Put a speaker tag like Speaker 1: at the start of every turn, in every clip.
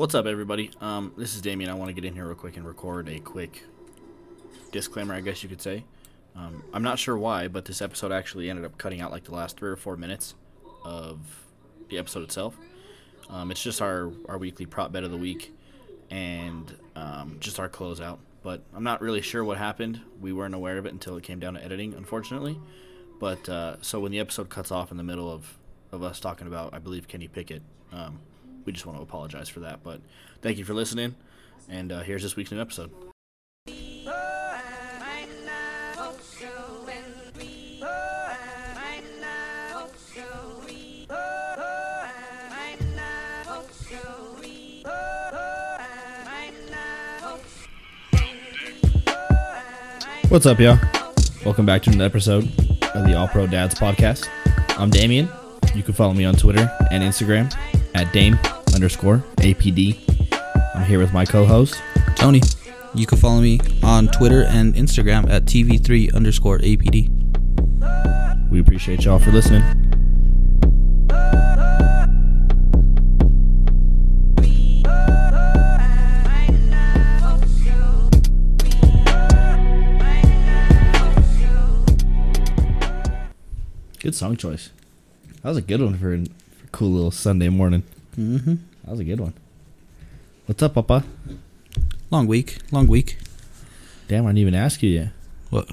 Speaker 1: What's up, everybody? Um, this is Damien. I want to get in here real quick and record a quick disclaimer, I guess you could say. Um, I'm not sure why, but this episode actually ended up cutting out like the last three or four minutes of the episode itself. Um, it's just our, our weekly prop bet of the week and um, just our closeout. But I'm not really sure what happened. We weren't aware of it until it came down to editing, unfortunately. But uh, so when the episode cuts off in the middle of, of us talking about, I believe, Kenny Pickett, um, we just want to apologize for that. But thank you for listening. And uh, here's this week's new episode.
Speaker 2: What's up, y'all? Welcome back to another episode of the All Pro Dads Podcast. I'm Damien. You can follow me on Twitter and Instagram at Dame underscore APD. I'm here with my co-host.
Speaker 3: Tony, you can follow me on Twitter and Instagram at TV3 underscore APD.
Speaker 2: We appreciate y'all for listening. Good song choice. That was a good one for a for a cool little Sunday morning.
Speaker 3: Mm-hmm.
Speaker 2: That was a good one. What's up, Papa?
Speaker 3: Long week, long week.
Speaker 2: Damn, I didn't even ask you yet.
Speaker 3: What?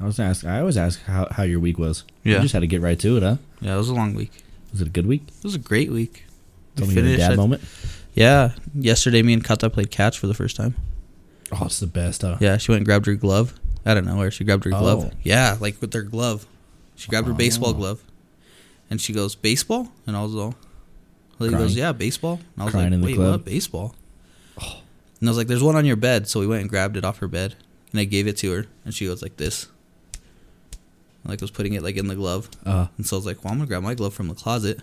Speaker 2: I was gonna ask. I always ask how, how your week was.
Speaker 3: Yeah.
Speaker 2: You just had to get right to it, huh?
Speaker 3: Yeah, it was a long week.
Speaker 2: Was it a good week?
Speaker 3: It was a great week.
Speaker 2: Tell me your dad
Speaker 3: at-
Speaker 2: moment.
Speaker 3: Yeah, yesterday me and Kata played catch for the first time.
Speaker 2: Oh, it's the best, huh?
Speaker 3: Yeah, she went and grabbed her glove. I don't know where she grabbed her glove.
Speaker 2: Oh.
Speaker 3: Yeah, like with her glove. She grabbed her baseball
Speaker 2: Oh.
Speaker 3: glove, and she goes baseball, and I was all. Lily
Speaker 2: Crying.
Speaker 3: goes, yeah, baseball. And I was
Speaker 2: Crying in
Speaker 3: like, wait,
Speaker 2: the club. Oh.
Speaker 3: what? Baseball. And I was like, there's one on your bed, so we went and grabbed it off her bed, and I gave it to her, and she goes like this. Like I was putting it like in the glove,
Speaker 2: Uh,
Speaker 3: and so I was like, well, I'm gonna grab my glove from the closet.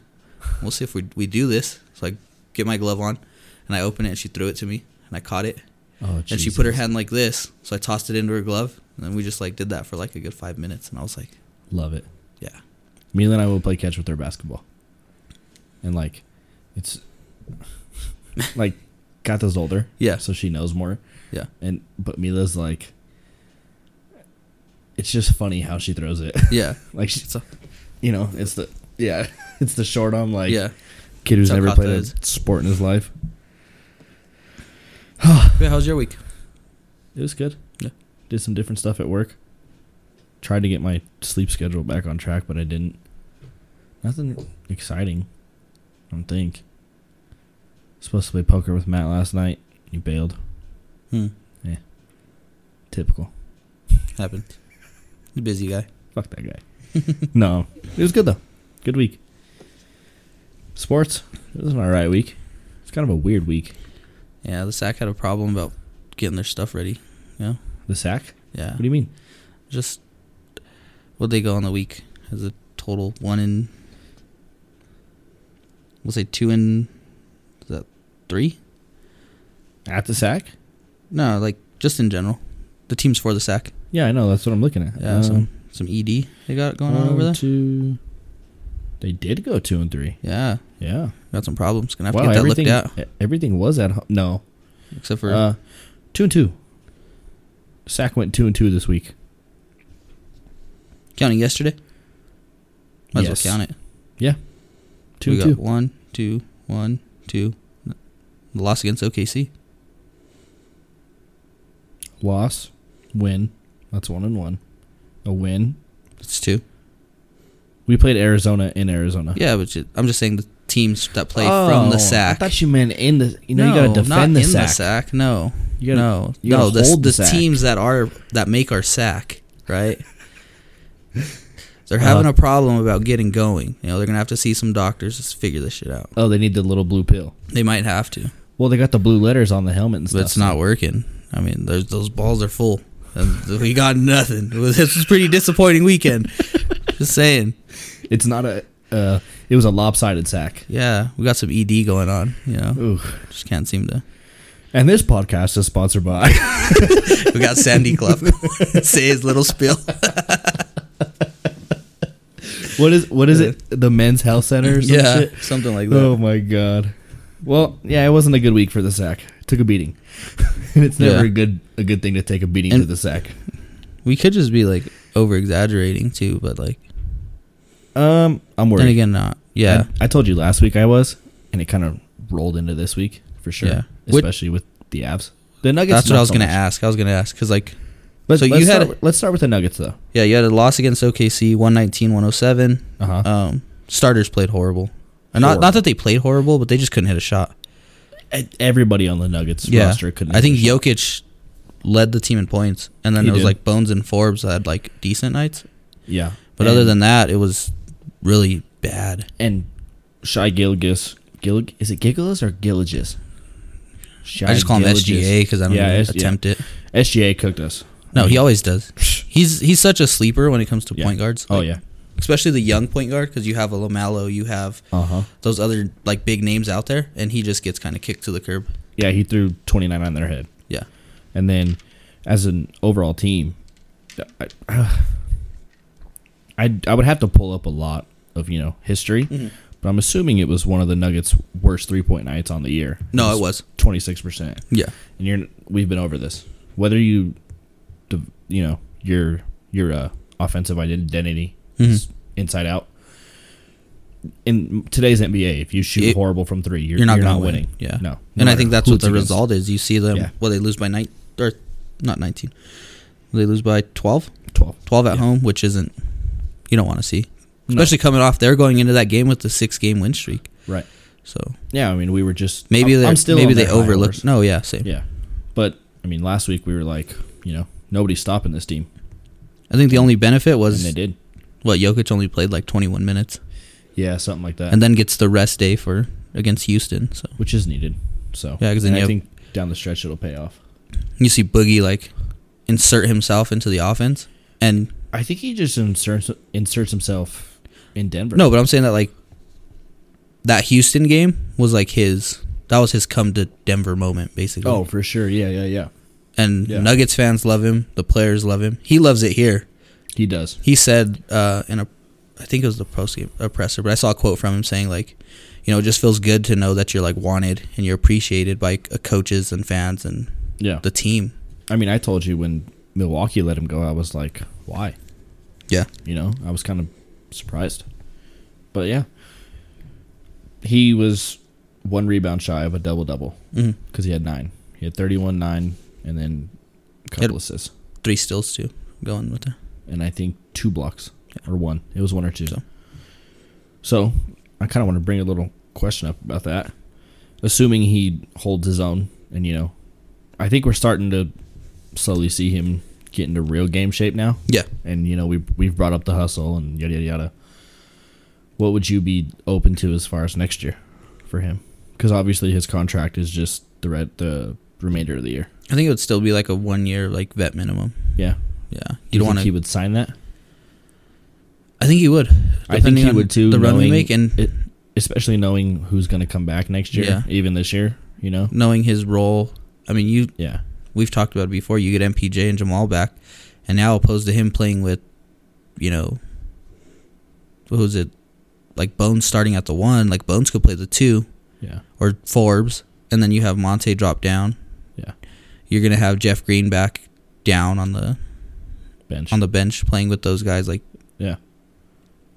Speaker 3: We'll see if we we do this. So I get my glove on, and I open it, and she threw it to me, and I caught it,
Speaker 2: oh,
Speaker 3: and she put her hand like this, so I tossed it into her glove, and then we just like did that for like a good five minutes, and I was like,
Speaker 2: Love it.
Speaker 3: yeah,
Speaker 2: Mila and I will play catch with her basketball. And like, it's like Kata's older,
Speaker 3: yeah,
Speaker 2: so she knows more.
Speaker 3: Yeah.
Speaker 2: And but Mila's like, it's just funny how she throws it.
Speaker 3: yeah,
Speaker 2: like, she,
Speaker 3: It's a-
Speaker 2: you know, it's the yeah, it's the short arm like
Speaker 3: yeah.
Speaker 2: kid who's
Speaker 3: That's how
Speaker 2: never
Speaker 3: Kata
Speaker 2: played a
Speaker 3: is.
Speaker 2: sport in his life.
Speaker 3: Yeah, how's your week?
Speaker 2: It was good.
Speaker 3: Yeah.
Speaker 2: Did some different stuff at work. Tried to get my sleep schedule back on track, but I didn't. Nothing exciting. I don't think. Supposed to play poker with Matt last night. He bailed.
Speaker 3: Hmm.
Speaker 2: Typical.
Speaker 3: Happened. You busy guy.
Speaker 2: Fuck that guy. no. It was good though. Good week. Sports. It was an alright week. It's kind of a weird week.
Speaker 3: Yeah, the SAC had a problem about getting their stuff ready.
Speaker 2: The sack?
Speaker 3: Yeah,
Speaker 2: What do you mean?
Speaker 3: just what they go on the week as a total one in. We'll say two in. Is that three?
Speaker 2: At the sack?
Speaker 3: No, like just in general. The teams for the SAC.
Speaker 2: Yeah, I know. That's what I'm looking at. Um,
Speaker 3: Yeah, some
Speaker 2: Oh.
Speaker 3: some ED they got going on
Speaker 2: one,
Speaker 3: over there.
Speaker 2: two- They did go two and three.
Speaker 3: Yeah,
Speaker 2: Yeah.
Speaker 3: got some problems. Gonna have
Speaker 2: Wow,
Speaker 3: to get that
Speaker 2: everything,
Speaker 3: looked at.
Speaker 2: e- everything was at home. No.
Speaker 3: Except for
Speaker 2: Uh, two and two. Sack went two and two this week.
Speaker 3: counting yesterday. Might
Speaker 2: yes.
Speaker 3: as well count it.
Speaker 2: Two
Speaker 3: we
Speaker 2: and
Speaker 3: got
Speaker 2: two.
Speaker 3: one, two, one, two. The loss against OKC.
Speaker 2: Loss, win. That's one and one. A win.
Speaker 3: It's two.
Speaker 2: We played Arizona in Arizona.
Speaker 3: Yeah, but ju- I'm just saying the teams that play from
Speaker 2: Oh,
Speaker 3: the sack.
Speaker 2: I thought you meant in the. You know, you gotta defend the
Speaker 3: in
Speaker 2: sack.
Speaker 3: the sack. No,
Speaker 2: You gotta,
Speaker 3: no,
Speaker 2: you gotta
Speaker 3: no. The,
Speaker 2: hold the
Speaker 3: the,
Speaker 2: sack.
Speaker 3: teams that are that make our sack, right? they're having
Speaker 2: Uh,
Speaker 3: a problem about getting going. You know, they're gonna have to see some doctors to figure this shit out.
Speaker 2: Oh, they need the little blue pill.
Speaker 3: They might have to,
Speaker 2: Well, they got the blue letters on the helmet and
Speaker 3: but
Speaker 2: stuff.
Speaker 3: it's not working. I mean, there's, those balls are full, and we got nothing. It was, this was a pretty disappointing weekend. Just saying.
Speaker 2: It's not a. Uh, it was a lopsided sack.
Speaker 3: Yeah, we got some ED going on. You know,
Speaker 2: Ooh.
Speaker 3: just can't seem to.
Speaker 2: And this podcast is sponsored by.
Speaker 3: We got Sandy Club. Say his little spill.
Speaker 2: What is what is it? The men's health center or some
Speaker 3: yeah,
Speaker 2: shit?
Speaker 3: something like that.
Speaker 2: Oh my god. Well, yeah, it wasn't a good week for the sack. It took a beating. and it's never
Speaker 3: Yeah.
Speaker 2: a good a good thing to take a beating
Speaker 3: And-
Speaker 2: to the sack.
Speaker 3: We could just be like over exaggerating too, but like
Speaker 2: Um, I'm worried.
Speaker 3: then again, not. Yeah,
Speaker 2: I, I told you last week I was, and it kind of rolled into this week for sure.
Speaker 3: Yeah. Which-
Speaker 2: Especially with the Avs. The Nuggets.
Speaker 3: that's what
Speaker 2: not
Speaker 3: I was
Speaker 2: so
Speaker 3: gonna
Speaker 2: much.
Speaker 3: ask. I was gonna ask because like
Speaker 2: Let's,
Speaker 3: So you
Speaker 2: let's
Speaker 3: had-
Speaker 2: start with- let's start with the Nuggets though.
Speaker 3: yeah, you had a loss against OKC, 119-107.
Speaker 2: Uh huh.
Speaker 3: Um, starters played horrible. And not not
Speaker 2: Horrible.
Speaker 3: that they played horrible, but they just couldn't hit a shot.
Speaker 2: E- Everybody on the Nuggets
Speaker 3: Yeah,
Speaker 2: roster couldn't.
Speaker 3: I
Speaker 2: hit
Speaker 3: think
Speaker 2: a shot.
Speaker 3: Jokic led the team in points, and then
Speaker 2: He
Speaker 3: it was
Speaker 2: did.
Speaker 3: like Bones and Forbes that had like decent nights.
Speaker 2: Yeah.
Speaker 3: But
Speaker 2: And-
Speaker 3: other than that, it was really bad.
Speaker 2: and Shy Gilgis, Gil is it Giggles or Gillages? Shy
Speaker 3: I just call him
Speaker 2: Gilgeous.
Speaker 3: SGA because I don't
Speaker 2: Yeah,
Speaker 3: even
Speaker 2: S- yeah.
Speaker 3: attempt it.
Speaker 2: SGA cooked us.
Speaker 3: No, he always does. He's he's such a sleeper when it comes to
Speaker 2: Yeah.
Speaker 3: point guards.
Speaker 2: Oh
Speaker 3: Like,
Speaker 2: yeah.
Speaker 3: especially the young point guard because you have a Lomelo, you have
Speaker 2: Uh huh.
Speaker 3: those other like big names out there, and he just gets kind of kicked to the curb.
Speaker 2: Yeah, he threw 29 on their head.
Speaker 3: Yeah,
Speaker 2: And then as an overall team, I, I, I would have to pull up a lot of, you know, history,
Speaker 3: Mm-hmm.
Speaker 2: but I'm assuming it was one of the Nuggets' worst three point nights on the year.
Speaker 3: No, it was.
Speaker 2: 26%.
Speaker 3: yeah,
Speaker 2: and you're we've been over this. Whether you, div- you know, your your uh, offensive identity
Speaker 3: Mm-hmm.
Speaker 2: is inside out. In today's NBA, if you shoot
Speaker 3: It-
Speaker 2: horrible from three, you're,
Speaker 3: you're not
Speaker 2: you're
Speaker 3: gonna
Speaker 2: not
Speaker 3: win.
Speaker 2: winning.
Speaker 3: Yeah,
Speaker 2: no. no
Speaker 3: and I
Speaker 2: matter
Speaker 3: think that's
Speaker 2: who
Speaker 3: what
Speaker 2: it's
Speaker 3: the
Speaker 2: against.
Speaker 3: result is. You see them
Speaker 2: Yeah.
Speaker 3: well, they lose by nine or not nineteen, they lose by 12,
Speaker 2: Twelve.
Speaker 3: 12 at
Speaker 2: Yeah.
Speaker 3: home, which isn't you don't want to see,
Speaker 2: No.
Speaker 3: especially coming off. They're going into that game with the six game win streak,
Speaker 2: Right.
Speaker 3: so
Speaker 2: Yeah, I mean, we were just
Speaker 3: maybe
Speaker 2: I'm-
Speaker 3: they
Speaker 2: I'm still
Speaker 3: maybe
Speaker 2: on
Speaker 3: they
Speaker 2: their high
Speaker 3: overlooked.
Speaker 2: horse.
Speaker 3: No, yeah, same.
Speaker 2: Yeah, but I mean, last week we were like, you know, nobody's stopping this team,
Speaker 3: I think the only benefit
Speaker 2: and they
Speaker 3: was
Speaker 2: did.
Speaker 3: what Jokic only played like twenty one minutes.
Speaker 2: Yeah, something like that,
Speaker 3: and then gets the rest day for against Houston. So
Speaker 2: which is needed. So
Speaker 3: Yeah, 'cause then you
Speaker 2: and I
Speaker 3: have-
Speaker 2: think down the stretch it'll pay off.
Speaker 3: you see Boogie like insert himself into the offense, and
Speaker 2: I think he just inserts inserts himself in Denver.
Speaker 3: no, but I'm saying that like that Houston game was like his that was his come to Denver moment basically.
Speaker 2: Oh, for sure. Yeah, yeah, yeah.
Speaker 3: and
Speaker 2: yeah.
Speaker 3: Nuggets fans love him. The players love him. He loves it here.
Speaker 2: He does.
Speaker 3: He said uh, in a I think it was the post game uh, presser, but I saw a quote from him saying like. You know, it just feels good to know that you're like wanted and you're appreciated by uh, coaches and fans and
Speaker 2: Yeah.
Speaker 3: the team.
Speaker 2: I mean, I told you when Milwaukee let him go, I was like, why?
Speaker 3: Yeah.
Speaker 2: You know, I was kind of surprised. But yeah, he was one rebound shy of a double double
Speaker 3: Mhm.
Speaker 2: because he had nine. He had thirty-one nine, and then a couple
Speaker 3: Had-
Speaker 2: assists,
Speaker 3: Three steals too. Going with that.
Speaker 2: and I think two blocks or one. It was one or two.
Speaker 3: So.
Speaker 2: so I kind of want to bring a little question up about that. Assuming he holds his own, and you know, I think we're starting to slowly see him get into real game shape now.
Speaker 3: Yeah.
Speaker 2: and you know we we've brought up the hustle and yada yada yada. What would you be open to as far as next year for him? Because obviously his contract is just the red, the remainder of the year.
Speaker 3: I think it would still be like a one year like vet minimum.
Speaker 2: Yeah,
Speaker 3: Yeah, you
Speaker 2: do you
Speaker 3: don't
Speaker 2: think
Speaker 3: want
Speaker 2: he
Speaker 3: to.
Speaker 2: would sign that?
Speaker 3: I think he would.
Speaker 2: I think
Speaker 3: depending
Speaker 2: he
Speaker 3: on
Speaker 2: would too.
Speaker 3: The run we
Speaker 2: knowing-
Speaker 3: make and
Speaker 2: it- especially knowing who's going to come back next year,
Speaker 3: Yeah. Mm.
Speaker 2: even this year. You know,
Speaker 3: knowing his role. I mean, you
Speaker 2: yeah,
Speaker 3: we've talked about it before. You get MPJ and Jamal back, and now opposed to him playing with, you know, who was it? Like Bones starting at the one. Like Bones could play the two
Speaker 2: yeah,
Speaker 3: or Forbes, and then you have Monte drop down.
Speaker 2: yeah.
Speaker 3: You're gonna have Jeff Green back down on the
Speaker 2: Bench.
Speaker 3: on the bench playing with those guys like.
Speaker 2: yeah,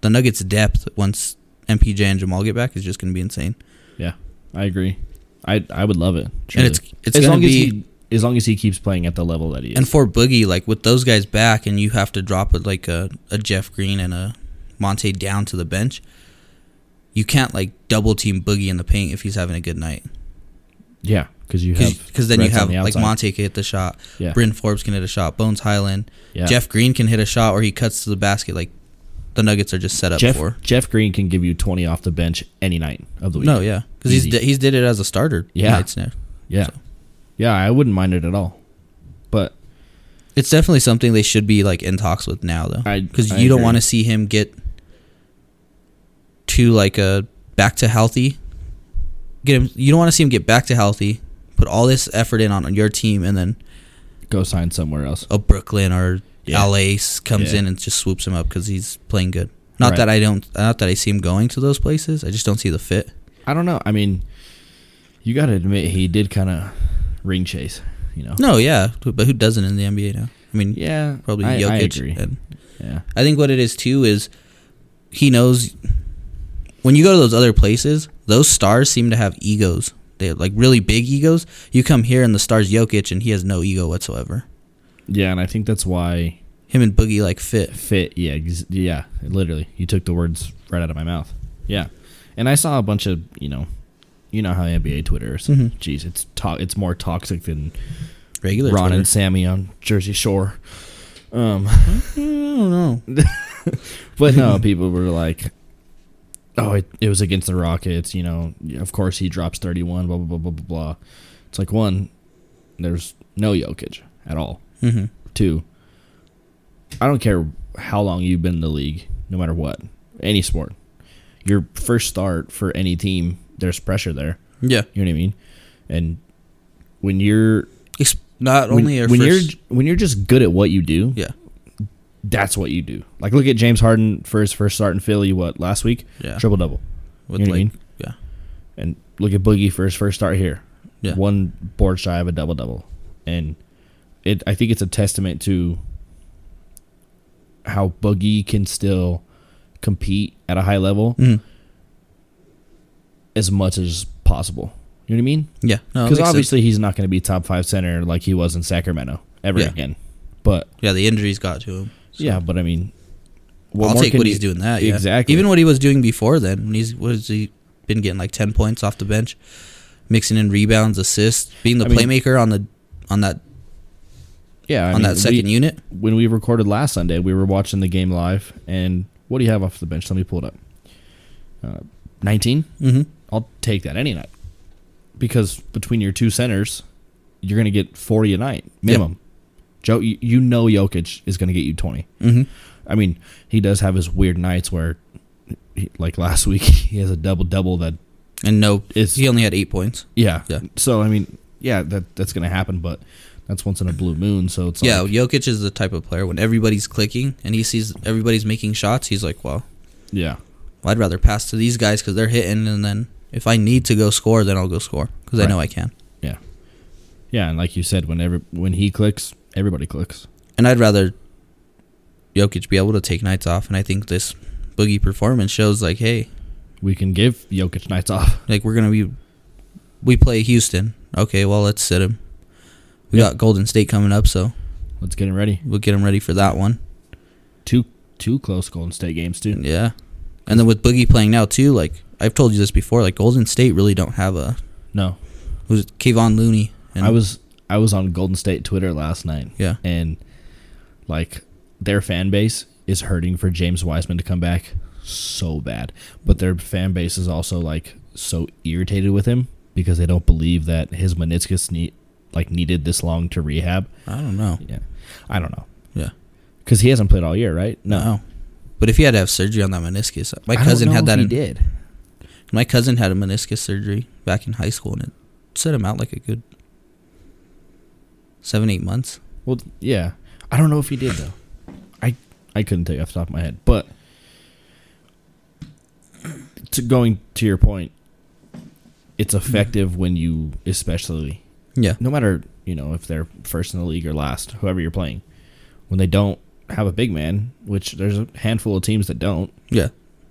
Speaker 3: the Nuggets' depth once MPJ and Jamal get back is just going to be insane.
Speaker 2: yeah. I agree. I I would love it.
Speaker 3: And
Speaker 2: truly.
Speaker 3: it's it's
Speaker 2: as
Speaker 3: going
Speaker 2: long
Speaker 3: to be
Speaker 2: as he as long as he keeps playing at the level that he is.
Speaker 3: and for Boogie like with those guys back and you have to drop it like a, a Jeff Green and a Monte down to the bench. You can't like double team Boogie in the paint if he's having a good night
Speaker 2: yeah, because you have
Speaker 3: because then you
Speaker 2: threats
Speaker 3: have
Speaker 2: on the
Speaker 3: like
Speaker 2: outside.
Speaker 3: Monte can hit the shot,
Speaker 2: Yeah.
Speaker 3: Bryn Forbes can hit a shot, Bones Highland,
Speaker 2: Yeah.
Speaker 3: Jeff Green can hit a shot or he cuts to the basket like the Nuggets are just set up
Speaker 2: Jeff
Speaker 3: for.
Speaker 2: Jeff Green can give you twenty off the bench any night of the week.
Speaker 3: No, yeah, because he's
Speaker 2: Easy.
Speaker 3: he's did it as a starter.
Speaker 2: Yeah.
Speaker 3: nights now.
Speaker 2: yeah, yeah. I wouldn't mind it at all, but
Speaker 3: It's definitely something they should be like in talks with now, though,
Speaker 2: I-
Speaker 3: because
Speaker 2: I
Speaker 3: you don't
Speaker 2: agree.
Speaker 3: want to see him get to like a back to healthy. Get him. You don't want to see him get back to healthy. Put all this effort in on, on your team, and then
Speaker 2: go sign somewhere else.
Speaker 3: a Brooklyn or
Speaker 2: Yeah.
Speaker 3: LA s- comes
Speaker 2: Yeah.
Speaker 3: in and just swoops him up because he's playing good. Not
Speaker 2: Right.
Speaker 3: that I don't. Not that I see him going to those places. I just don't see the fit.
Speaker 2: I don't know. I mean, You got to admit, he did kind of ring chase, you know?
Speaker 3: No, yeah, but who doesn't in the NBA now? I mean,
Speaker 2: Yeah.
Speaker 3: probably
Speaker 2: I,
Speaker 3: Jokic.
Speaker 2: I agree.
Speaker 3: And
Speaker 2: Yeah.
Speaker 3: I think what it is too is he knows when you go to those other places, those stars seem to have egos. They have like really big egos. You come here and the stars Jokic and he has no ego whatsoever.
Speaker 2: Yeah, and I think that's why
Speaker 3: Him and Boogie like fit.
Speaker 2: fit yeah ex- yeah literally you took the words right out of my mouth yeah and i saw a bunch of you know you know how nba twitter is
Speaker 3: Mhm.
Speaker 2: jeez it's to- it's more toxic than
Speaker 3: Regular.
Speaker 2: ron
Speaker 3: Twitter.
Speaker 2: and sammy on jersey shore um
Speaker 3: I don't know.
Speaker 2: but no people were like oh it, it was against the rockets you know of course he drops 31 blah blah blah blah blah blah it's like one there's no Jokic at all
Speaker 3: hmm
Speaker 2: Two, I don't care how long you've been in the league, no matter what, any sport. Your first start for any team, there's pressure there.
Speaker 3: Yeah.
Speaker 2: You know what I mean? And when you're
Speaker 3: Ex- not
Speaker 2: when,
Speaker 3: only your
Speaker 2: when
Speaker 3: 1st
Speaker 2: you're when you're just good at what you do,
Speaker 3: Yeah.
Speaker 2: that's what you do. Like look at James Harden for his first start in Philly. What last week?
Speaker 3: Yeah.
Speaker 2: Triple double.
Speaker 3: With
Speaker 2: you
Speaker 3: like
Speaker 2: know what I mean?
Speaker 3: yeah.
Speaker 2: And look at Boogie for his first start here.
Speaker 3: Yeah.
Speaker 2: One board shy of a double double. And it I think it's a testament to how Boogie can still compete at a high level
Speaker 3: Mhm.
Speaker 2: as much as possible. You know what I mean?
Speaker 3: Yeah. No, it
Speaker 2: Because
Speaker 3: Uh, makes sense.
Speaker 2: obviously he's not going to be top five center like he was in Sacramento ever
Speaker 3: Yeah.
Speaker 2: again. But
Speaker 3: Yeah, the injuries got to him. So
Speaker 2: yeah, but I mean, what
Speaker 3: I'll
Speaker 2: more
Speaker 3: take
Speaker 2: can
Speaker 3: what
Speaker 2: you-
Speaker 3: he's doing that. Yeah.
Speaker 2: exactly.
Speaker 3: Even what he was doing before then, when he's what has he been getting like ten points off the bench, mixing in rebounds, assists, being the
Speaker 2: I mean-
Speaker 3: playmaker on the on that
Speaker 2: yeah, I
Speaker 3: on
Speaker 2: mean,
Speaker 3: that second
Speaker 2: we-
Speaker 3: unit.
Speaker 2: when we recorded last Sunday, we were watching the game live, and what do you have off the bench? Let me pull it up. Uh, 19?
Speaker 3: Mm-hmm.
Speaker 2: I'll take that any night. Because between your two centers, you're going to get 40 a night minimum. Joe, you, you know Jokic is going to get you 20.
Speaker 3: Mm-hmm.
Speaker 2: I mean, he does have his weird nights where, he, like last week, he has a double double that,
Speaker 3: And no,
Speaker 2: It's-
Speaker 3: he only had eight points.
Speaker 2: yeah.
Speaker 3: Yeah.
Speaker 2: So, I mean, yeah, that that's going to happen, but that's once in a blue moon. So it's
Speaker 3: yeah,
Speaker 2: like,
Speaker 3: Jokic is the type of player when everybody's clicking and he sees everybody's making shots, he's like, "Well,
Speaker 2: yeah.
Speaker 3: I'd rather pass to these guys because they're hitting, and then if I need to go score, then I'll go score because I
Speaker 2: Right.
Speaker 3: know I can."
Speaker 2: Yeah, yeah, and like you said, whenever when he clicks, everybody clicks.
Speaker 3: And I'd rather Jokic be able to take nights off, and I think this boogie performance shows like, hey,
Speaker 2: We can give Jokic nights off.
Speaker 3: like we're gonna be, we play Houston. Okay, well let's sit him. We
Speaker 2: Yep.
Speaker 3: got Golden State coming up, so
Speaker 2: Let's get him ready.
Speaker 3: we'll get him ready for that one.
Speaker 2: Two two close Golden State games too.
Speaker 3: Yeah, and then with Boogie playing now too, like I've told you this before, like Golden State really don't have a
Speaker 2: No,
Speaker 3: who's it? Kayvon Looney. And,
Speaker 2: I was I was on Golden State Twitter last night,
Speaker 3: yeah,
Speaker 2: and like their fan base is hurting for James Wiseman to come back so bad, but their fan base is also like so irritated with him because they don't believe that his meniscus need like needed this long to rehab.
Speaker 3: I don't know.
Speaker 2: Yeah, I don't know
Speaker 3: Yeah,
Speaker 2: because he hasn't played all year, right?
Speaker 3: no. But if he had to have surgery on that meniscus, uh, my
Speaker 2: I don't
Speaker 3: cousin
Speaker 2: know
Speaker 3: had
Speaker 2: if
Speaker 3: that.
Speaker 2: He
Speaker 3: in-
Speaker 2: did.
Speaker 3: My cousin had a meniscus surgery back in high school, and it set him out like a good seven, eight months.
Speaker 2: Well, yeah. I don't know if he did though. I I couldn't tell you off the top of my head, but to going to your point, it's effective when you, especially
Speaker 3: Yeah,
Speaker 2: no matter you know if they're first in the league or last, whoever you're playing, when they don't have a big man, which there's a handful of teams that don't,
Speaker 3: yeah,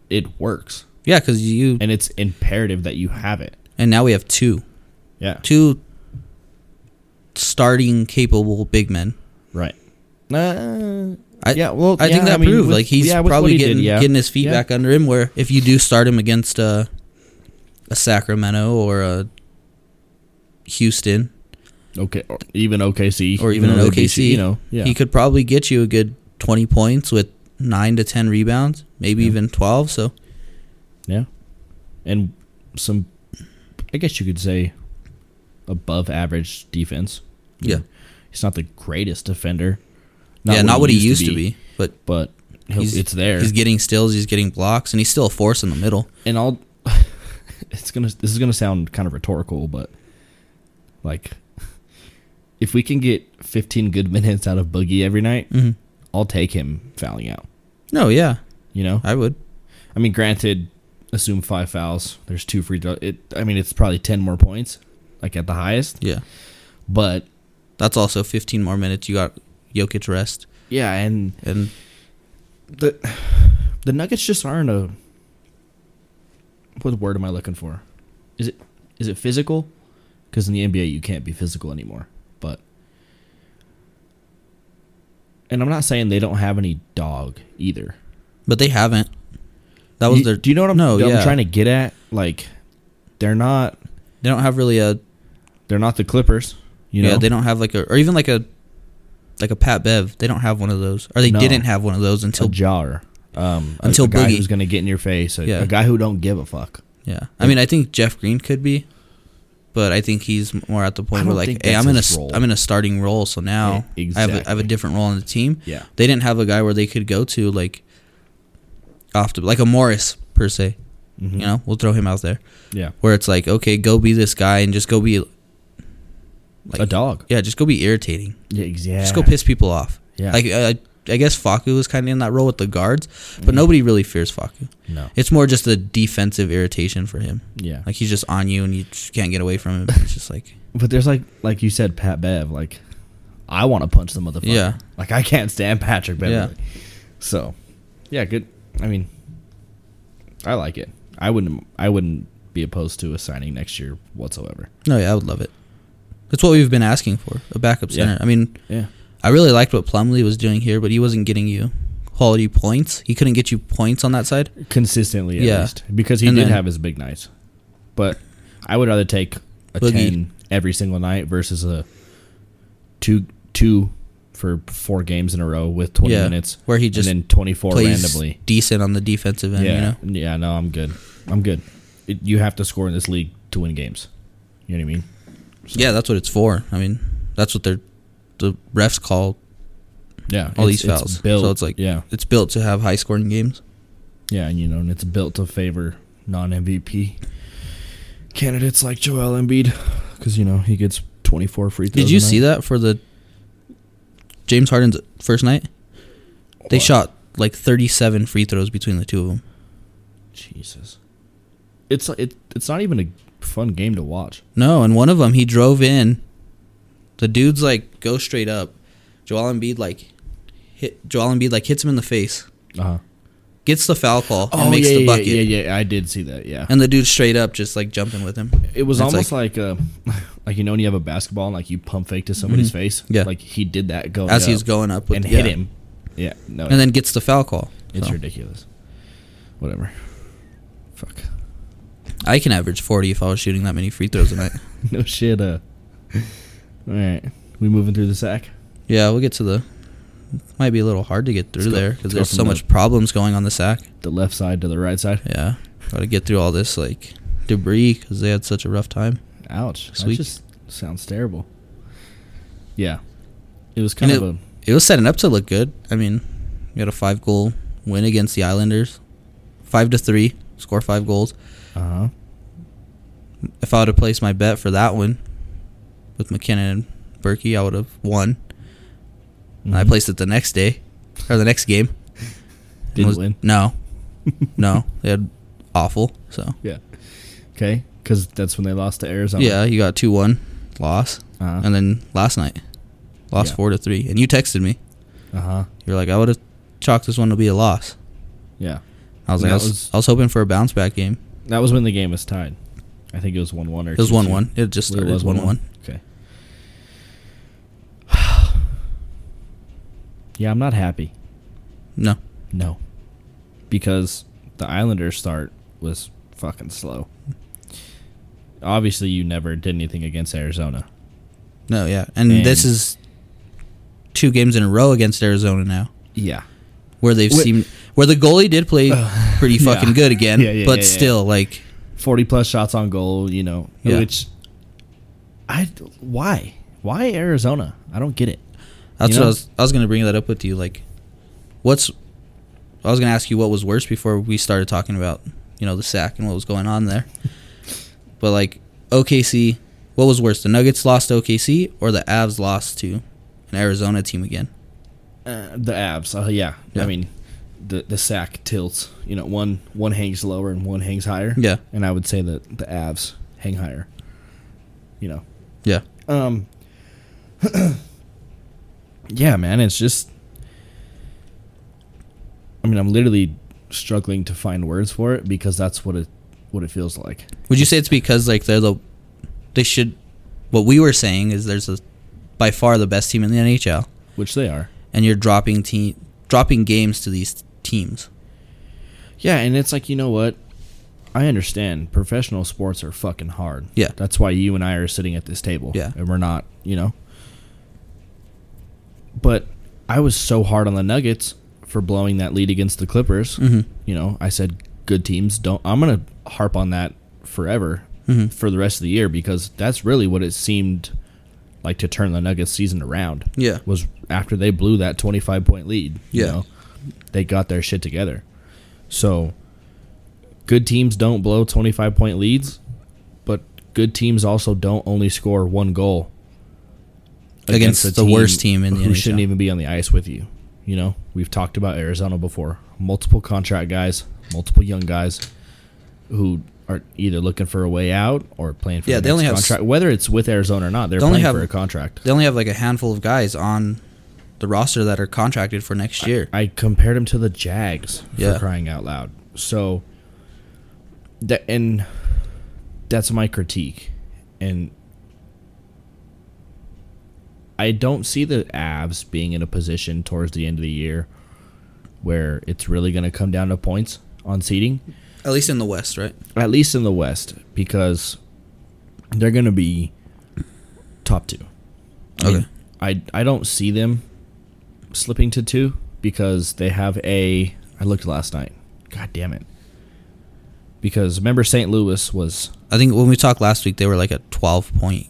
Speaker 2: it works,
Speaker 3: yeah. Because you
Speaker 2: and it's imperative that you have it.
Speaker 3: and now we have two,
Speaker 2: Yeah,
Speaker 3: two starting capable big men.
Speaker 2: right. Uh,
Speaker 3: I,
Speaker 2: yeah, well,
Speaker 3: I think
Speaker 2: yeah,
Speaker 3: that
Speaker 2: mean,
Speaker 3: proved
Speaker 2: with-
Speaker 3: like he's
Speaker 2: yeah, with what
Speaker 3: probably
Speaker 2: he
Speaker 3: getting
Speaker 2: did, yeah.
Speaker 3: getting his feet
Speaker 2: Yeah.
Speaker 3: back under him. Where if you do start him against a a Sacramento or a Houston,
Speaker 2: Okay, or even OKC,
Speaker 3: Or even
Speaker 2: though
Speaker 3: an
Speaker 2: they beat you,
Speaker 3: OKC,
Speaker 2: you know, yeah,
Speaker 3: he could probably get you a good twenty points with nine to ten rebounds, maybe
Speaker 2: Yeah.
Speaker 3: even twelve. So
Speaker 2: yeah, and some, I guess you could say, above average defense.
Speaker 3: Yeah.
Speaker 2: he's not the greatest defender.
Speaker 3: yeah, not what he used to be, but
Speaker 2: but he'll,
Speaker 3: he's-
Speaker 2: it's there.
Speaker 3: He's getting steals, he's getting blocks, and he's still a force in the middle.
Speaker 2: and I'll. it's gonna. This is gonna sound kind of rhetorical, but like, if we can get 15 good minutes out of Boogie every night,
Speaker 3: Mm-hmm.
Speaker 2: I'll take him fouling out.
Speaker 3: No, yeah,
Speaker 2: You know,
Speaker 3: I would.
Speaker 2: I mean, granted, assume five fouls. There's two free throws. It, I mean, it's probably ten more points, like at the highest.
Speaker 3: Yeah.
Speaker 2: But
Speaker 3: That's also 15 more minutes. You got Jokic rest.
Speaker 2: yeah, and
Speaker 3: And
Speaker 2: the the Nuggets just aren't a. What word am I looking for? Is it is it physical? Because in the NBA you can't be physical anymore. But and I'm not saying they don't have any dog either.
Speaker 3: but they haven't. That was
Speaker 2: You-
Speaker 3: their.
Speaker 2: Do you know what I'm,
Speaker 3: no,
Speaker 2: what I'm
Speaker 3: yeah.
Speaker 2: trying to get at? Like, they're not
Speaker 3: They don't have really a.
Speaker 2: they're not the Clippers. You know,
Speaker 3: yeah, they don't have like a or even like a like a Pat Bev. They don't have one of those, or they
Speaker 2: No.
Speaker 3: didn't have one of those
Speaker 2: a
Speaker 3: until.
Speaker 2: jar. Um, a-
Speaker 3: Until
Speaker 2: a guy
Speaker 3: Boogie.
Speaker 2: who's gonna get in your face, a,
Speaker 3: Yeah.
Speaker 2: a guy who don't give a fuck.
Speaker 3: Yeah, I mean, I think Jeff Green could be, but I think he's more at the
Speaker 2: I
Speaker 3: point
Speaker 2: don't
Speaker 3: where like,
Speaker 2: think
Speaker 3: hey,
Speaker 2: that's
Speaker 3: I'm in a
Speaker 2: his role.
Speaker 3: am in a starting role, so now
Speaker 2: Yeah,
Speaker 3: I have a, I have a
Speaker 2: exactly.
Speaker 3: different role on the team.
Speaker 2: Yeah,
Speaker 3: They didn't have a guy where they could go to like, off the, like a Morris per se.
Speaker 2: Mhm.
Speaker 3: You know, we'll throw him out there
Speaker 2: yeah,
Speaker 3: where it's like, okay, go be this guy and just go be. Like,
Speaker 2: a dog.
Speaker 3: Yeah, just go be irritating.
Speaker 2: Yeah, exactly.
Speaker 3: Just go piss people off.
Speaker 2: Yeah,
Speaker 3: Like I, I guess Faku was kind of in that role with the guards,
Speaker 2: Mm.
Speaker 3: but nobody really fears Faku.
Speaker 2: no,
Speaker 3: It's more just a defensive irritation for him.
Speaker 2: yeah.
Speaker 3: Like he's just on you and you just can't get away from him. It's just like
Speaker 2: But there's like like you said, Pat Bev. Like, I want to punch the motherfucker.
Speaker 3: Yeah.
Speaker 2: like I can't stand Patrick Beverly.
Speaker 3: Yeah.
Speaker 2: So, yeah, good. I mean, I like it. I wouldn't. I wouldn't be opposed to a signing next year whatsoever.
Speaker 3: no, yeah, I would love it. That's what we've been asking for a backup
Speaker 2: Yeah.
Speaker 3: center. I mean,
Speaker 2: Yeah.
Speaker 3: I really liked what Plumlee was doing here, but he wasn't getting you quality points. He couldn't get you points on that side.
Speaker 2: consistently at
Speaker 3: Yeah.
Speaker 2: least because he
Speaker 3: And
Speaker 2: did
Speaker 3: then-
Speaker 2: have his big nights. But I would rather take a
Speaker 3: Boogie.
Speaker 2: ten every single night versus a two two for four games in a row with twenty
Speaker 3: yeah,
Speaker 2: minutes
Speaker 3: where he just
Speaker 2: and then twenty four
Speaker 3: plays
Speaker 2: randomly.
Speaker 3: decent on the defensive end.
Speaker 2: yeah,
Speaker 3: You know,
Speaker 2: yeah. No, I'm good. I'm good. It, you have to score in this league to win games. You know what I mean?
Speaker 3: yeah, that's what it's for. I mean, that's what they're the refs call.
Speaker 2: Yeah.
Speaker 3: All
Speaker 2: it's-
Speaker 3: these fouls. So
Speaker 2: built-
Speaker 3: it's like-
Speaker 2: yeah,
Speaker 3: It's built to have high scoring games.
Speaker 2: yeah, and you know, and it's built to favor non MVP candidates like Joel Embiid because you know he gets twenty four free throws.
Speaker 3: Did
Speaker 2: a
Speaker 3: you see
Speaker 2: night.
Speaker 3: that for the James Harden's first night? They
Speaker 2: What?
Speaker 3: shot like 37 free throws between the two of them.
Speaker 2: Jesus. It's it, it's not even a fun game to watch.
Speaker 3: No, and one of them he drove in. The dude's like go straight up. Joel Embiid like hit Joel Embiid like hits him in the face,
Speaker 2: Uh huh.
Speaker 3: gets the foul call, and Uh-huh. makes the bucket.
Speaker 2: Oh, yeah, yeah, I did see that. Yeah,
Speaker 3: And the dude straight up just like jumping with him.
Speaker 2: it was
Speaker 3: That's
Speaker 2: almost like, uh like you know when you have a basketball and like you pump fake to somebody's face.
Speaker 3: Mm-hmm. Yeah.
Speaker 2: like he did that going
Speaker 3: as
Speaker 2: up
Speaker 3: he's going up with
Speaker 2: and
Speaker 3: yeah.
Speaker 2: hit him. Yeah, no,
Speaker 3: and then gets the foul call.
Speaker 2: it's
Speaker 3: So,
Speaker 2: ridiculous. Whatever. Fuck.
Speaker 3: I can average 40 if I was shooting that many free throws a night.
Speaker 2: No shit. Uh. All right, we moving through the sack.
Speaker 3: Yeah, we'll get to the. Might be a little hard to get through
Speaker 2: Let's go-
Speaker 3: there
Speaker 2: let's
Speaker 3: because
Speaker 2: go
Speaker 3: there's
Speaker 2: from
Speaker 3: so
Speaker 2: the-
Speaker 3: much problems going on the sack.
Speaker 2: The left side to the right side.
Speaker 3: Yeah, got to get through all this like debris because they had such a rough time.
Speaker 2: Ouch. That
Speaker 3: Sweet.
Speaker 2: just sounds terrible. Yeah, it was
Speaker 3: And
Speaker 2: kind
Speaker 3: it,
Speaker 2: of a
Speaker 3: it was setting up to look good. I mean, we had a five goal win against the Islanders, five to three, score five goals.
Speaker 2: Uh huh.
Speaker 3: If I would have placed my bet for that one with McKinnon and Berkey, I would have won. And
Speaker 2: Mm-hmm.
Speaker 3: I placed it the next day or the next game. and
Speaker 2: Didn't
Speaker 3: was-
Speaker 2: win.
Speaker 3: No, no, they had awful. So
Speaker 2: Yeah. Okay, because that's when they lost to Arizona.
Speaker 3: Yeah, you got two one loss,
Speaker 2: Uh huh.
Speaker 3: and then last night lost
Speaker 2: Yeah.
Speaker 3: four to three. And you texted me.
Speaker 2: Uh huh.
Speaker 3: You're like, I would have chalked this one to be a loss.
Speaker 2: Yeah.
Speaker 3: I was like,
Speaker 2: That
Speaker 3: I was,
Speaker 2: was-
Speaker 3: I was hoping for a bounce back game.
Speaker 2: That was when the game was tied. I think it was one one or
Speaker 3: It was one one. It just started one one.
Speaker 2: Okay. yeah, I'm not happy.
Speaker 3: No,
Speaker 2: No. Because the Islanders start was fucking slow. Obviously, you never did anything against Arizona.
Speaker 3: no, yeah. And,
Speaker 2: And-
Speaker 3: this is two games in a row against Arizona now,
Speaker 2: Yeah.
Speaker 3: where they've
Speaker 2: Wait.
Speaker 3: seemed where the goalie did play pretty
Speaker 2: yeah.
Speaker 3: fucking good again,
Speaker 2: Yeah, yeah,
Speaker 3: but
Speaker 2: yeah, yeah.
Speaker 3: still like
Speaker 2: 40 plus shots on goal, you know,
Speaker 3: Yeah.
Speaker 2: which I why? Why Arizona? I don't get it.
Speaker 3: that's
Speaker 2: You
Speaker 3: what
Speaker 2: know-
Speaker 3: I was. I was gonna bring that up with you. Like, what's I was gonna ask you what was worse before we started talking about you know the sack and what was going on there, but like OKC, what was worse, the Nuggets lost to OKC or the Avs lost to an Arizona team again?
Speaker 2: Uh, the abs. Uh, yeah.
Speaker 3: Yeah.
Speaker 2: I mean, the the sack tilts. You know, one one hangs lower and one hangs higher.
Speaker 3: Yeah.
Speaker 2: And I would say that the Avs hang higher. You know.
Speaker 3: Yeah.
Speaker 2: Um. yeah, man, it's just. I mean, I'm literally struggling to find words for it because that's what it what it feels like.
Speaker 3: Would you say it's because like they're the they should what we were saying is there's a by far the best team in the NHL
Speaker 2: Which they are.
Speaker 3: and you're dropping team dropping games to these teams.
Speaker 2: Yeah, and it's like you know what? I understand professional sports are fucking hard.
Speaker 3: Yeah.
Speaker 2: That's why you and I are sitting at this table.
Speaker 3: Yeah.
Speaker 2: And we're not, you know. But I was so hard on the Nuggets for blowing that lead against the Clippers. Mm-hmm. You know, I said good teams don't I'm going to harp on that forever
Speaker 3: Mm-hmm.
Speaker 2: for the rest of the year because that's really what it seemed like to turn the Nuggets season around.
Speaker 3: Yeah.
Speaker 2: Was after they blew that 25 point lead, you
Speaker 3: Yeah.
Speaker 2: know. They got their shit together. So good teams don't blow 25 point leads, but good teams also don't only score one goal
Speaker 3: Against
Speaker 2: a
Speaker 3: the worst team in the
Speaker 2: who
Speaker 3: NHL.
Speaker 2: shouldn't even be on the ice with you. You know, we've talked about Arizona before. Multiple contract guys, multiple young guys who are either looking for a way out or playing for
Speaker 3: Yeah,
Speaker 2: the
Speaker 3: they only
Speaker 2: next
Speaker 3: have s-
Speaker 2: contract. Whether it's with Arizona or not, they're
Speaker 3: They only
Speaker 2: playing
Speaker 3: have-
Speaker 2: for a contract.
Speaker 3: They only have like a handful of guys on the roster that are contracted for next year.
Speaker 2: I compared him to the Jags for
Speaker 3: Yeah.
Speaker 2: crying out loud. So that and that's my critique. And I don't see the Avs being in a position towards the end of the year where it's really going to come down to points on seeding
Speaker 3: At least in the West, right?
Speaker 2: at least in the West, because they're going to be top two. I mean,
Speaker 3: Okay.
Speaker 2: I I don't see them slipping to two because they have a. I looked last night. God damn it. Because remember, St. Louis was
Speaker 3: I think when we talked last week, they were like a 12 point.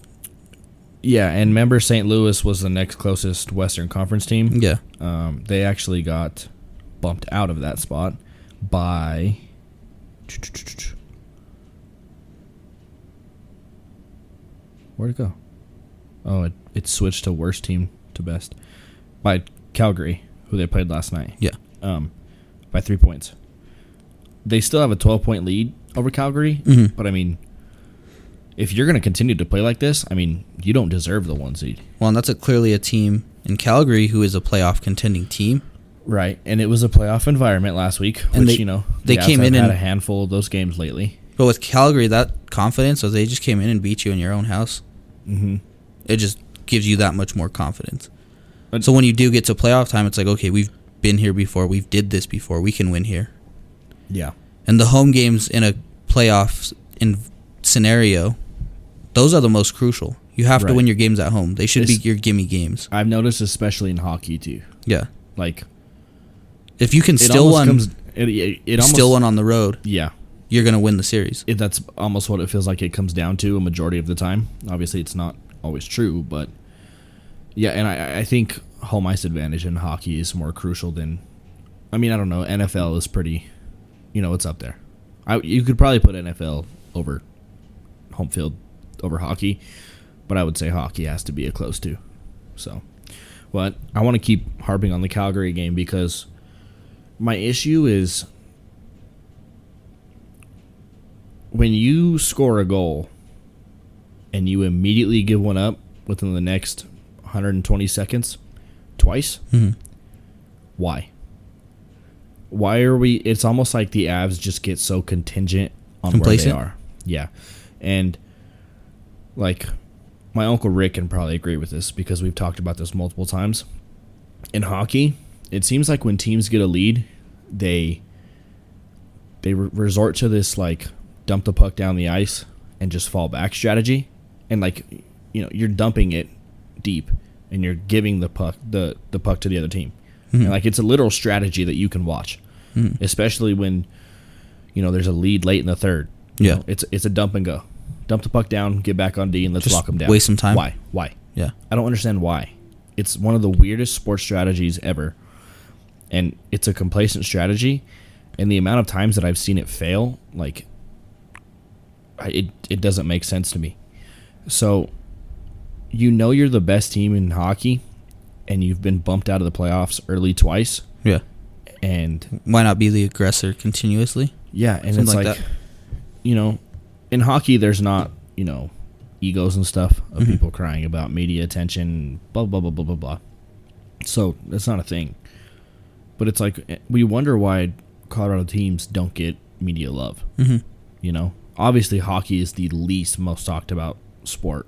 Speaker 2: yeah, and remember St. Louis was the next closest Western Conference team.
Speaker 3: Yeah.
Speaker 2: Um, they actually got bumped out of that spot by. Where'd it go? Oh, it, it switched to worst team to best by Calgary, who they played last night
Speaker 3: Yeah.
Speaker 2: um, by three points. They still have a 12 point lead over Calgary,
Speaker 3: Mhm.
Speaker 2: but I mean, if you're going to continue to play like this, I mean, you don't deserve the one seed.
Speaker 3: Well, and that's a, clearly a team in Calgary who is a playoff contending team.
Speaker 2: Right, and it was a playoff environment last week,
Speaker 3: And
Speaker 2: which
Speaker 3: they-
Speaker 2: you know
Speaker 3: they
Speaker 2: the Avs
Speaker 3: came
Speaker 2: have
Speaker 3: in
Speaker 2: had
Speaker 3: and-
Speaker 2: a handful of those games lately.
Speaker 3: But with Calgary, that confidence, so they just came in and beat you in your own house.
Speaker 2: Mm-hmm.
Speaker 3: It just gives you that much more confidence.
Speaker 2: But-
Speaker 3: so when you do get to playoff time, it's like, okay, we've been here before. We've did this before. We can win here.
Speaker 2: Yeah,
Speaker 3: And the home games in a playoff s- in scenario, those are the most crucial. You have to
Speaker 2: Right. Uh,
Speaker 3: win your games at home. They should
Speaker 2: This-
Speaker 3: be your gimme games.
Speaker 2: I've noticed especially in hockey too.
Speaker 3: Yeah.
Speaker 2: Like
Speaker 3: If you can
Speaker 2: it
Speaker 3: still
Speaker 2: almost
Speaker 3: win,
Speaker 2: comes, it, it, it almost
Speaker 3: still win on the road,
Speaker 2: yeah.
Speaker 3: you're gonna win the series.
Speaker 2: It, that's almost what it feels like. It comes down to a majority of the time. Obviously, it's not always true, but yeah. And I, I think home ice advantage in hockey is more crucial than. I mean, I don't know. NFL is pretty, you know, it's up there. I you could probably put NFL over home field over hockey, but I would say hockey has to be a close to. So, but I want to keep harping on the Calgary game because my issue is when you score a goal and you immediately give one up within the next 120 seconds twice, why? Why are we? It's almost like the Avs just get so contingent on
Speaker 3: Complacent?
Speaker 2: where they are. Yeah. And like my uncle Rick can probably agree with this because we've talked about this multiple times. In hockey, it seems like when teams get a lead, they they re- resort to this like dump the puck down the ice and just fall back strategy and like you know you're dumping it deep and you're giving the puck the, the puck to the other team
Speaker 3: Hmm.
Speaker 2: and like it's a literal strategy that you can watch especially when you know there's a lead late in the third You
Speaker 3: Yeah.
Speaker 2: know, it's it's a dump and go dump the puck down get back on d and let's
Speaker 3: Just
Speaker 2: lock them down
Speaker 3: waste some time.
Speaker 2: why why
Speaker 3: Yeah.
Speaker 2: I don't understand why. It's one of the weirdest sports strategies ever. And it's a complacent strategy. And the amount of times that I've seen it fail, like, I, it, it doesn't make sense to me. So, you know, you're the best team in hockey, and you've been bumped out of the playoffs early twice
Speaker 3: Yeah.
Speaker 2: and
Speaker 3: Why not be the aggressor continuously?
Speaker 2: yeah, and
Speaker 3: Something
Speaker 2: it's
Speaker 3: like
Speaker 2: like,
Speaker 3: that.
Speaker 2: you know, in hockey there's not you know egos and stuff of
Speaker 3: Mhm.
Speaker 2: people crying about media attention, blah blah blah blah blah blah. So that's not a thing. But it's like eh, we wonder why Colorado teams don't get media love.
Speaker 3: hmm
Speaker 2: You know, obviously hockey is the least most talked about sport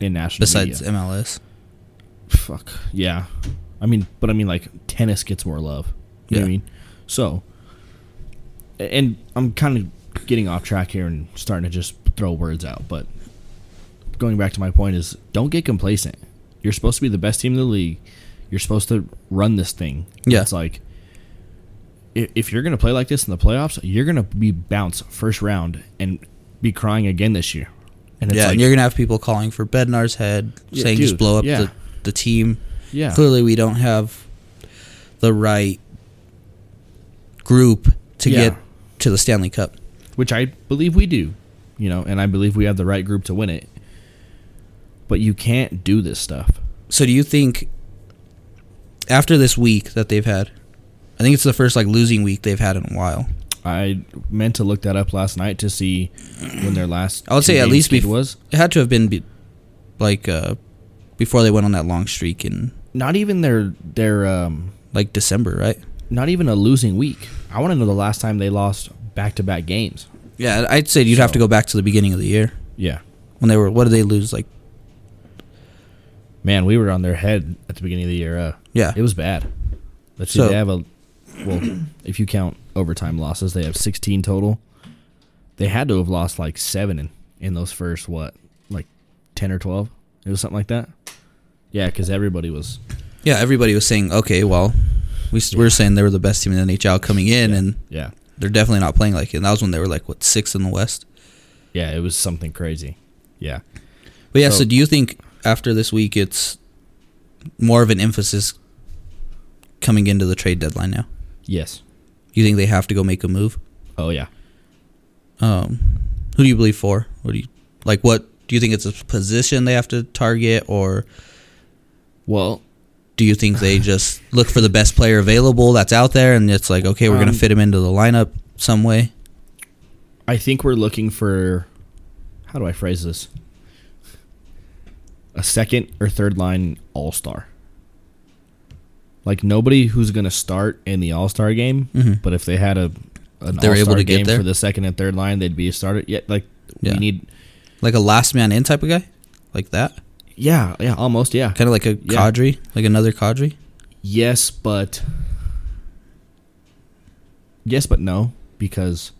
Speaker 2: in national
Speaker 3: Besides
Speaker 2: media.
Speaker 3: MLS,
Speaker 2: fuck yeah i mean but i mean like tennis gets more love you know what i
Speaker 3: Yeah.
Speaker 2: mean so a- and i'm kind of getting off track here and starting to just throw words out but going back to my point is don't get complacent you're supposed to be the best team in the league you're supposed to run this thing
Speaker 3: Yeah.
Speaker 2: it's like i- if you're gonna play like this in the playoffs you're gonna be bounced first round and be crying again this year and it's
Speaker 3: yeah,
Speaker 2: like
Speaker 3: and you're gonna have people calling for Bednar's head,
Speaker 2: Yeah,
Speaker 3: saying
Speaker 2: dude,
Speaker 3: just blow up
Speaker 2: yeah.
Speaker 3: the, the team.
Speaker 2: yeah
Speaker 3: Clearly, we don't have the right group to
Speaker 2: Yeah.
Speaker 3: get to the Stanley Cup.
Speaker 2: which I believe we do, you know, and I believe we have the right group to win it. But you can't do this stuff.
Speaker 3: So, do you think after this week that they've had, I think it's the first like losing week they've had in a while.
Speaker 2: I meant to look that up last night to see when their last.
Speaker 3: I would say
Speaker 2: two
Speaker 3: at
Speaker 2: games
Speaker 3: least
Speaker 2: skid
Speaker 3: bef-
Speaker 2: was
Speaker 3: It had to have been be- like uh, before they went on that long streak in
Speaker 2: not even their their um
Speaker 3: like December, right?
Speaker 2: not even a losing week. I want to know the last time they lost back to back games.
Speaker 3: Yeah, I'd say you'd have to go back to the beginning of the year
Speaker 2: Yeah,
Speaker 3: when they were. What did they lose? Like,
Speaker 2: man, we were on their head at the beginning of the year. Uh,
Speaker 3: yeah,
Speaker 2: it was bad. Let's see,
Speaker 3: So-
Speaker 2: they have a well, if you count overtime losses, they have 16 total. They had to have lost like seven in, in those first what, like 10 or 12. It was something like that. Yeah, because everybody was
Speaker 3: yeah. Everybody was saying, okay, well, we s we were saying they were the best team in the NHL coming in, and
Speaker 2: yeah,
Speaker 3: they're definitely not playing like it. And that was when they were like what six in the West.
Speaker 2: yeah. It was something crazy. Yeah,
Speaker 3: But yeah, so,
Speaker 2: So-
Speaker 3: do you think after this week it's more of an emphasis coming into the trade deadline now?
Speaker 2: yes.
Speaker 3: You think they have to go make a move?
Speaker 2: Oh yeah.
Speaker 3: Um, who do you believe for? What do you like? What do you think it's a position they have to target, or
Speaker 2: Well,
Speaker 3: do you think they just look for the best player available that's out there, and it's like okay, we're gonna
Speaker 2: Um,
Speaker 3: fit him into the lineup some way?
Speaker 2: I think we're looking for how do I phrase this? A second or third line all star. Like nobody who's gonna start in the all star game,
Speaker 3: Mhm.
Speaker 2: but if they had a an
Speaker 3: They're
Speaker 2: all
Speaker 3: able
Speaker 2: star
Speaker 3: to get
Speaker 2: game
Speaker 3: there?
Speaker 2: for the second and third line, they'd be a starter. Yeah, like
Speaker 3: Yeah.
Speaker 2: we need
Speaker 3: Like a last man in type of guy, like that,
Speaker 2: Yeah, yeah, almost, yeah.
Speaker 3: kind of like a
Speaker 2: Yeah.
Speaker 3: Kadri, like another Kadri.
Speaker 2: Yes, but yes, but no, because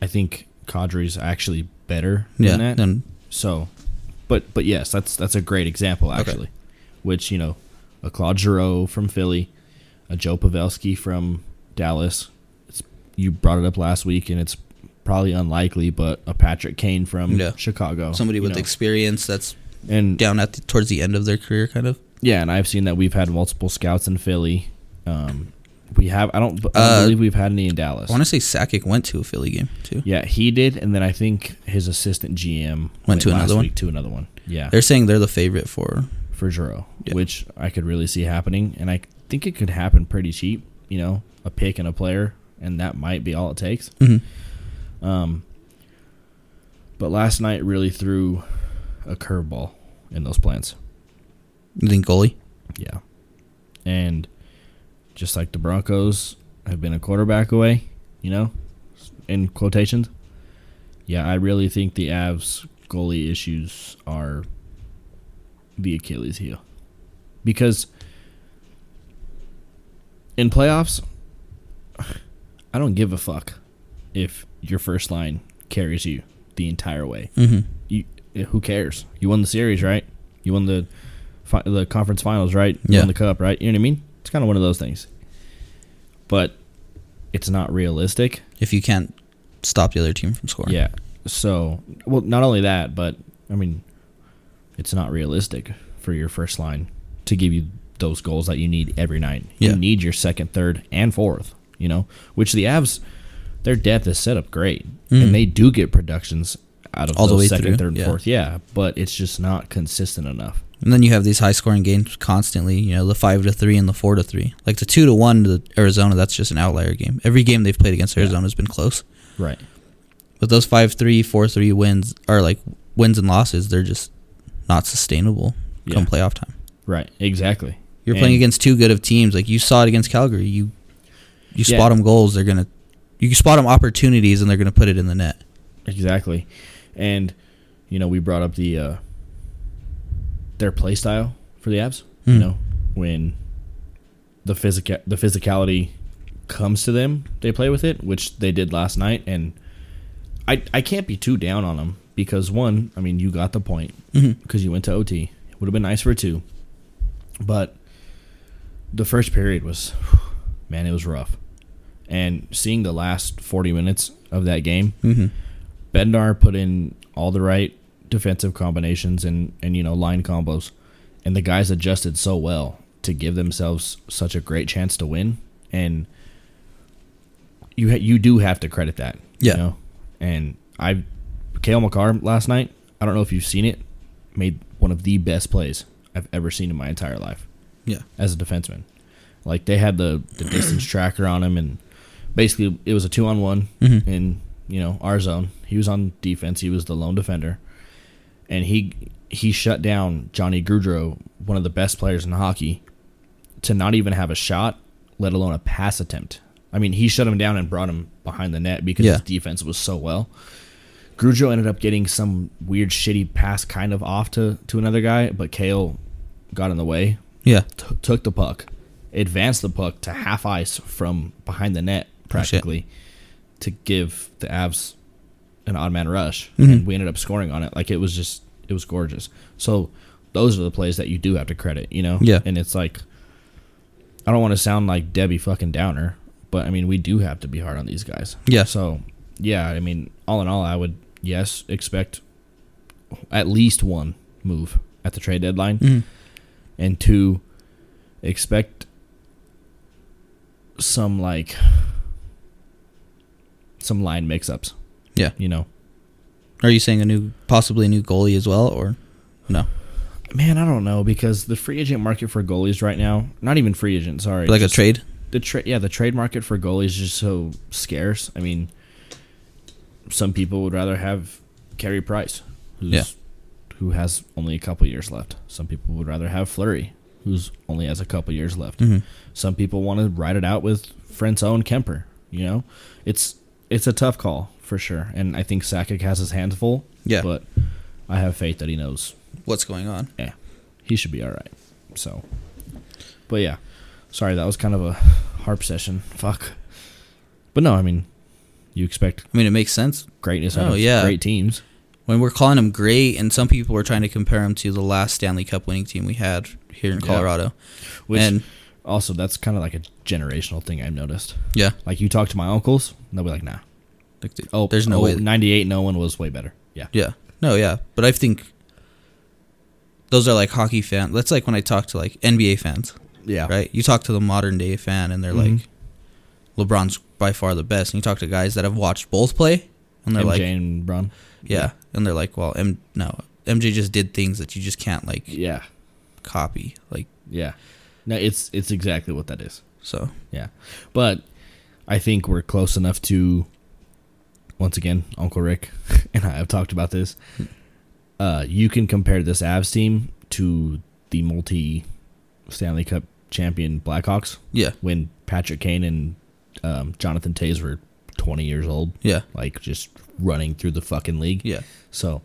Speaker 2: I think Kadri's actually better
Speaker 3: Yeah,
Speaker 2: than that.
Speaker 3: then
Speaker 2: So, but but yes, that's that's a great example
Speaker 3: Okay.
Speaker 2: actually, which you know, a Claude Giroux from Philly, a Joe Pavelski from Dallas. It's you brought it up last week, and it's probably unlikely, but a Patrick Kane from
Speaker 3: Yeah.
Speaker 2: Chicago,
Speaker 3: somebody
Speaker 2: you
Speaker 3: with
Speaker 2: know.
Speaker 3: experience that's
Speaker 2: and
Speaker 3: down at the, towards the end of their career, kind of.
Speaker 2: yeah, and I've seen that we've had multiple scouts in Philly. Um, we have I don't, I don't
Speaker 3: Uh,
Speaker 2: believe we've had any in Dallas.
Speaker 3: I want to say Sakic went to a Philly game too.
Speaker 2: yeah, he did, and then I think his assistant GM went,
Speaker 3: to
Speaker 2: last
Speaker 3: another one?
Speaker 2: week to another one. Yeah,
Speaker 3: They're saying they're the favorite for
Speaker 2: for Giroux,
Speaker 3: Yeah.
Speaker 2: which I could really see happening, and I think it could happen pretty cheap. You know, a pick and a player, and that might be all it takes.
Speaker 3: Mhm.
Speaker 2: Um, but last night really threw a curveball in those plans.
Speaker 3: you think goalie.
Speaker 2: Yeah, and just like the Broncos have been a quarterback away, you know, in quotations. Yeah, I really think the Avs goalie issues are the Achilles heel. Because in playoffs, I don't give a fuck if your first line carries you the entire way.
Speaker 3: Mm-hmm.
Speaker 2: You, eh, who cares? You won the series, right? You won the fi- the conference finals, right? You
Speaker 3: Yeah.
Speaker 2: won the cup, right? You know what I mean? It's kind of one of those things. But it's not realistic.
Speaker 3: If you can't stop the other team from scoring,
Speaker 2: Yeah. So, well, not only that, but I mean, it's not realistic for your first line to give you those goals that you need every night.
Speaker 3: Yeah.
Speaker 2: You need your second, third, and fourth. You know, which the Avs, their depth is set up great,
Speaker 3: Mhm.
Speaker 2: and they do get productions out of
Speaker 3: All the
Speaker 2: those
Speaker 3: way
Speaker 2: second,
Speaker 3: through,
Speaker 2: third, and
Speaker 3: yeah.
Speaker 2: fourth. Yeah, but it's just not consistent enough.
Speaker 3: And then you have these high scoring games constantly, you know, the 5 to 3 and the 4 to 3. Like the 2 to 1 to Arizona, that's just an outlier game. Every game they've played against Arizona has been close.
Speaker 2: Right.
Speaker 3: But those 5 3, 4 3 wins are like wins and losses, they're just not sustainable
Speaker 2: Yeah.
Speaker 3: come playoff time.
Speaker 2: Right. Exactly.
Speaker 3: You're playing
Speaker 2: And-
Speaker 3: against two good of teams. Like you saw it against Calgary. You you
Speaker 2: Yeah.
Speaker 3: spot them goals, they're going to you spot them opportunities and they're going to put it in the net.
Speaker 2: Exactly. And you know, we brought up the uh their play style for the Abs, you
Speaker 3: Mm.
Speaker 2: know, when the physical the physicality comes to them, they play with it, which they did last night and I I can't be too down on them because one, I mean, you got the point
Speaker 3: Mhm.
Speaker 2: because you went to OT. It would have been nice for a 2. But the first period was man, it was rough. And seeing the last 40 minutes of that game,
Speaker 3: Mhm.
Speaker 2: Bednar put in all the right defensive combinations and and you know line combos, and the guys adjusted so well to give themselves such a great chance to win. And you ha- you do have to credit that,
Speaker 3: Yeah.
Speaker 2: You know? And I, Kale McCarr last night. I don't know if you've seen it, made one of the best plays I've ever seen in my entire life
Speaker 3: Yeah.
Speaker 2: as a defenseman. Like they had the, the distance tracker on him, and basically it was a two on one
Speaker 3: Mhm.
Speaker 2: in you know our zone. He was on defense. He was the lone defender, and he he shut down Johnny Gaudreau, one of the best players in hockey, to not even have a shot, let alone a pass attempt. I mean, he shut him down and brought him behind the net because his
Speaker 3: Yeah.
Speaker 2: defense was so well. Grudjo ended up getting some weird, shitty pass kind of off to, to another guy, but Kale got in the way
Speaker 3: Yeah.
Speaker 2: t- took the puck, advanced the puck to half ice from behind the
Speaker 3: Oh,
Speaker 2: net practically to give the Avs an odd man rush,
Speaker 3: Mm-hmm.
Speaker 2: and we ended up scoring on it. Like it was just it was gorgeous. So those are the plays that you do have to credit, you know.
Speaker 3: Yeah.
Speaker 2: and it's like I don't want to sound like Debbie fucking Downer, but I mean we do have to be hard on these guys.
Speaker 3: Yeah.
Speaker 2: So yeah, I mean all in all, I would yes expect at least one move at the trade deadline
Speaker 3: Mhm.
Speaker 2: and two expect some like some line mix-ups
Speaker 3: Yeah.
Speaker 2: you know
Speaker 3: Are you saying a new possibly a new goalie as well or no?
Speaker 2: man i don't know because the free agent market for goalies right now not even free agent sorry
Speaker 3: Like a
Speaker 2: just
Speaker 3: trade?
Speaker 2: the trade yeah the trade market for goalies is just so scarce i mean some people would rather have Carey price who's who has only a couple years left some people would rather have flurry who's only has a couple years left
Speaker 3: Mm-hmm.
Speaker 2: Some people want to ride it out with Frenzel and Kemper. You know, it's it's a tough call for sure, and I think Sakic has his hands full.
Speaker 3: Yeah.
Speaker 2: but I have faith that he knows.
Speaker 3: What's going on?
Speaker 2: Yeah, he should be all right. So, but yeah, sorry that was kind of a harp session. Fuck, but no, I mean, you expect
Speaker 3: I mean, it makes sense
Speaker 2: greatness out
Speaker 3: Oh,
Speaker 2: of
Speaker 3: yeah.
Speaker 2: great teams.
Speaker 3: when we're calling him great, and some people are trying to compare him to the last Stanley Cup winning team we had here in
Speaker 2: Yeah.
Speaker 3: Colorado.
Speaker 2: Which
Speaker 3: and
Speaker 2: also, that's kind of like a generational thing I've noticed.
Speaker 3: yeah,
Speaker 2: Like you talk to my uncles, and they'll be like, "Nah,
Speaker 3: like the,
Speaker 2: oh,
Speaker 3: there's no
Speaker 2: oh,
Speaker 3: way.
Speaker 2: 98, no one was way better." Yeah,
Speaker 3: yeah, no, yeah, but I think those are like hockey fan. That's like when I talk to like NBA fans,
Speaker 2: yeah,
Speaker 3: right? You talk to the modern day fan, and they're
Speaker 2: Mhm.
Speaker 3: like, LeBron's by far the best. And you talk to guys that have watched both play, and they're
Speaker 2: MJ
Speaker 3: like,
Speaker 2: and Bron.
Speaker 3: yeah, and they're like, well, M no, MJ just did things that you just can't like
Speaker 2: Yeah,
Speaker 3: copy, like
Speaker 2: yeah. No, it's it's exactly what that is.
Speaker 3: so.
Speaker 2: Yeah, but I think we're close enough to. Once again, Uncle Rick and I have talked about this. Uh, you can compare this Avs team to the multi Stanley Cup champion Blackhawks
Speaker 3: Yeah,
Speaker 2: when Patrick Kane and um, Jonathan Tays were 20 years old,
Speaker 3: yeah,
Speaker 2: like just running through the fucking league.
Speaker 3: yeah.
Speaker 2: So,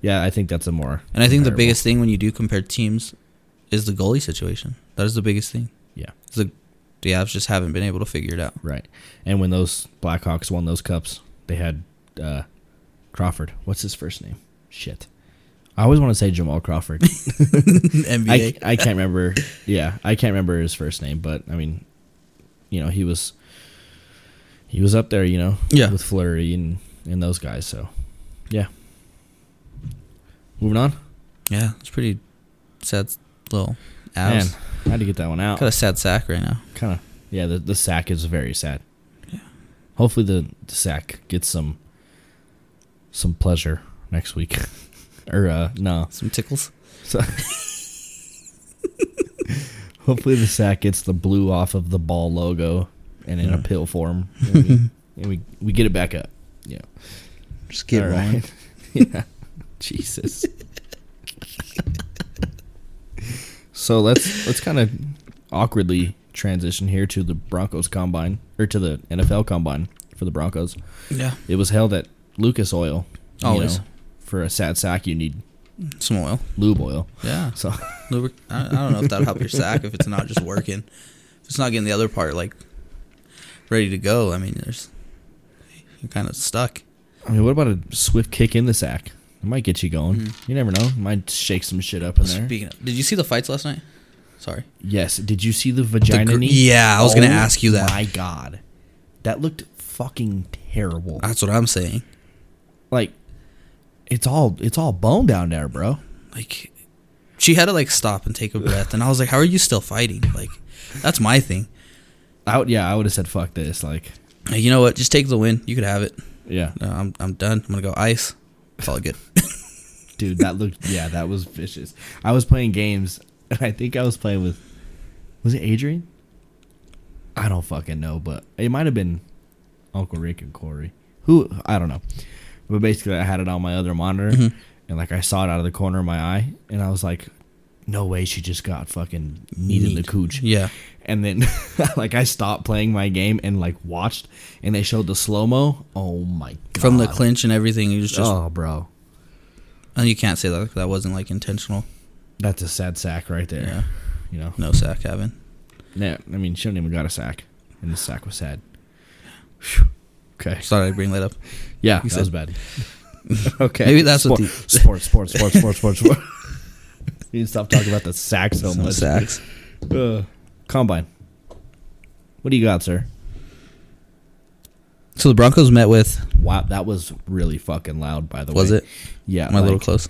Speaker 2: yeah, I think that's a more.
Speaker 3: And I think the
Speaker 2: comparable-
Speaker 3: biggest thing when you do compare teams is the goalie situation. That is the biggest thing.
Speaker 2: Yeah.
Speaker 3: The the Avs just haven't been able to figure it out.
Speaker 2: Right. And when those Blackhawks won those cups, they had uh, Crawford. What's his first name? Shit. I always want to say Jamal Crawford. I,
Speaker 3: NBA.
Speaker 2: I can't remember. Yeah, I can't remember his first name, but I mean, you know, he was he was up there, you know,
Speaker 3: Yeah.
Speaker 2: with Flurry and and those guys. So, yeah. Moving on.
Speaker 3: yeah, it's pretty sad little
Speaker 2: Man,
Speaker 3: Avs.
Speaker 2: I had to get that one out.
Speaker 3: Got a sad sack right now.
Speaker 2: kind of yeah the, the sack is very sad hopefully the, the sack gets some some pleasure next week. or uh no.
Speaker 3: Some tickles.
Speaker 2: So hopefully the sack gets the blue off of the ball logo and in a pill form. And we, and we we get it back up. Yeah.
Speaker 3: Just get
Speaker 2: All
Speaker 3: rolling.
Speaker 2: right. yeah. Jesus. so let's let's kind of awkwardly transition here to the Broncos combine or to the NFL combine for the Broncos.
Speaker 3: Yeah.
Speaker 2: It was held at Lucas Oil. you
Speaker 3: Always.
Speaker 2: know, for a sad sack, you need
Speaker 3: Some oil.
Speaker 2: lube oil.
Speaker 3: Yeah.
Speaker 2: So
Speaker 3: Lubric- I, I don't know if that'll help your sack if it's not just working. If it's not getting the other part like ready to go, I mean, there's you're kind of stuck.
Speaker 2: I mean, what about a swift kick in the sack? It might get you going.
Speaker 3: Mm-hmm.
Speaker 2: You never know. It might shake some shit up in there.
Speaker 3: Speaking of, did you see the fights last night? Sorry.
Speaker 2: Yes. Did you see the vagina
Speaker 3: gr-
Speaker 2: knee? Oh
Speaker 3: Yeah, I was gonna ask you that.
Speaker 2: My God, that looked fucking terrible.
Speaker 3: That's what I'm saying.
Speaker 2: Like, it's all it's all bone down there, bro.
Speaker 3: Like, she had to like stop and take a breath, and I was like, "How are you still fighting?" Like, that's my thing.
Speaker 2: I would, yeah, I would have said fuck this. Like,
Speaker 3: Like, you know what? Just take the win. You could have it.
Speaker 2: yeah,
Speaker 3: No, I'm I'm done. I'm gonna go ice. It's all good.
Speaker 2: dude, that looked yeah, that was vicious. I was playing games, and I think I was playing with was it Adrian? I don't fucking know, but it might have been Uncle Rick and Corey. Who I don't know, but basically I had it on my other monitor,
Speaker 3: Mm-hmm.
Speaker 2: and like I saw it out of the corner of my eye, and I was like, "No way, she just got fucking kneed in the
Speaker 3: Kneed.
Speaker 2: cooch."
Speaker 3: yeah.
Speaker 2: And then, like, I stopped playing my game and like watched, and they showed the slow mo. Oh my god!
Speaker 3: From the clinch and everything, you just, just
Speaker 2: oh, bro,
Speaker 3: and you can't say that that wasn't like intentional.
Speaker 2: that's a sad sack right there.
Speaker 3: Yeah.
Speaker 2: You know,
Speaker 3: No sack having.
Speaker 2: Yeah, I mean, she didn't even got a sack, and the sack was sad. Phew. Okay.
Speaker 3: Just thought I'd bring that up.
Speaker 2: Yeah, that
Speaker 3: said-
Speaker 2: was bad. okay.
Speaker 3: Maybe that's what the-
Speaker 2: sports, sports, sports, sports, sports, sports. you need to stop talking about the sack so
Speaker 3: Some
Speaker 2: much.
Speaker 3: sacks.
Speaker 2: Ugh. combine. What do you got, sir?
Speaker 3: So the Broncos met with
Speaker 2: Wow, that was really fucking loud. By the
Speaker 3: was
Speaker 2: way,
Speaker 3: it?
Speaker 2: Yeah,
Speaker 3: Am I a little
Speaker 2: like-
Speaker 3: close?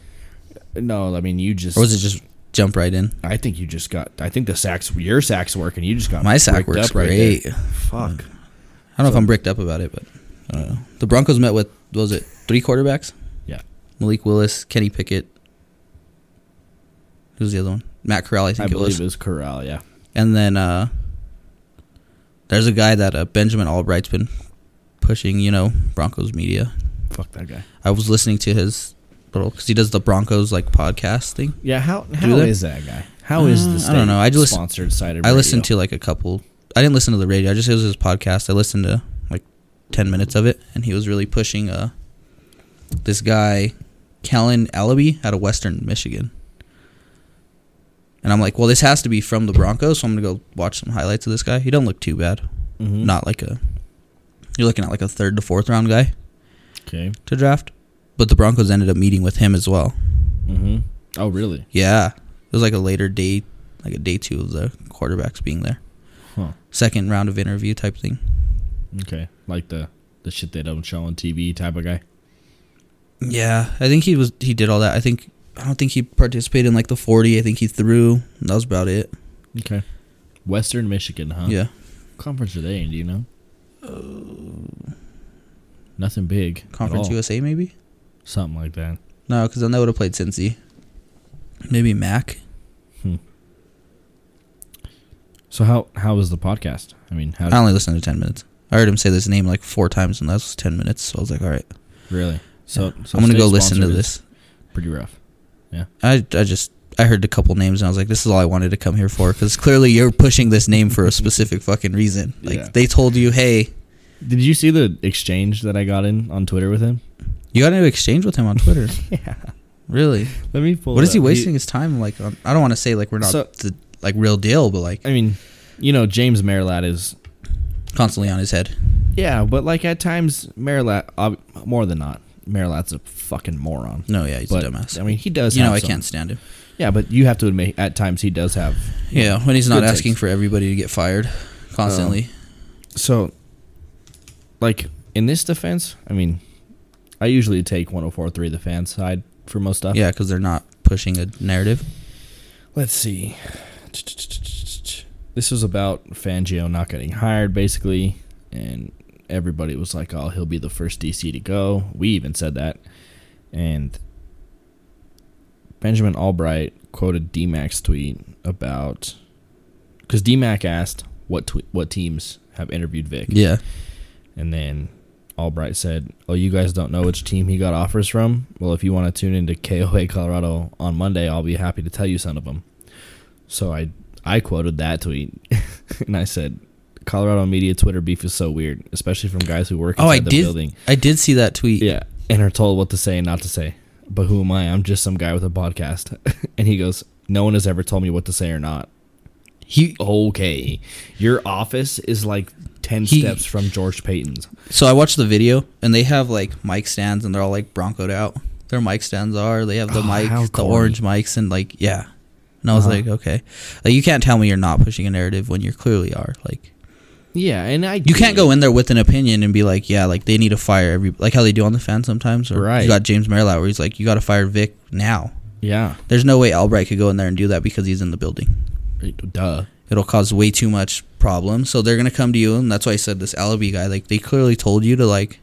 Speaker 2: No, I mean you just.
Speaker 3: Or was it just jump right in?
Speaker 2: I think you just got. I think the sacks, your sacks working. You just got
Speaker 3: My sack
Speaker 2: bricked
Speaker 3: works
Speaker 2: up right there.
Speaker 3: great.
Speaker 2: Fuck.
Speaker 3: I don't know if I'm bricked up about it, but I don't know. The Broncos met with what was it three quarterbacks?
Speaker 2: Yeah.
Speaker 3: Malik Willis, Kenny Pickett. Who's the other one? Matt Corral, I
Speaker 2: I
Speaker 3: think it
Speaker 2: believe
Speaker 3: was.
Speaker 2: it was Corral. Yeah.
Speaker 3: And then uh, there's a guy that uh, Benjamin Albright's been pushing. You know, Broncos media.
Speaker 2: Fuck that guy.
Speaker 3: I was listening to his little because he does the Broncos like podcast thing.
Speaker 2: Yeah, how how
Speaker 3: they?
Speaker 2: is that guy? How is
Speaker 3: Uh,
Speaker 2: this?
Speaker 3: I don't know. I just listen-
Speaker 2: sponsored side. Of
Speaker 3: I listened to like a couple. I didn't listen to the radio. I just it was his podcast. I listened to like ten minutes of it, and he was really pushing uh this guy, Callan Allaby, out of Western Michigan. And I'm like, well, this has to be from the Broncos, so I'm gonna go watch some highlights of this guy. He don't look too bad.
Speaker 2: Mhm.
Speaker 3: Not like a you're looking at like a third to fourth round guy
Speaker 2: Okay.
Speaker 3: to draft. But the Broncos ended up meeting with him as well.
Speaker 2: Mm-hmm. Oh, really?
Speaker 3: Yeah. It was like a later day, like a day two of the quarterbacks being there.
Speaker 2: Huh.
Speaker 3: Second round of interview type thing.
Speaker 2: Okay. Like the the shit they don't show on TV type of guy.
Speaker 3: Yeah, I think he was. He did all that. I think. I don't think he participated in like the forty. I think he threw. That was about it.
Speaker 2: Okay. Western Michigan, huh?
Speaker 3: Yeah.
Speaker 2: What conference are they in? Do you know? Oh. Nothing big. at
Speaker 3: Conference
Speaker 2: all.
Speaker 3: USA maybe.
Speaker 2: Something like that.
Speaker 3: No, because then they would have played Cincy. Maybe Mac.
Speaker 2: So how how was the podcast? I mean, how
Speaker 3: I only listened to ten minutes. I heard him say this name like four times, and that was ten minutes. So I was like, all right.
Speaker 2: really? So, so
Speaker 3: I'm gonna
Speaker 2: state
Speaker 3: go listen to
Speaker 2: sponsored is
Speaker 3: this.
Speaker 2: Pretty rough.
Speaker 3: I I just I heard a couple names and I was like, this is all I wanted to come here for because clearly you're pushing this name for a specific fucking reason. Like
Speaker 2: Yeah.
Speaker 3: they told you, hey,
Speaker 2: Did you see the exchange that I got in on Twitter with him?
Speaker 3: you got into exchange with him on Twitter.
Speaker 2: Yeah.
Speaker 3: really?
Speaker 2: Let me pull.
Speaker 3: what
Speaker 2: it
Speaker 3: is he
Speaker 2: up.
Speaker 3: wasting his time like on? I don't want to say like we're not
Speaker 2: uh, So-
Speaker 3: the like real deal, but like
Speaker 2: I mean, you know, James Merrillat is
Speaker 3: constantly on his head.
Speaker 2: Yeah, but like at times, Marilat, ob more than not, Marilat's a fucking moron.
Speaker 3: No, yeah, he's
Speaker 2: but
Speaker 3: a dumbass.
Speaker 2: I mean, he does.
Speaker 3: you know,
Speaker 2: have
Speaker 3: I
Speaker 2: some-
Speaker 3: can't stand him.
Speaker 2: Yeah, but you have to admit, at times he does have.
Speaker 3: Yeah, when he's not
Speaker 2: Good
Speaker 3: asking
Speaker 2: takes.
Speaker 3: for everybody to get fired constantly.
Speaker 2: So, like in this defense, I mean, I usually take 104.3 the fan side for most stuff.
Speaker 3: yeah, because they're not pushing a narrative.
Speaker 2: Let's see. This was about Fangio not getting hired, basically, and everybody was like, "Oh, he'll be the first DC to go." We even said that, And Benjamin Albright quoted DMAC's tweet about because DMAC asked what twe- what teams have interviewed Vic.
Speaker 3: Yeah. Oh,
Speaker 2: And then Albright said, "Oh, you guys don't know which team he got offers from. Well, if you want to tune into KOA Colorado on Monday, I'll be happy to tell you some of them." So I I quoted that tweet and I said, "Colorado media Twitter beef is so weird, especially from guys who work inside
Speaker 3: Oh, I
Speaker 2: the
Speaker 3: did.
Speaker 2: building."
Speaker 3: I did see that tweet.
Speaker 2: Yeah, and are told what to say and not to say. But who am I? I'm just some guy with a podcast. and he goes, "No one has ever told me what to say or not."
Speaker 3: He.
Speaker 2: Okay, your office is like ten
Speaker 3: He-
Speaker 2: steps from George Payton's.
Speaker 3: So I watched the video, and they have like mic stands, and they're all like broncoed out. Their mic stands are. They have the
Speaker 2: Oh,
Speaker 3: mic,
Speaker 2: how
Speaker 3: the
Speaker 2: corny.
Speaker 3: orange mics, and like yeah. And I was
Speaker 2: Uh-huh.
Speaker 3: like, okay, like you can't tell me you're not pushing a narrative when you clearly are. Like
Speaker 2: Yeah, and I
Speaker 3: you can't go in there with an opinion and be like, yeah, like they need to fire every like how they do on the fan sometimes. Or
Speaker 2: Right.
Speaker 3: You got James Merlot where he's like, you got to fire Vic now.
Speaker 2: Yeah,
Speaker 3: There's no way Albright could go in there and do that because he's in the building.
Speaker 2: duh.
Speaker 3: it'll cause way too much problem. So they're gonna come to you, and that's why I said this Alibi guy. Like they clearly told you to like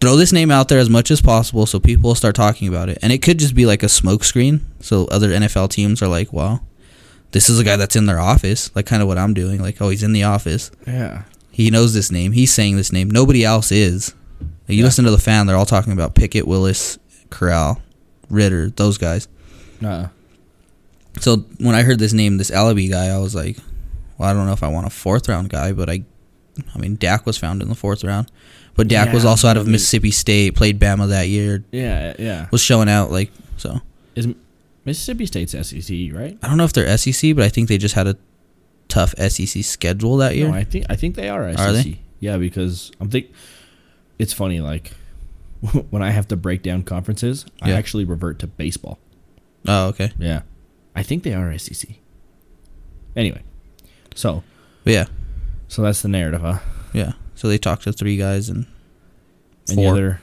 Speaker 3: throw this name out there as much as possible, so people will start talking about it. And it could just be like a smoke screen, so other NFL teams are like, "Wow, this is a guy that's in their office." Like kind of what I'm doing. Like, oh, he's in the office.
Speaker 2: Yeah,
Speaker 3: He knows this name. He's saying this name. Nobody else is. Like, you
Speaker 2: Yeah.
Speaker 3: listen to the fan; they're all talking about Pickett, Willis, Corral, Ritter, those guys.
Speaker 2: uh,
Speaker 3: So when I heard this name, this Alibi guy, I was like, well, I don't know if I want a fourth round guy, but I, I mean, Dak was found in the fourth round, but Dak was
Speaker 2: Yeah,
Speaker 3: also out of
Speaker 2: I mean-
Speaker 3: Mississippi State, played Bama that year,
Speaker 2: yeah, yeah.
Speaker 3: was showing out like so.
Speaker 2: Mississippi State's SEC, right?
Speaker 3: I don't know if they're SEC, but I think they just had a tough SEC schedule that year.
Speaker 2: No, I think I think they are SEC.
Speaker 3: Are they?
Speaker 2: Yeah, because I'm think it's funny. Like when I have to break down conferences, I
Speaker 3: Yeah.
Speaker 2: actually revert to baseball.
Speaker 3: oh, okay,
Speaker 2: Yeah, I think they are SEC. Anyway, so
Speaker 3: but yeah,
Speaker 2: so that's the narrative, huh?
Speaker 3: yeah. So they talked to three guys and
Speaker 2: Any
Speaker 3: Four.
Speaker 2: other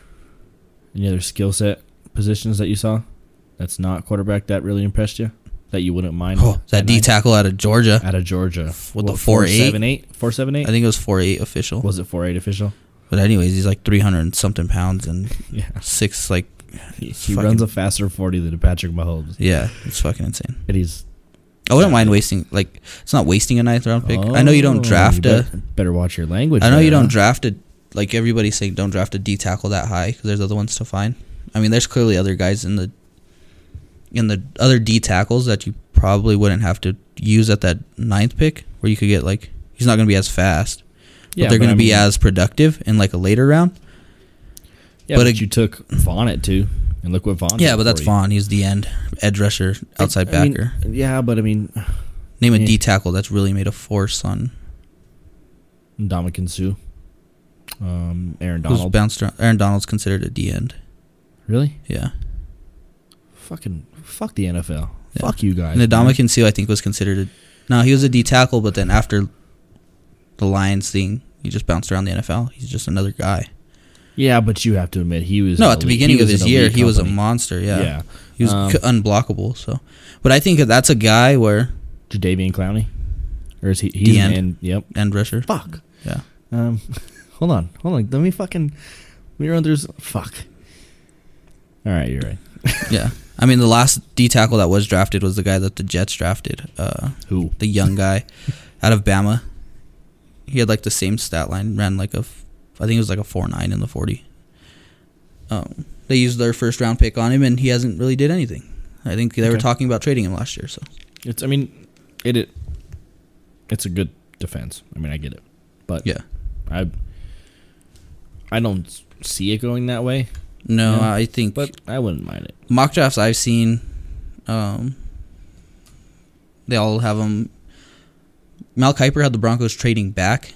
Speaker 2: any other skill set positions that you saw that's not quarterback that really impressed you that you wouldn't mind?
Speaker 3: oh, that
Speaker 2: at
Speaker 3: D
Speaker 2: night?
Speaker 3: tackle out of Georgia.
Speaker 2: out of Georgia
Speaker 3: With the
Speaker 2: What,
Speaker 3: 4.8?
Speaker 2: 4.78? 4.78?
Speaker 3: I think it was four eight official.
Speaker 2: was it four eight official?
Speaker 3: But anyways, he's like three hundred and something pounds and
Speaker 2: Yeah,
Speaker 3: six like
Speaker 2: he,
Speaker 3: It's
Speaker 2: he
Speaker 3: fucking-
Speaker 2: runs a faster forty than Patrick Mahomes,
Speaker 3: yeah, it's fucking insane.
Speaker 2: and he's
Speaker 3: I wouldn't mind wasting like it's not wasting a ninth round pick. I know you don't
Speaker 2: Oh,
Speaker 3: draft
Speaker 2: you
Speaker 3: a.
Speaker 2: bet- better watch your language.
Speaker 3: I know you
Speaker 2: there,
Speaker 3: don't
Speaker 2: huh?
Speaker 3: draft a. Like everybody's saying, don't draft a D tackle that high because there's other ones to find. I mean, there's clearly other guys in the in the other D tackles that you probably wouldn't have to use at that ninth pick, where you could get like he's not going to be as fast,
Speaker 2: Yeah,
Speaker 3: but they're going
Speaker 2: I
Speaker 3: to be
Speaker 2: mean-
Speaker 3: as productive in like a later round.
Speaker 2: Yeah,
Speaker 3: but
Speaker 2: but,
Speaker 3: it-
Speaker 2: you took Vaughn at two, and look what Vaughn.
Speaker 3: Yeah,
Speaker 2: did
Speaker 3: but that's
Speaker 2: for you.
Speaker 3: Vaughn. He's the end edge rusher, outside
Speaker 2: I mean,
Speaker 3: backer.
Speaker 2: yeah, but I mean,
Speaker 3: Name a
Speaker 2: yeah.
Speaker 3: D tackle that's really made a force on
Speaker 2: Dominican Sue, um, Aaron
Speaker 3: who's
Speaker 2: Donald.
Speaker 3: bounced around. Aaron Donald's considered a D end.
Speaker 2: really?
Speaker 3: Yeah.
Speaker 2: Fucking fuck the NFL.
Speaker 3: Yeah.
Speaker 2: Fuck you guys.
Speaker 3: And
Speaker 2: man.
Speaker 3: Adama Sue, I think, was considered a. No, he was a D tackle, but then after the Lions thing, he just bounced around the NFL. He's just another guy.
Speaker 2: Yeah, but you have to admit he was
Speaker 3: no,
Speaker 2: an
Speaker 3: at the
Speaker 2: elite-
Speaker 3: beginning
Speaker 2: he
Speaker 3: of
Speaker 2: was
Speaker 3: his
Speaker 2: an
Speaker 3: year,
Speaker 2: elite
Speaker 3: he was a
Speaker 2: company.
Speaker 3: monster. Yeah.
Speaker 2: yeah.
Speaker 3: He was
Speaker 2: Um,
Speaker 3: c- unblockable. So, But I think that that's a guy where.
Speaker 2: Jadavian Clowney, or is he? He's
Speaker 3: The
Speaker 2: an
Speaker 3: end.
Speaker 2: end- Yep.
Speaker 3: End rusher.
Speaker 2: Fuck.
Speaker 3: Yeah.
Speaker 2: Um, hold on, hold on. Let me fucking. We run through. s- Fuck. All right, you're right.
Speaker 3: Yeah. I mean, the last D tackle that was drafted was the guy that the Jets drafted, uh,
Speaker 2: Who?
Speaker 3: the young guy out of Bama. He had like the same stat line, ran like a. f- I think it was like a 4 9 in the 40. um, they used their first round pick on him, and he hasn't really did anything. I think they were
Speaker 2: Okay.
Speaker 3: talking about trading him last year. So
Speaker 2: It's. I mean, it. it it's a good defense. I mean, I get it, but
Speaker 3: yeah,
Speaker 2: I. I don't s- see it going that way,
Speaker 3: no,
Speaker 2: Yeah.
Speaker 3: I think
Speaker 2: but I wouldn't mind it.
Speaker 3: mock drafts I've seen, um, they all have them. Mal Kiper had the Broncos trading back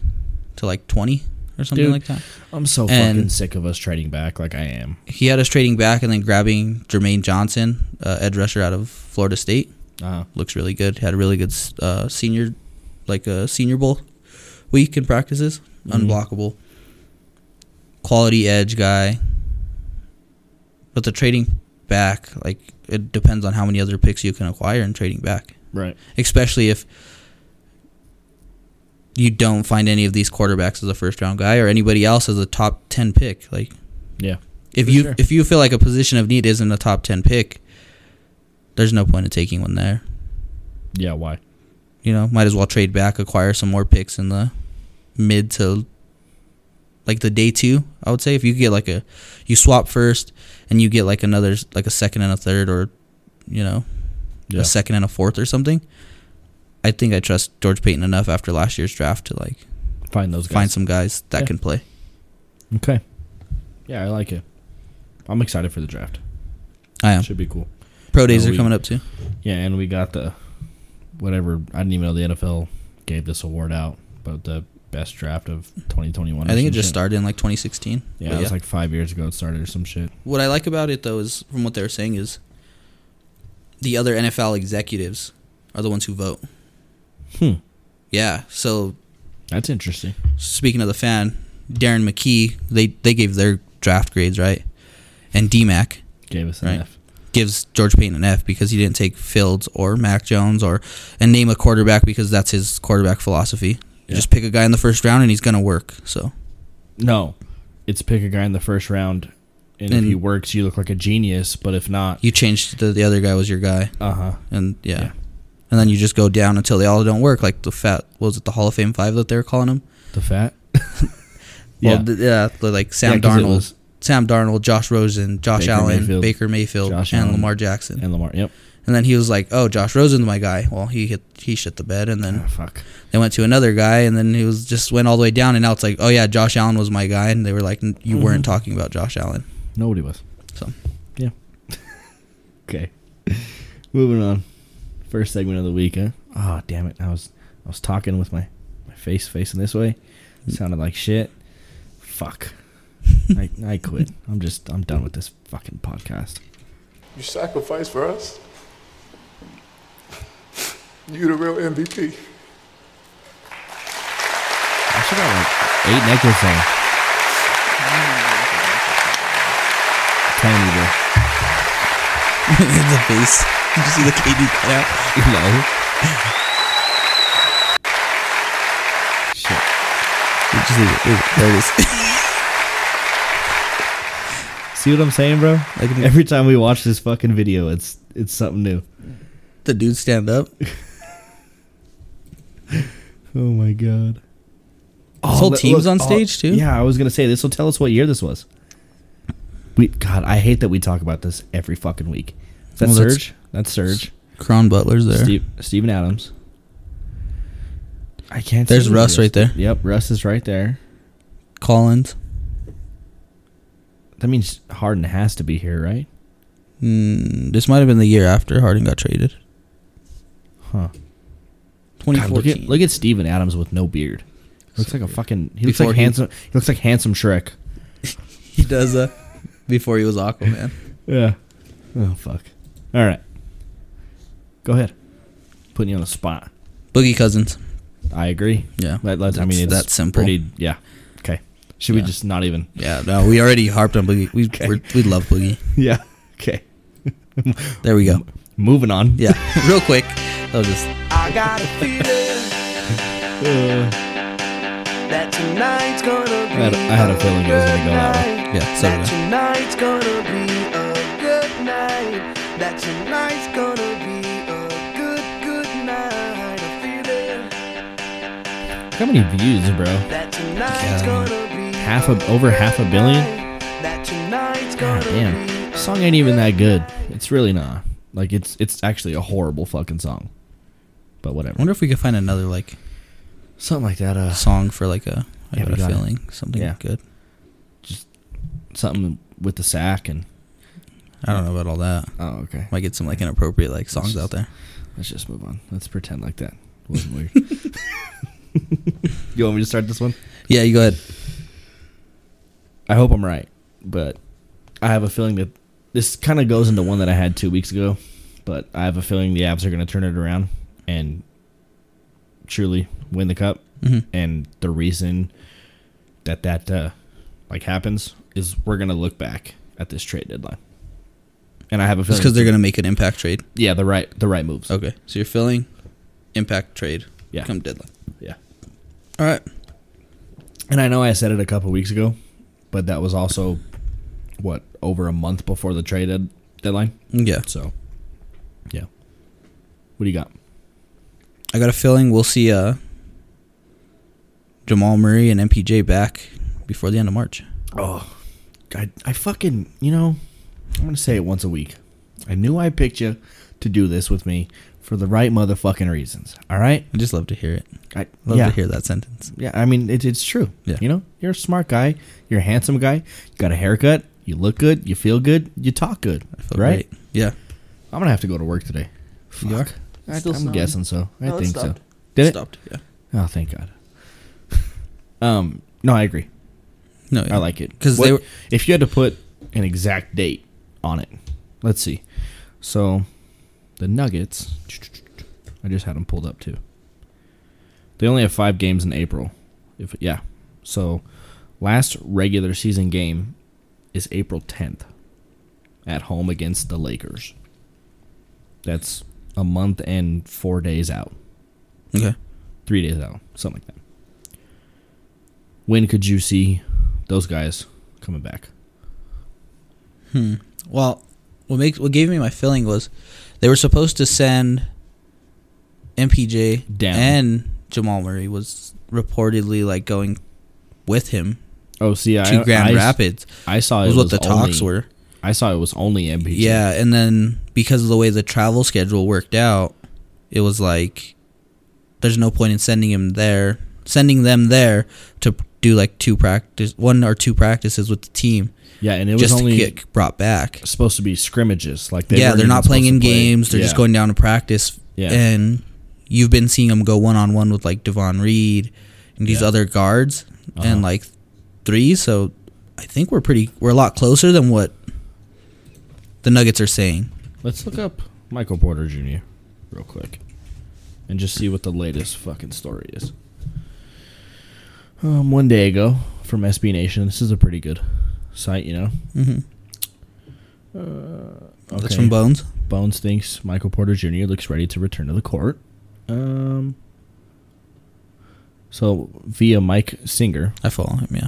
Speaker 3: to like twenty or something
Speaker 2: Dude.
Speaker 3: like that.
Speaker 2: I'm so
Speaker 3: And-
Speaker 2: fucking sick of us trading back, like I am.
Speaker 3: He had us trading back and then grabbing Jermaine Johnson, uh, edge rusher out of Florida State.
Speaker 2: Uh,
Speaker 3: Looks really good. Had a really good uh, senior, like a senior bowl week in practices.
Speaker 2: Mhm.
Speaker 3: Unblockable. Quality edge guy. But the trading back, like it depends on how many other picks you can acquire in trading back.
Speaker 2: right.
Speaker 3: Especially if you don't find any of these quarterbacks as a first round guy or anybody else as a top ten pick. Like
Speaker 2: Yeah.
Speaker 3: If
Speaker 2: For
Speaker 3: you
Speaker 2: sure.
Speaker 3: if you feel like a position of need isn't a top ten pick, there's no point in taking one there.
Speaker 2: Yeah, why?
Speaker 3: You know, might as well trade back, acquire some more picks in the mid to like the day two. I would say if you could get like a you swap first and you get like another like a second and a third or you know
Speaker 2: Yeah.
Speaker 3: a second and a fourth or something. I think I trust George Payton enough after last year's draft to like
Speaker 2: Find those guys.
Speaker 3: find some guys that
Speaker 2: Yeah.
Speaker 3: can play.
Speaker 2: Okay. Yeah, I like it. I'm excited for the draft.
Speaker 3: I am.
Speaker 2: Should be cool.
Speaker 3: Pro days
Speaker 2: No,
Speaker 3: are
Speaker 2: we-
Speaker 3: coming up too.
Speaker 2: Yeah, and we got the whatever. I didn't even know the NFL gave this award out, but the best draft of 2021. or
Speaker 3: I think it
Speaker 2: some
Speaker 3: just
Speaker 2: shit.
Speaker 3: started in like 2016.
Speaker 2: Yeah,
Speaker 3: But
Speaker 2: it was like five years ago. It started or some shit.
Speaker 3: What I like about it though is from what they were saying is the other NFL executives are the ones who vote.
Speaker 2: Hmm.
Speaker 3: Yeah. So
Speaker 2: That's interesting.
Speaker 3: speaking of the fan, Darren McKee, they they gave their draft grades right, and DMAC
Speaker 2: Gave us an
Speaker 3: Right.
Speaker 2: F.
Speaker 3: gives George Payton an F because he didn't take Fields or Mac Jones or and name a quarterback because that's his quarterback philosophy. You
Speaker 2: Yeah.
Speaker 3: Just pick a guy in the first round and he's gonna work. So
Speaker 2: No, it's pick a guy in the first round, and,
Speaker 3: And-
Speaker 2: if he works, you look like a genius. But if not,
Speaker 3: you changed the, the other guy was your guy.
Speaker 2: uh huh.
Speaker 3: and yeah.
Speaker 2: Yeah.
Speaker 3: and then you just go down until they all don't work. Like the fat what was it the Hall of Fame five that they were calling them?
Speaker 2: The fat.
Speaker 3: Well,
Speaker 2: yeah.
Speaker 3: th- yeah, the, like Sam
Speaker 2: 'cause it
Speaker 3: Darnold,
Speaker 2: was-
Speaker 3: Sam Darnold, Josh Rosen, Josh
Speaker 2: Baker
Speaker 3: Allen,
Speaker 2: Mayfield,
Speaker 3: Baker Mayfield,
Speaker 2: Josh
Speaker 3: and
Speaker 2: Allen.
Speaker 3: Lamar Jackson.
Speaker 2: and Lamar. Yep.
Speaker 3: And then he was like, "Oh, Josh Rosen's my guy." Well, he hit he shit the bed, and
Speaker 2: Ah,
Speaker 3: then
Speaker 2: fuck.
Speaker 3: they went to another guy, and then he was just went all the way down, and now it's like, "Oh yeah, Josh Allen was my guy," and they were like, "N-
Speaker 2: Mm-hmm.
Speaker 3: "You weren't talking about Josh Allen."
Speaker 2: Nobody was.
Speaker 3: So.
Speaker 2: yeah. okay. Moving on. First segment of the week, huh? Oh damn it! I was I was talking with my my face facing this way. sounded like shit. Fuck. I I quit. I'm just I'm done with this fucking podcast.
Speaker 4: You sacrificed for us. You the real MVP.
Speaker 2: I should have like eight necklaces on. Tiny bro.
Speaker 3: the face. Did you see the KD cutout?
Speaker 2: No. Shit.
Speaker 3: Just leave it. Leave it. There it is.
Speaker 2: See what I'm saying, bro?
Speaker 3: Like if-
Speaker 2: Every time we watch this fucking video, it's it's something new.
Speaker 3: the dude stand up.
Speaker 2: Oh my god. Oh,
Speaker 3: This whole team's on stage, too?
Speaker 2: Yeah, I was gonna say this will tell us what year this was. We God, I hate that we talk about this every fucking week. Is that
Speaker 3: Well, that's-
Speaker 2: Surge? That's Surge.
Speaker 3: Cron Butler's there.
Speaker 2: Steve, Steven Adams. I can't.
Speaker 3: There's
Speaker 2: see who
Speaker 3: Russ
Speaker 2: it is.
Speaker 3: right there.
Speaker 2: Yep, Russ is right there.
Speaker 3: Collins.
Speaker 2: That means Harden has to be here, right?
Speaker 3: Mm, this might have been the year after Harden got traded.
Speaker 2: Huh. God, look
Speaker 3: 2014.
Speaker 2: at look at Steven Adams with no beard. Looks like a fucking. He looks
Speaker 3: Before
Speaker 2: like
Speaker 3: he-
Speaker 2: handsome. He looks like handsome Shrek.
Speaker 3: He does uh, before he was Aquaman.
Speaker 2: Yeah. Oh fuck. All right. Go ahead. Putting you on the spot.
Speaker 3: Boogie Cousins.
Speaker 2: I agree.
Speaker 3: Yeah.
Speaker 2: That, that's, I mean,
Speaker 3: It's
Speaker 2: it's
Speaker 3: that simple.
Speaker 2: Pretty, yeah. Okay. Should
Speaker 3: Yeah.
Speaker 2: we just not even?
Speaker 3: Yeah, no, we already harped on Boogie. We
Speaker 2: Okay.
Speaker 3: we're, we love Boogie.
Speaker 2: Yeah. Okay.
Speaker 3: There we go.
Speaker 2: Moving on.
Speaker 3: Yeah, real quick. That was just
Speaker 5: I got a feeling
Speaker 2: Uh,
Speaker 5: that tonight's gonna be
Speaker 2: I had- I had a feeling it was gonna go that way.
Speaker 5: night.
Speaker 3: Yeah, so
Speaker 5: that
Speaker 3: did I.
Speaker 5: tonight's gonna be a good night. That tonight's gonna be a good good night. A feeling
Speaker 2: look how many views, bro?
Speaker 5: that tonight's
Speaker 3: Yeah, I mean,
Speaker 5: gonna be
Speaker 2: half a- over
Speaker 5: good
Speaker 2: half a billion?
Speaker 5: night. That tonight's
Speaker 2: God
Speaker 5: gonna
Speaker 2: damn.
Speaker 5: be
Speaker 2: This song ain't even that good. It's really not. Like it's it's actually a horrible fucking song. But
Speaker 3: I
Speaker 2: whatever.
Speaker 3: wonder if we could find another like
Speaker 2: Something like that. Uh,
Speaker 3: song for like a I got
Speaker 2: Yeah, we
Speaker 3: a
Speaker 2: got it.
Speaker 3: feeling something
Speaker 2: Yeah.
Speaker 3: good.
Speaker 2: something with the sack and.
Speaker 3: I don't know about all that.
Speaker 2: Oh, okay.
Speaker 3: Might get some like inappropriate like songs out there.
Speaker 2: Let's just move on. Let's pretend like that wasn't weird. you want me to start this one?
Speaker 3: Yeah, you go ahead.
Speaker 2: I hope I'm right, but I have a feeling that this kind of goes into one that I had two weeks ago. But I have a feeling the Avs are going to turn it around and truly win the cup.
Speaker 3: Mhm.
Speaker 2: And the reason that that uh, like happens is we're going to look back at this trade deadline. And I have a feeling
Speaker 3: Just because they're gonna make an impact trade.
Speaker 2: yeah the right the right moves.
Speaker 3: Okay, so you're feeling impact trade.
Speaker 2: Yeah.
Speaker 3: come deadline.
Speaker 2: Yeah.
Speaker 3: All right.
Speaker 2: And I know I said it a couple weeks ago, but that was also what over a month before the trade dead- deadline.
Speaker 3: Yeah.
Speaker 2: So, yeah. What do you got?
Speaker 3: I got a feeling we'll see uh, Jamal Murray and MPJ back before the end of March.
Speaker 2: Oh, I, I fucking, you know, I'm going to say it once a week. I knew I picked you to do this with me for the right motherfucking reasons. All right?
Speaker 3: I just love to hear it.
Speaker 2: I
Speaker 3: Love
Speaker 2: yeah.
Speaker 3: to hear that sentence.
Speaker 2: Yeah, I mean, it, it's true.
Speaker 3: Yeah.
Speaker 2: You know, you're a smart guy. You're a handsome guy. You got a haircut. You look good. You feel good. You talk good.
Speaker 3: I feel
Speaker 2: right?
Speaker 3: great. Yeah.
Speaker 2: I'm going to have to go to work today.
Speaker 3: You are?
Speaker 2: I,
Speaker 4: Still
Speaker 2: am
Speaker 4: snowing?
Speaker 2: guessing so. I
Speaker 4: No, it
Speaker 2: think
Speaker 4: stopped.
Speaker 2: so. Did it?
Speaker 3: Stopped. Yeah.
Speaker 2: Oh, thank God. um, no, I agree.
Speaker 3: No.
Speaker 2: I like it
Speaker 3: 'Cause
Speaker 2: What-
Speaker 3: they were-
Speaker 2: If you had to put an exact date on it, let's see. So, the Nuggets. I just had them pulled up too. They only have five games in April. If yeah, so last regular season game is April tenth at home against the Lakers. That's a month and four days out
Speaker 3: Okay.
Speaker 2: three days out, something like that. When could you see those guys coming back?
Speaker 3: Well, what makes what gave me my feeling was they were supposed to send MPJ
Speaker 2: Down.
Speaker 3: and Jamal Murray was reportedly like going with him
Speaker 2: Oh, see, I,
Speaker 3: to Grand
Speaker 2: I,
Speaker 3: Rapids
Speaker 2: I saw it
Speaker 3: was
Speaker 2: was,
Speaker 3: what the talks
Speaker 2: only-
Speaker 3: were.
Speaker 2: I saw it was only MPG.
Speaker 3: Yeah, and then because of the way the travel schedule worked out, it was like there's no point in sending him there, sending them there to do like two practice, one or two practices with the team,
Speaker 2: yeah, and it was
Speaker 3: just to
Speaker 2: only
Speaker 3: get brought back.
Speaker 2: supposed to be scrimmages. Like they
Speaker 3: yeah,
Speaker 2: weren't
Speaker 3: they're
Speaker 2: even
Speaker 3: not playing in
Speaker 2: supposed to play.
Speaker 3: games. They're just
Speaker 2: Yeah.
Speaker 3: going down to practice.
Speaker 2: Yeah.
Speaker 3: And you've been seeing them go one on one with like Devon Reed and these
Speaker 2: Yeah.
Speaker 3: other guards
Speaker 2: Uh-huh.
Speaker 3: and like three. So I think we're pretty, we're a lot closer than what the Nuggets are saying.
Speaker 2: Let's look up Michael Porter Jr. real quick, and just see what the latest fucking story is. Um, one day ago from SB Nation. This is a pretty good site, you know.
Speaker 3: Mm-hmm.
Speaker 2: Okay.
Speaker 3: That's from Bones.
Speaker 2: Bones thinks Michael Porter Jr. looks ready to return to the court. Um, so via Mike Singer,
Speaker 3: I follow him, yeah.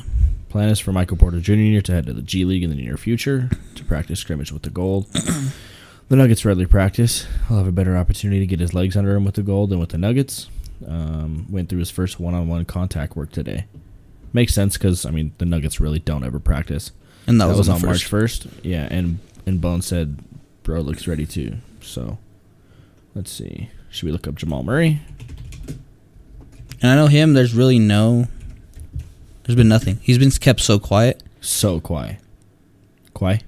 Speaker 2: plan is for Michael Porter Jr. to head to the G League in the near future to practice scrimmage with the Gold. the Nuggets rarely practice. He'll have a better opportunity to get his legs under him with the Gold than with the Nuggets. Um, went through his first one-on-one contact work today. Makes sense because I mean the Nuggets really don't ever practice.
Speaker 3: And that,
Speaker 2: That, was, on,
Speaker 3: the
Speaker 2: March
Speaker 3: first.
Speaker 2: first. Yeah, and and Bone said, "Bro looks ready too." So, let's see. Should we look up Jamal Murray?
Speaker 3: And I know him, there's really no, there's been nothing. He's been kept so quiet.
Speaker 2: So Kwai, Kwai.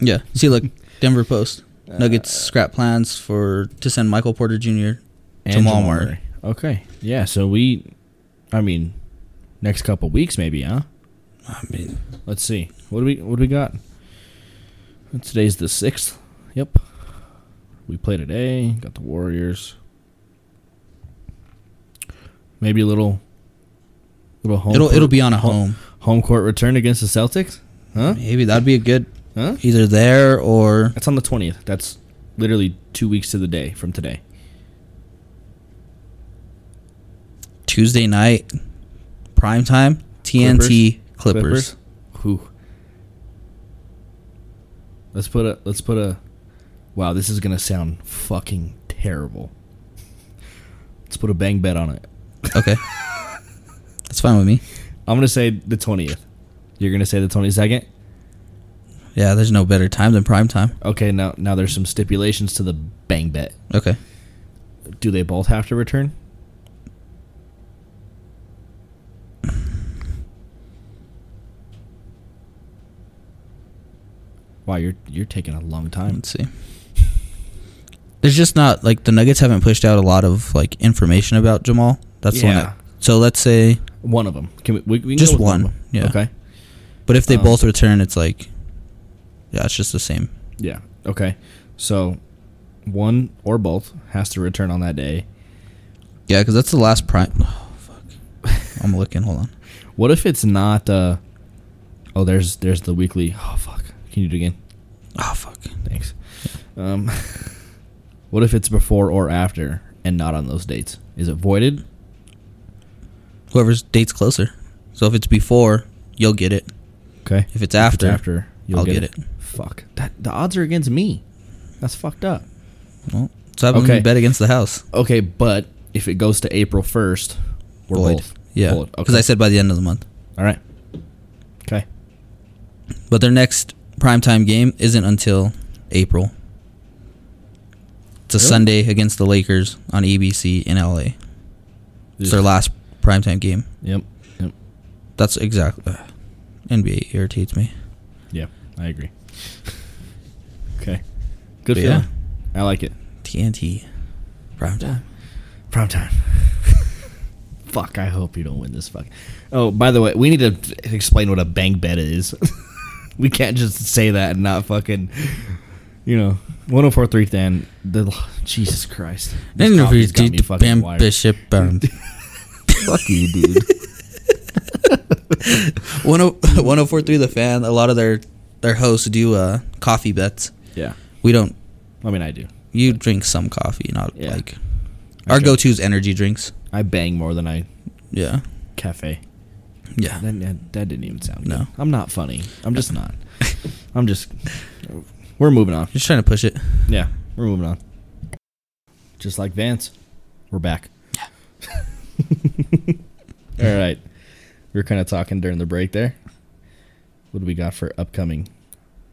Speaker 3: Yeah. See, look, Denver Post.
Speaker 2: Uh,
Speaker 3: Nuggets scrap plans for to send Michael Porter Jr.
Speaker 2: And
Speaker 3: Jamal Murray.
Speaker 2: Okay. Yeah. So we, I mean, next couple weeks maybe, huh?
Speaker 3: I mean,
Speaker 2: Let's see. What do we what do we got? Today's the sixth. Yep. We play today. Got the Warriors. Maybe a little, little home.
Speaker 3: it'll
Speaker 2: court-
Speaker 3: it'll be on a home.
Speaker 2: home court return against the Celtics? Huh?
Speaker 3: Maybe that'd be a good
Speaker 2: Huh?
Speaker 3: either there or
Speaker 2: That's on the 20th. That's literally two weeks to the day from today.
Speaker 3: Tuesday night prime time TNT Clippers.
Speaker 2: Whew. Let's put a let's put a Wow, this is gonna sound fucking terrible. Let's put a bang bet on it.
Speaker 3: Okay, that's fine with me.
Speaker 2: I'm gonna say the twentieth. You're gonna say the twenty second?
Speaker 3: Yeah, there's no better time than prime time.
Speaker 2: Okay, now now there's some stipulations to the bang bet.
Speaker 3: Okay,
Speaker 2: Do they both have to return? Wow, you're you're taking a long time.
Speaker 3: let's see. There's just not like the Nuggets haven't pushed out a lot of like information about Jamal. That's the one.
Speaker 2: Yeah.
Speaker 3: That, so let's say,
Speaker 2: One of them. Can we? we, we can
Speaker 3: Just
Speaker 2: go with of
Speaker 3: one,
Speaker 2: 'em.
Speaker 3: yeah.
Speaker 2: Okay.
Speaker 3: but if they
Speaker 2: Um,
Speaker 3: both return, it's like, yeah, it's just the same.
Speaker 2: Yeah. Okay. So, one or both has to return on that day.
Speaker 3: Yeah, because that's the last prime. Oh fuck, I'm looking. Hold on.
Speaker 2: What if it's not? uh Oh, there's there's the weekly. Oh fuck. Can you do it again?
Speaker 3: Oh fuck.
Speaker 2: Thanks. Um, what if it's before or after and not on those dates? Is it voided?
Speaker 3: Whoever's date's closer. So if it's before, you'll get it.
Speaker 2: Okay.
Speaker 3: If it's after,
Speaker 2: after, You'll
Speaker 3: I'll get it.
Speaker 2: Fuck. That the odds are against me. That's fucked up.
Speaker 3: Well, so I'm
Speaker 2: Okay.
Speaker 3: bet against the house.
Speaker 2: Okay, but if it goes to April first, we're
Speaker 3: Void.
Speaker 2: both.
Speaker 3: Yeah,
Speaker 2: Void.
Speaker 3: because I said by the end of the month.
Speaker 2: all right. Okay.
Speaker 3: But their next primetime game isn't until April. It's a
Speaker 2: Really?
Speaker 3: Sunday against the Lakers on ABC in LA. It's their last primetime game.
Speaker 2: Yep. Yep.
Speaker 3: That's uh, exactly. ugh. NBA irritates me.
Speaker 2: Yeah, I agree. okay. Good
Speaker 3: But
Speaker 2: feeling.
Speaker 3: yeah.
Speaker 2: I like it.
Speaker 3: TNT. Primetime.
Speaker 2: Prime time. Fuck, I hope you don't win this fuck. Oh, by the way, we need to explain what a bank bet is. we can't just say that and not fucking, you know, 1043 Dan. The, Jesus Christ. This
Speaker 3: And if
Speaker 2: coffee's
Speaker 3: you
Speaker 2: got me
Speaker 3: did
Speaker 2: fucking
Speaker 3: Bam
Speaker 2: wired.
Speaker 3: Bishop. Um,
Speaker 2: Fuck you, dude.
Speaker 3: oh, 1043 The Fan, a lot of their, their hosts do uh, coffee bets.
Speaker 2: yeah.
Speaker 3: We don't.
Speaker 2: I mean, I do.
Speaker 3: You drink some coffee, not
Speaker 2: Yeah.
Speaker 3: like. Our
Speaker 2: Okay.
Speaker 3: go to is energy drinks.
Speaker 2: I bang more than I
Speaker 3: Yeah.
Speaker 2: cafe.
Speaker 3: Yeah.
Speaker 2: That, that, that didn't even sound
Speaker 3: No.
Speaker 2: good. I'm not funny. I'm just not. I'm just. We're moving on.
Speaker 3: Just trying to push it.
Speaker 2: Yeah, we're moving on. Just like Vance, we're back. Yeah. All right. We were kind of talking during the break there. What do we got for upcoming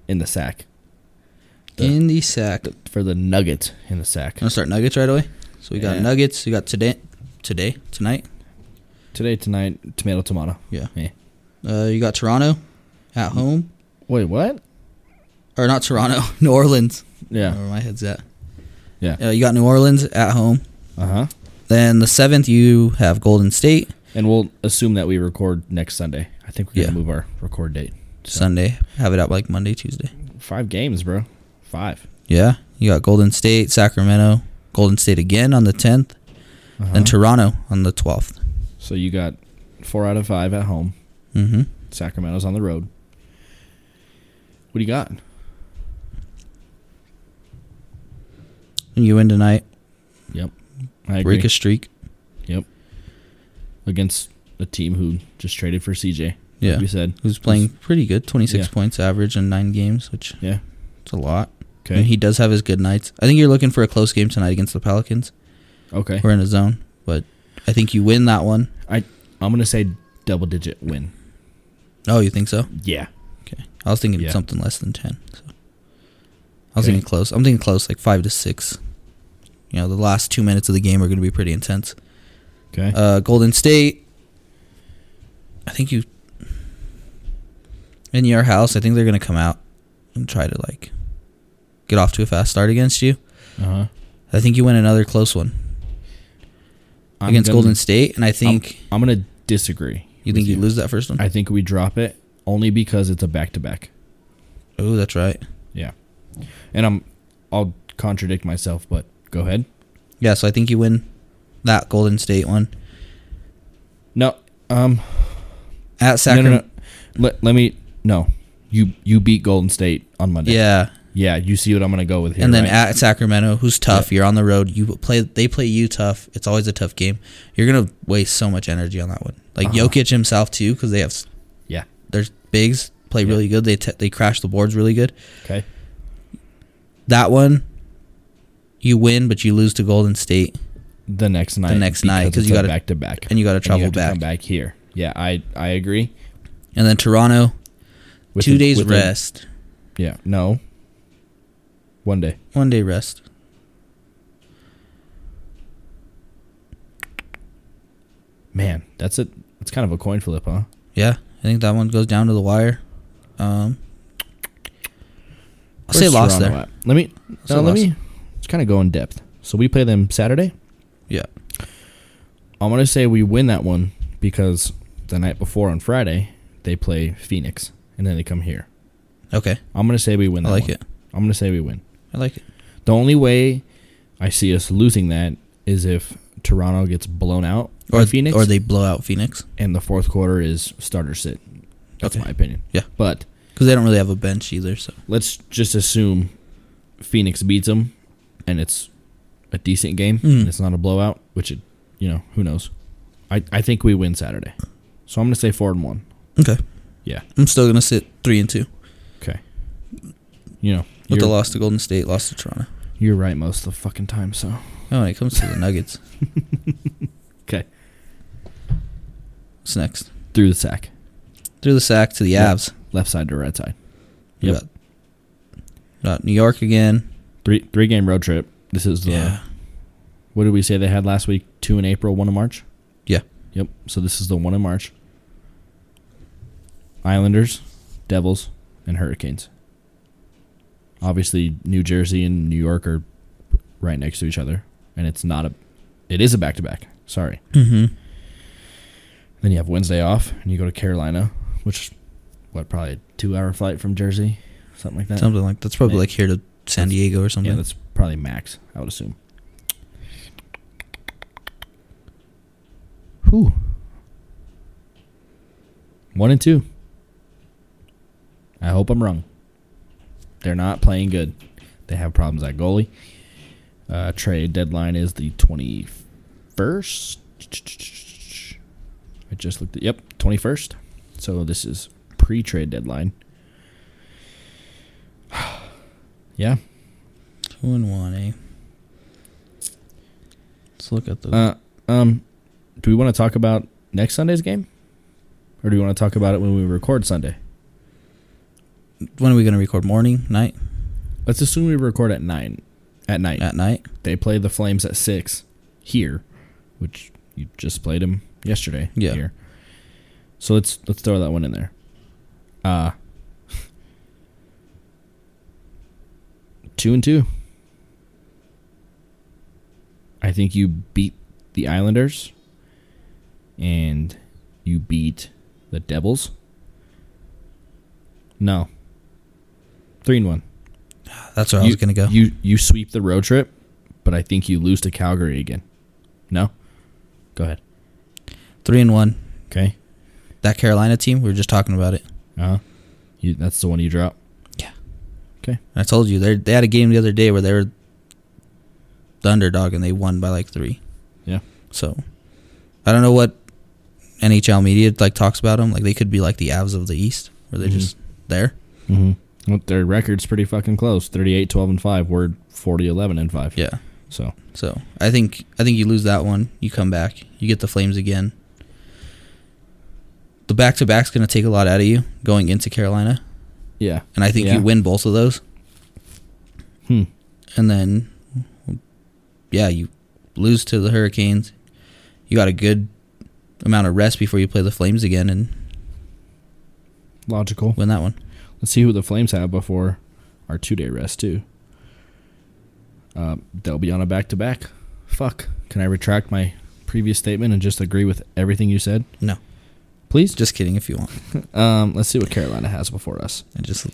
Speaker 2: in the sack? The-
Speaker 3: in the sack. I'm
Speaker 2: For the Nugget in the sack.
Speaker 3: gonna start nuggets right away. So we got
Speaker 2: Yeah.
Speaker 3: nuggets. We got today, today, tonight.
Speaker 2: Today, tonight, tomato, tomato.
Speaker 3: Yeah.
Speaker 2: Yeah.
Speaker 3: Uh, you got Toronto at home,
Speaker 2: Wait, what?
Speaker 3: or not Toronto, New Orleans.
Speaker 2: Yeah.
Speaker 3: Where my head's at.
Speaker 2: Yeah.
Speaker 3: Uh, you got New Orleans at home.
Speaker 2: Uh huh.
Speaker 3: Then the seventh, you have Golden State
Speaker 2: And we'll assume that we record next Sunday. I think we're going
Speaker 3: Yeah.
Speaker 2: to move our record date.
Speaker 3: Sunday. Have it out like Monday, Tuesday.
Speaker 2: Five games, bro. Five.
Speaker 3: Yeah. You got Golden State, Sacramento, Golden State again on the 10th
Speaker 2: Uh-huh.
Speaker 3: then Toronto on the 12th
Speaker 2: So you got four out of five at home.
Speaker 3: Mm-hmm.
Speaker 2: Sacramento's on the road. What do you got?
Speaker 3: And you win tonight,
Speaker 2: Yep. I agree.
Speaker 3: break a streak.
Speaker 2: Yep. Against a team who just traded for CJ.
Speaker 3: Yeah.
Speaker 2: Like we said.
Speaker 3: Who's playing pretty good, 26
Speaker 2: Yeah.
Speaker 3: points average in nine games, which
Speaker 2: Yeah.
Speaker 3: It's a lot.
Speaker 2: Okay.
Speaker 3: And he does have his good nights. I think you're looking for a close game tonight against the Pelicans.
Speaker 2: okay.
Speaker 3: We're in a zone, but I think you win that one.
Speaker 2: I I'm gonna say double digit win.
Speaker 3: Oh, you think so?
Speaker 2: Yeah.
Speaker 3: Okay. I was thinking
Speaker 2: Yeah.
Speaker 3: something less than 10. So. I was
Speaker 2: Okay.
Speaker 3: thinking close. I'm thinking close, like 5 to 6. You know, the last two minutes of the game are going to be pretty intense.
Speaker 2: Okay.
Speaker 3: Uh, Golden State, I think you. In your house, I think they're going to come out and try to, like, get off to a fast start against you.
Speaker 2: Uh huh.
Speaker 3: I think you win another close one. against Golden State, and I think
Speaker 2: I'm, gonna disagree.
Speaker 3: you
Speaker 2: with
Speaker 3: think you lose that first one.
Speaker 2: I think we drop it only because it's a back to back.
Speaker 3: oh, that's right.
Speaker 2: Yeah. And I'm I'll contradict myself, but go ahead.
Speaker 3: Yeah, so I think you win that Golden State one
Speaker 2: No. Um
Speaker 3: at
Speaker 2: No, no,
Speaker 3: Sacramento.
Speaker 2: no. Let, let me no. You you beat Golden State on Monday.
Speaker 3: Yeah,
Speaker 2: Yeah, you see what I'm gonna go with here.
Speaker 3: and then
Speaker 2: right?
Speaker 3: at Sacramento, who's tough. You're on the road. You play. They play you tough. It's always a tough game. You're gonna waste so much energy on that one. Like
Speaker 2: Uh-huh.
Speaker 3: Jokic himself too, because they have s-
Speaker 2: yeah.
Speaker 3: their bigs play really good. They t- they crash the boards really good.
Speaker 2: Okay.
Speaker 3: That one, you win, but you lose to Golden State,
Speaker 2: The next night.
Speaker 3: next night, 'cause
Speaker 2: because
Speaker 3: you gotta-
Speaker 2: back to back,
Speaker 3: and you gotta travel
Speaker 2: have to
Speaker 3: back.
Speaker 2: Come back here. Yeah, I I agree.
Speaker 3: and then Toronto,
Speaker 2: With
Speaker 3: two
Speaker 2: the-
Speaker 3: days
Speaker 2: with the-
Speaker 3: rest,
Speaker 2: yeah. No. One day.
Speaker 3: one day rest.
Speaker 2: Man, that's it. It's kind of a coin flip, huh?
Speaker 3: Yeah, I think that one goes down to the wire. Um, I'll say
Speaker 2: Where's
Speaker 3: lost
Speaker 2: Toronto
Speaker 3: there.
Speaker 2: at? Let me.
Speaker 3: say
Speaker 2: No, let
Speaker 3: loss.
Speaker 2: me. Let's kind of go in depth. So we play them Saturday.
Speaker 3: Yeah,
Speaker 2: I'm gonna say we win that one because the night before on Friday they play Phoenix and then they come here.
Speaker 3: okay,
Speaker 2: I'm gonna say we win.
Speaker 3: I
Speaker 2: That
Speaker 3: like
Speaker 2: one.
Speaker 3: it.
Speaker 2: I'm gonna say we win.
Speaker 3: I like it.
Speaker 2: The only way I see us losing that is if Toronto gets blown out or
Speaker 3: Or
Speaker 2: by Phoenix,
Speaker 3: or they blow out Phoenix
Speaker 2: and the fourth quarter is starter sit. That's
Speaker 3: Okay.
Speaker 2: my opinion.
Speaker 3: Yeah.
Speaker 2: but
Speaker 3: because they don't really have a bench either. So
Speaker 2: let's just assume Phoenix beats them, and it's a decent game.
Speaker 3: Hmm.
Speaker 2: And it's not a blowout, which it, you know, who knows. I I think we win Saturday, so I'm gonna say four and one.
Speaker 3: okay,
Speaker 2: Yeah.
Speaker 3: I'm still gonna sit three and two.
Speaker 2: Okay. you know,
Speaker 3: But they
Speaker 2: you're,
Speaker 3: lost to Golden State, lost to Toronto.
Speaker 2: you're right most of the fucking time. So
Speaker 3: Oh, when it comes to the Nuggets,
Speaker 2: okay,
Speaker 3: what's next?
Speaker 2: through the sack,
Speaker 3: Through the sack to the
Speaker 2: Yeah.
Speaker 3: Avs.
Speaker 2: left side to right side.
Speaker 3: We
Speaker 2: Yep.
Speaker 3: Got, got New York again.
Speaker 2: Three three game road trip. This is the what did we say they had last week? Two in April, one in March.
Speaker 3: Yeah.
Speaker 2: Yep. So this is the one in March. Islanders, Devils, and Hurricanes. Obviously, New Jersey and New York are right next to each other, and it's not a. It is a back to back. Sorry.
Speaker 3: Mm-hmm.
Speaker 2: Then you have Wednesday off, and you go to Carolina, which, what, probably a two-hour flight from Jersey, something like that.
Speaker 3: Something like that's probably
Speaker 2: Yeah.
Speaker 3: like here to San Diego or something.
Speaker 2: Yeah, that's probably max. I would assume. Who? One and two. I hope I'm wrong. They're not playing good. They have problems at goalie. Uh, trade deadline is the twenty first. I just looked at yep twenty first. So this is pre trade deadline. yeah,
Speaker 3: Two and one, eh? Let's look at the.
Speaker 2: Uh, um, do we want to talk about next Sunday's game, or do we want to talk about it when we record Sunday?
Speaker 3: when are we gonna record? Morning, night,
Speaker 2: Let's assume we record at nine. At night,
Speaker 3: at night.
Speaker 2: they play the Flames at six here, which you just played them yesterday.
Speaker 3: Yeah.
Speaker 2: Here. So let's let's throw that one in there. Uh two and two. I think you beat the Islanders and you beat the Devils. No. Three and one
Speaker 3: That's where I was gonna go.
Speaker 2: you you sweep the road trip, but I think you lose to Calgary again. No, go ahead.
Speaker 3: Three and one.
Speaker 2: Okay,
Speaker 3: That Carolina team, we were just talking about it.
Speaker 2: uh huh. You that's the one you drop.
Speaker 3: Yeah.
Speaker 2: Okay.
Speaker 3: I told you they they had a game the other day where they were the underdog and they won by like three.
Speaker 2: Yeah.
Speaker 3: So I don't know what NHL media like talks about them. Like they could be like the Avs of the East, where they're
Speaker 2: Mhm.
Speaker 3: just there.
Speaker 2: Mm-hmm. Well, their record's pretty fucking close. 38, 12, and five. We're 40, 11, and five.
Speaker 3: Yeah.
Speaker 2: So
Speaker 3: So I think I think you lose that one. You come back. You get the Flames again. The back to back's gonna take a lot out of you going into Carolina,
Speaker 2: yeah,
Speaker 3: and I think
Speaker 2: Yeah.
Speaker 3: you win both of those.
Speaker 2: Hmm.
Speaker 3: And then, yeah, you lose to the Hurricanes. You got a good amount of rest before you play the Flames again and
Speaker 2: logical.
Speaker 3: win that one.
Speaker 2: Let's see who the Flames have before our two day rest too. Uh, they'll be on a back to back. Fuck. Can I retract my previous statement and just agree with everything you said?
Speaker 3: No,
Speaker 2: Please.
Speaker 3: just kidding. If you want,
Speaker 2: Um, let's see what Carolina has before us.
Speaker 3: I just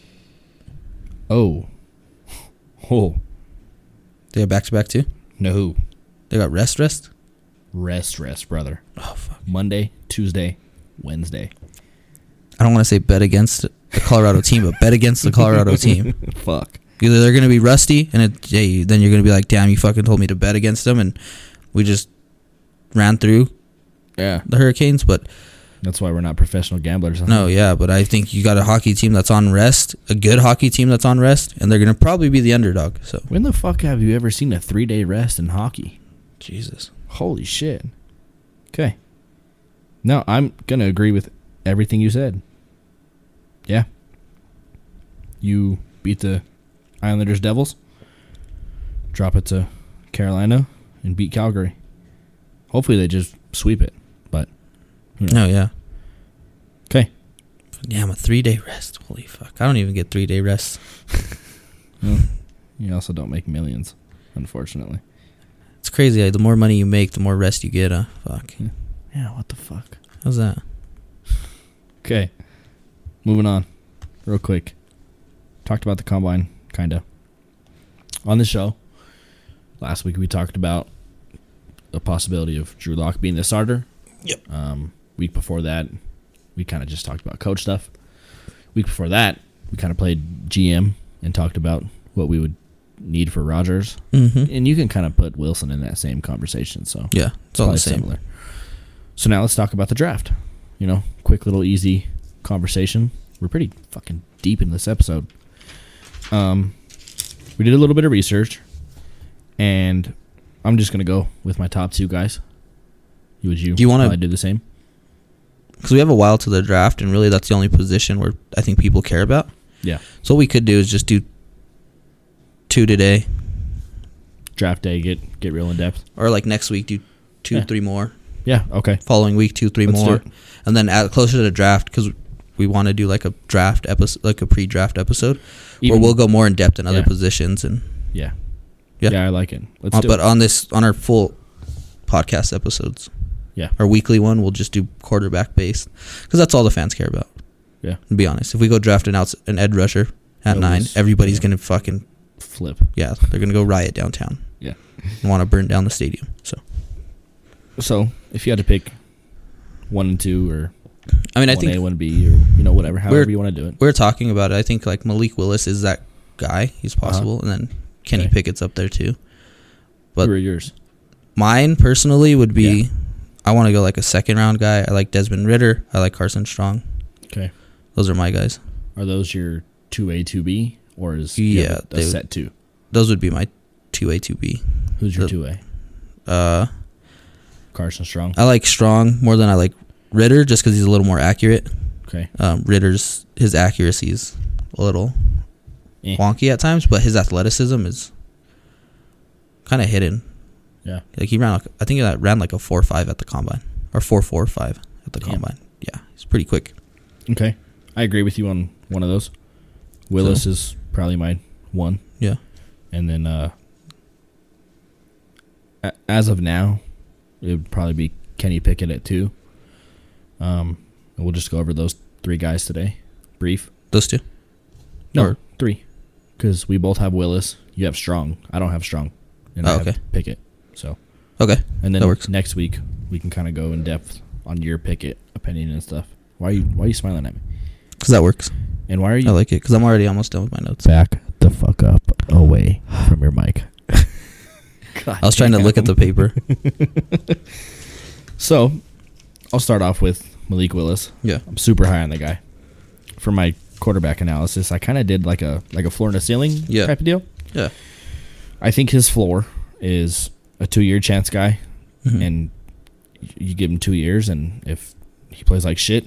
Speaker 2: Oh. Oh.
Speaker 3: they have back to back too.
Speaker 2: No.
Speaker 3: They got rest, rest.
Speaker 2: Rest, rest, brother.
Speaker 3: Oh fuck!
Speaker 2: Monday, Tuesday, Wednesday.
Speaker 3: I don't want to say bet against the Colorado team, but bet against the Colorado team.
Speaker 2: Fuck.
Speaker 3: Either they're going to be rusty, and it, yeah, then you're going to be like, "Damn, you fucking told me to bet against them," and we just ran through
Speaker 2: Yeah.
Speaker 3: the Hurricanes. But
Speaker 2: That's why we're not professional gamblers. huh?
Speaker 3: no, yeah, but I think you got a hockey team that's on rest, a good hockey team that's on rest, and they're going to probably be the underdog. So
Speaker 2: When the fuck have you ever seen a three day rest in hockey?
Speaker 3: Jesus,
Speaker 2: Holy shit. Okay. No, I'm going to agree with everything you said. Yeah. You beat the Islanders Devils, drop it to Carolina, and beat Calgary. Hopefully they just sweep it. But,
Speaker 3: no, yeah,
Speaker 2: okay.
Speaker 3: damn, a three day rest. Holy fuck, I don't even get three day rest.
Speaker 2: You also don't make millions, unfortunately.
Speaker 3: It's crazy. Like, the more money you make, the more rest you get. Uh, fuck,
Speaker 2: Yeah, what the fuck?
Speaker 3: how's that?
Speaker 2: Okay. Moving on. Real quick. Talked about the combine, kinda. On the show. Last week we talked about the possibility of Drew Lock being the starter.
Speaker 3: Yep.
Speaker 2: Um week before that, we kinda just talked about coach stuff. Week before that, we kinda played GM and talked about what we would need for Rogers.
Speaker 3: Mm-hmm.
Speaker 2: And you can kinda put Wilson in that same conversation, so
Speaker 3: Yeah, it's all
Speaker 2: Probably
Speaker 3: the same.
Speaker 2: similar. So now let's talk about the draft. You know, quick little easy conversation. We're pretty fucking deep in this episode. Um, we did a little bit of research, and I'm just gonna go with my top two guys. You would you?
Speaker 3: Do you wanna-
Speaker 2: probably do the same?
Speaker 3: because we have a while to the draft, and really that's the only position where I think people care about.
Speaker 2: Yeah.
Speaker 3: So what we could do is just do two today,
Speaker 2: Draft day, get get real in depth.
Speaker 3: or like next week do two,
Speaker 2: Yeah.
Speaker 3: three more.
Speaker 2: Yeah. Okay.
Speaker 3: Following week, two, three
Speaker 2: Let's do
Speaker 3: more,
Speaker 2: it.
Speaker 3: and then at, closer to the draft because we want to do like a draft episode, like a pre-draft episode,
Speaker 2: Even-
Speaker 3: where we'll go more in depth in other
Speaker 2: Yeah.
Speaker 3: positions and.
Speaker 2: Yeah.
Speaker 3: Yeah.
Speaker 2: Yeah. I like it. Let's
Speaker 3: Uh,
Speaker 2: do
Speaker 3: but
Speaker 2: it.
Speaker 3: on this, on our full podcast episodes,
Speaker 2: Yeah.
Speaker 3: our weekly one, we'll just do quarterback based because that's all the fans care about.
Speaker 2: Yeah.
Speaker 3: To be honest, if we go draft an outs an Ed rusher at
Speaker 2: They'll
Speaker 3: nine,
Speaker 2: lose.
Speaker 3: everybody's
Speaker 2: Yeah.
Speaker 3: gonna fucking
Speaker 2: Flip.
Speaker 3: yeah, they're gonna go riot downtown
Speaker 2: Yeah.
Speaker 3: and want to burn down the stadium. So
Speaker 2: So if you had to pick one and two, or
Speaker 3: I mean, I
Speaker 2: one
Speaker 3: think
Speaker 2: A, one B, or you know whatever, however you want to do it.
Speaker 3: we we're talking about it. I think like Malik Willis is that guy. He's possible, and then Kenny
Speaker 2: Uh-huh. Okay.
Speaker 3: Pickett's up there too.
Speaker 2: Who
Speaker 3: but-
Speaker 2: are yours?
Speaker 3: Mine personally would be,
Speaker 2: Yeah.
Speaker 3: I want to go like a second round guy. I like Desmond Ritter. I like Carson Strong.
Speaker 2: Okay.
Speaker 3: Those are my guys.
Speaker 2: Are those your two A, two B, or is do you have
Speaker 3: Yeah,
Speaker 2: a- a,
Speaker 3: they-
Speaker 2: set two?
Speaker 3: Those would be my two A two B.
Speaker 2: Who's your
Speaker 3: the-
Speaker 2: two A?
Speaker 3: Uh,
Speaker 2: Carson Strong.
Speaker 3: I like Strong more than I like Ritter, just because he's a little more accurate.
Speaker 2: Okay.
Speaker 3: Um, Ritter's his accuracy is a little
Speaker 2: Eh.
Speaker 3: wonky at times, but his athleticism is kind of hidden.
Speaker 2: Yeah.
Speaker 3: Like he ran, like, I think he ran like a four five at the combine or four four five at the
Speaker 2: Damn.
Speaker 3: combine. Yeah, he's pretty quick.
Speaker 2: Okay. I agree with you on one of those. Willis is probably my one.
Speaker 3: Yeah,
Speaker 2: And then uh a- as of now, it would probably be Kenny Pickett at two. Um and we'll just go over those three guys today. Brief.
Speaker 3: those two.
Speaker 2: No,
Speaker 3: Or-
Speaker 2: three. Because we both have Willis. You have Strong. I don't have Strong. And I
Speaker 3: Oh,
Speaker 2: have
Speaker 3: okay.
Speaker 2: Pickett. So
Speaker 3: Okay,
Speaker 2: and then
Speaker 3: that works.
Speaker 2: next week we can kinda go in depth on your Pickett opinion and stuff. Why are you why are you smiling at me?
Speaker 3: Cause that works.
Speaker 2: And why are
Speaker 3: I
Speaker 2: you
Speaker 3: like it because I'm already almost done with my notes.
Speaker 2: back the fuck up away from your mic.
Speaker 3: I was trying to look at the paper.
Speaker 2: So, I'll start off with Malik Willis.
Speaker 3: yeah,
Speaker 2: I'm super high on the guy. For my quarterback analysis, I kind of did like a like a floor and a ceiling
Speaker 3: Yeah.
Speaker 2: type of deal.
Speaker 3: yeah,
Speaker 2: I think his floor is a two year chance guy,
Speaker 3: Mm-hmm.
Speaker 2: and y- you give him two years, and if he plays like shit,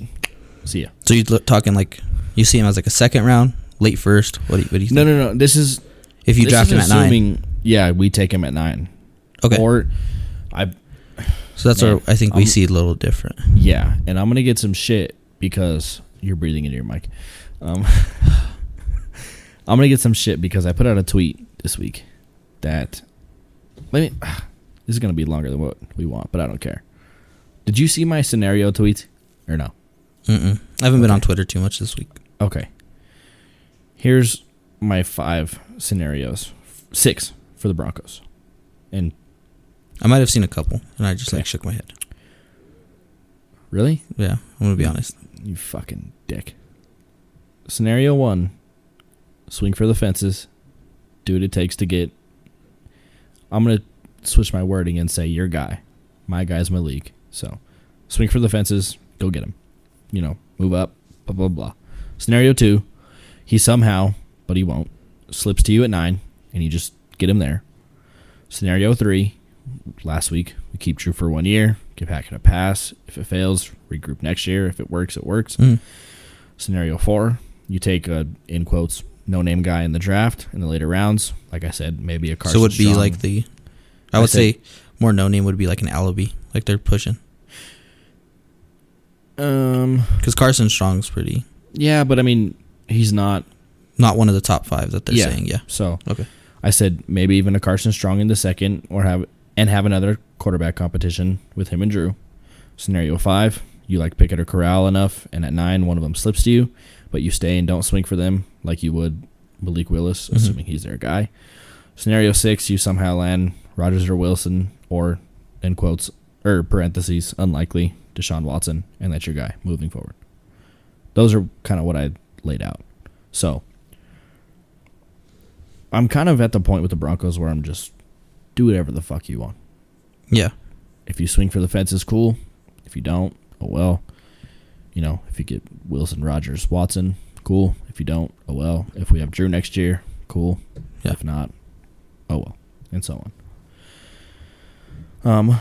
Speaker 2: see ya.
Speaker 3: So you're talking like you see him as like a second round, late first. What do you, what do you think?
Speaker 2: No, no, no. This is
Speaker 3: If you
Speaker 2: this
Speaker 3: draft
Speaker 2: is
Speaker 3: him at nine,
Speaker 2: assuming- Yeah, we take him at nine.
Speaker 3: okay.
Speaker 2: Or I
Speaker 3: so that's
Speaker 2: man,
Speaker 3: where I think we
Speaker 2: I'm-
Speaker 3: see it a little different.
Speaker 2: Yeah, and I'm gonna get some shit because you're breathing into your mic. Um, I'm gonna get some shit because I put out a tweet this week that let me. This is gonna be longer than what we want, but I don't care. Did you see my scenario tweets or no?
Speaker 3: Mm-mm. I haven't been on Twitter too much this week.
Speaker 2: Okay. Here's my five scenarios, six for the Broncos, and
Speaker 3: I might have seen a couple, and I just
Speaker 2: Okay.
Speaker 3: like shook my head.
Speaker 2: really,
Speaker 3: Yeah, I'm
Speaker 2: Mm.
Speaker 3: gonna be honest.
Speaker 2: you fucking dick. Scenario one swing for the fences, do what it takes to get. I'm going to switch my wording and say your guy. My guy's my league. So swing for the fences, go get him. You know, move up, blah, blah, blah. Scenario two he somehow, but he won't, slips to you at nine and you just get him there. Scenario three last week. We keep true for one year, give Hackett a pass. If it fails, regroup next year. If it works, it works.
Speaker 3: Mhm.
Speaker 2: Scenario four, you take a in quotes no name guy in the draft in the later rounds. Like I said, maybe a
Speaker 3: so
Speaker 2: Carson.
Speaker 3: it would be
Speaker 2: Strong.
Speaker 3: like the, I
Speaker 2: I
Speaker 3: would say,
Speaker 2: think-
Speaker 3: more no name would be like an Alibi, like they're pushing
Speaker 2: um
Speaker 3: because Carson Strong's pretty
Speaker 2: yeah, but I mean he's not
Speaker 3: not one of the top five that they're
Speaker 2: yeah.
Speaker 3: saying. Yeah.
Speaker 2: So
Speaker 3: Okay.
Speaker 2: I said maybe even a Carson Strong in the second, or have and have another quarterback competition with him and Drew. Scenario five: you like Pickett or Corral enough, and at nine, one of them slips to you, but you stay and don't swing for them like you would Malik Willis, assuming he's their guy. Scenario six: you somehow land Rogers or Wilson, or in quotes or parentheses, unlikely Deshaun Watson, and that's your guy moving forward. Those are kind of what I laid out. So I'm kind of at the point with the Broncos where I'm just do whatever the fuck you want.
Speaker 3: Yeah.
Speaker 2: If you swing for the fences, cool. If you don't, oh well. You know, if you get Wilson, Rogers, Watson, cool. If you don't, oh well. If we have Drew next year, cool.
Speaker 3: Yeah.
Speaker 2: If not, oh well, and so on. Um,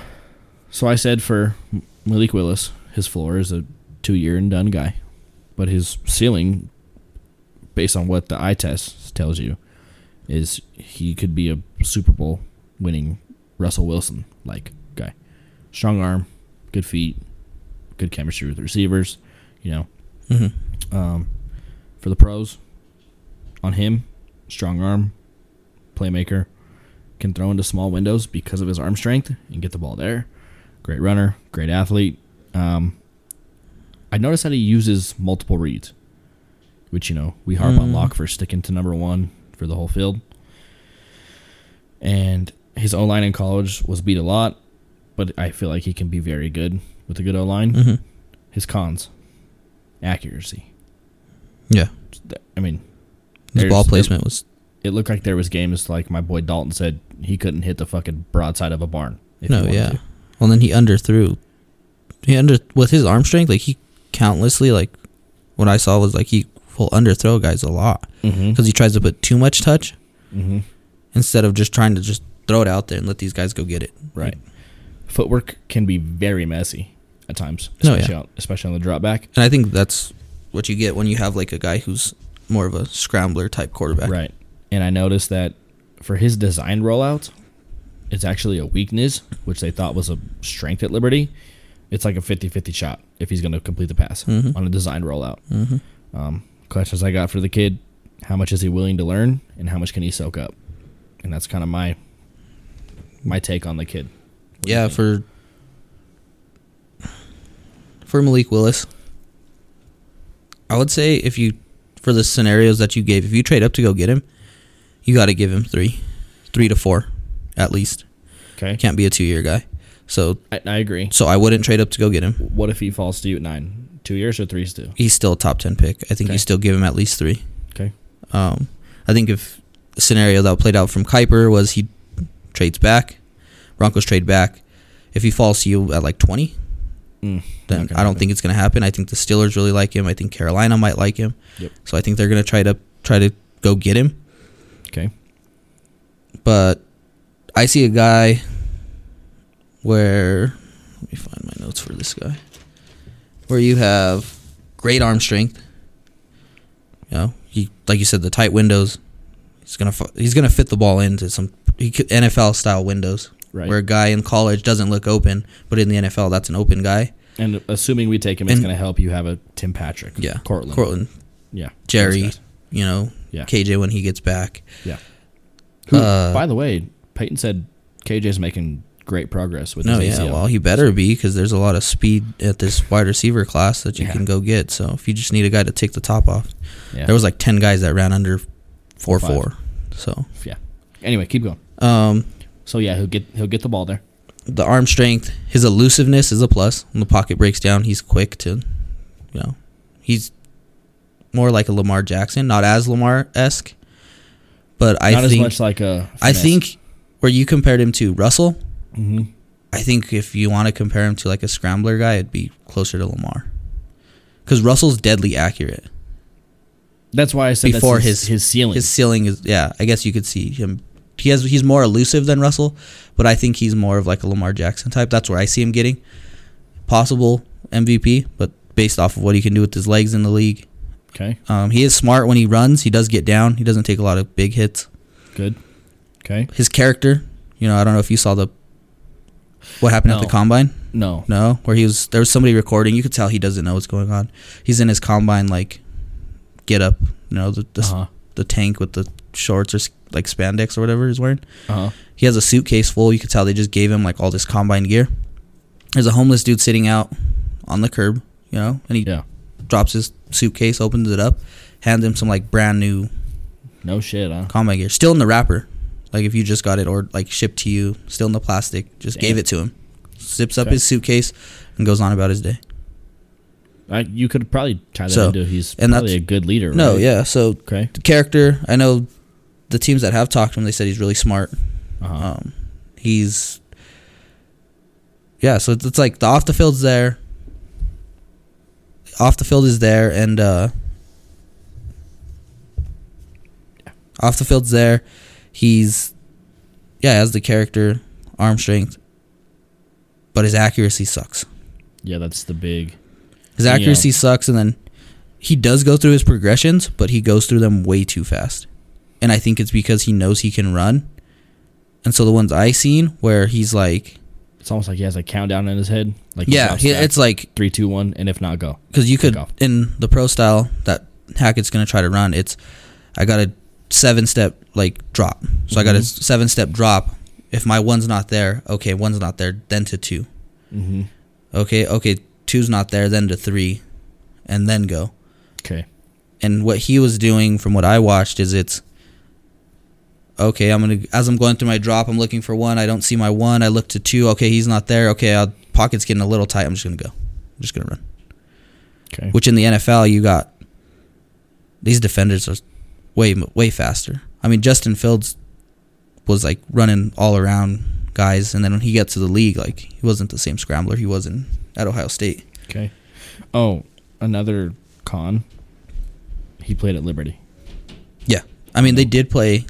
Speaker 2: so I said for M- Malik Willis, his floor is a two-year and done guy, but his ceiling, based on what the eye test tells you, is he could be a Super Bowl winning Russell Wilson like guy. Strong arm, good feet, good chemistry with receivers. You know,
Speaker 3: Mm-hmm.
Speaker 2: um, for the pros on him strong arm playmaker can throw into small windows because of his arm strength and get the ball there great runner great athlete um, i noticed that he uses multiple reads which you know we harp on
Speaker 3: Mhm.
Speaker 2: lock for sticking to number one for the whole field and his o-line in college was beat a lot but i feel like he can be very good with a good o-line
Speaker 3: Mm-hmm.
Speaker 2: his cons accuracy
Speaker 3: Yeah.
Speaker 2: th- I mean,
Speaker 3: His
Speaker 2: There's-
Speaker 3: ball placement was
Speaker 2: it looked like there was games like my boy Dalton said he couldn't hit the fucking broadside of a barn. If he
Speaker 3: no,
Speaker 2: wanted
Speaker 3: yeah.
Speaker 2: to.
Speaker 3: Well, then he underthrew. He under with his arm strength, like he countlessly like what I saw was like he will underthrow guys a lot
Speaker 2: Mm-hmm.
Speaker 3: because he tries to put too much touch
Speaker 2: Mhm.
Speaker 3: instead of just trying to just throw it out there and let these guys go get it.
Speaker 2: Right. Footwork can be very messy at times,
Speaker 3: No, yeah.
Speaker 2: especially, on, especially on the drop back.
Speaker 3: And I think that's what you get when you have like a guy who's more of a scrambler type quarterback.
Speaker 2: Right. And I noticed that for his design rollout, it's actually a weakness, which they thought was a strength at Liberty. It's like a 50 50 shot if he's going to complete the pass
Speaker 3: Mm-hmm.
Speaker 2: on a design rollout. Um, questions I got for the kid how much is he willing to learn and how much can he soak up? And that's kind of my my take on the kid.
Speaker 3: yeah, for for Malik Willis, I would say if you for the scenarios that you gave, if you trade up to go get him, you got to give him three, three to four, at least.
Speaker 2: Okay.
Speaker 3: Can't be a two year guy. So
Speaker 2: I, I agree.
Speaker 3: so I wouldn't trade up to go get him.
Speaker 2: What if he falls to you at nine? Two years or three's two?
Speaker 3: He's still a top ten pick. I think
Speaker 2: Okay.
Speaker 3: you still give him at least three.
Speaker 2: Okay.
Speaker 3: Um, I think if the scenario that played out from Kuiper was he trades back, Broncos trade back. If he falls to you at like twenty,
Speaker 2: Mm,
Speaker 3: then I
Speaker 2: not gonna
Speaker 3: don't
Speaker 2: happen.
Speaker 3: think it's going to happen. I think the Steelers really like him. I think Carolina might like him.
Speaker 2: Yep.
Speaker 3: So I think they're going to try to try to go get him.
Speaker 2: Okay.
Speaker 3: But I see a guy where let me find my notes for this guy. Where you have great arm strength. You know, he like you said the tight windows. He's gonna fu- he's gonna fit the ball into some he could, NFL style windows.
Speaker 2: Right.
Speaker 3: Where a guy in college doesn't look open, but in the NFL that's an open guy.
Speaker 2: And assuming we take him, it's
Speaker 3: And-
Speaker 2: going to help you have a Tim Patrick.
Speaker 3: Yeah.
Speaker 2: Cortland.
Speaker 3: Cortland,
Speaker 2: Yeah. those
Speaker 3: Jerry,
Speaker 2: guys.
Speaker 3: you know,
Speaker 2: Yeah.
Speaker 3: KJ when he gets back.
Speaker 2: Yeah. Who,
Speaker 3: Uh,
Speaker 2: by the way, Peyton said KJ's making great progress with
Speaker 3: No,
Speaker 2: his
Speaker 3: Oh, yeah,
Speaker 2: ACL.
Speaker 3: well, he better be because there's a lot of speed at this wide receiver class that you
Speaker 2: Yeah.
Speaker 3: can go get. So if you just need a guy to take the top off,
Speaker 2: yeah.
Speaker 3: there was like ten guys that ran under four
Speaker 2: Five.
Speaker 3: four. So
Speaker 2: yeah. Anyway, keep going.
Speaker 3: um,
Speaker 2: So yeah, he'll get he'll get the ball there.
Speaker 3: the arm strength, his elusiveness is a plus. When the pocket breaks down, he's quick to, you know, he's more like a Lamar Jackson, not as Lamar esque, but I
Speaker 2: Not as
Speaker 3: think
Speaker 2: much like a.
Speaker 3: I
Speaker 2: finesse.
Speaker 3: think where you compared him to Russell,
Speaker 2: Mhm.
Speaker 3: I think if you want to compare him to like a scrambler guy, it'd be closer to Lamar. Because Russell's deadly accurate.
Speaker 2: that's why I said
Speaker 3: before
Speaker 2: before his,
Speaker 3: his-
Speaker 2: his ceiling.
Speaker 3: His ceiling is yeah. I guess you could see him. He has he's more elusive than Russell, but I think he's more of like a Lamar Jackson type. That's where I see him getting possible MVP, but based off of what he can do with his legs in the league.
Speaker 2: okay,
Speaker 3: Um, he is smart when he runs. He does get down. He doesn't take a lot of big hits.
Speaker 2: good. Okay,
Speaker 3: His character, you know, I don't know if you saw the what happened at
Speaker 2: No.
Speaker 3: the combine.
Speaker 2: no,
Speaker 3: No, where he was there was somebody recording. You could tell he doesn't know what's going on. He's in his combine like get up, you know, the the,
Speaker 2: uh huh,
Speaker 3: the tank with the shorts or s- like spandex or whatever he's wearing.
Speaker 2: uh huh.
Speaker 3: He has a suitcase full. You could tell they just gave him like all this combine gear. There's a homeless dude sitting out on the curb, you know, and he
Speaker 2: Yeah,
Speaker 3: drops his suitcase, opens it up, hands him some like brand new
Speaker 2: no shit, huh?
Speaker 3: combine gear, still in the wrapper. Like if you just got it or like shipped to you, still in the plastic, just
Speaker 2: Damn.
Speaker 3: gave it to him. Zips up
Speaker 2: Okay.
Speaker 3: his suitcase and goes on about his day.
Speaker 2: I, you could probably tie that
Speaker 3: So,
Speaker 2: into he's
Speaker 3: and
Speaker 2: probably a
Speaker 3: that's-
Speaker 2: good leader.
Speaker 3: No,
Speaker 2: right?
Speaker 3: yeah. So
Speaker 2: Okay,
Speaker 3: the character, I know the teams that have talked to him, they said he's really smart.
Speaker 2: uh huh.
Speaker 3: Um, he's yeah. So it's, it's like the off the field's there. Off the field is there, and uh, Off the field's there. He's yeah, has the character, arm strength, but his accuracy sucks.
Speaker 2: Yeah, that's the big.
Speaker 3: His
Speaker 2: Yeah.
Speaker 3: accuracy sucks, and then he does go through his progressions, but he goes through them way too fast. And I think it's because he knows he can run. And so the ones I seen where he's like,
Speaker 2: It's almost like he has a countdown in his head. Like he
Speaker 3: yeah,
Speaker 2: counts
Speaker 3: he,
Speaker 2: back.
Speaker 3: it's like
Speaker 2: three, two, one, and if not, go.
Speaker 3: because you could
Speaker 2: Kickoff.
Speaker 3: in the pro style that Hackett's gonna try to run. It's I got a seven step like drop, so I got a
Speaker 2: Mhm.
Speaker 3: seven step drop. If my one's not there, okay, one's not there, then to two.
Speaker 2: Mm-hmm.
Speaker 3: Okay, okay, two's not there, then to three, and then go.
Speaker 2: Okay.
Speaker 3: And what he was doing, from what I watched, is it's okay. I'm gonna as I'm going through my drop, I'm looking for one. I don't see my one. I look to two. Okay, he's not there. Okay, I'll, pocket's getting a little tight. I'm just gonna go. I'm just gonna run.
Speaker 2: Okay.
Speaker 3: which in the NFL you got these defenders are way way faster. I mean Justin Fields was like running all around guys, and then when he got to the league, like he wasn't the same scrambler he was in at Ohio State.
Speaker 2: Okay. Oh, another con. He played at Liberty.
Speaker 3: Yeah, I mean they did play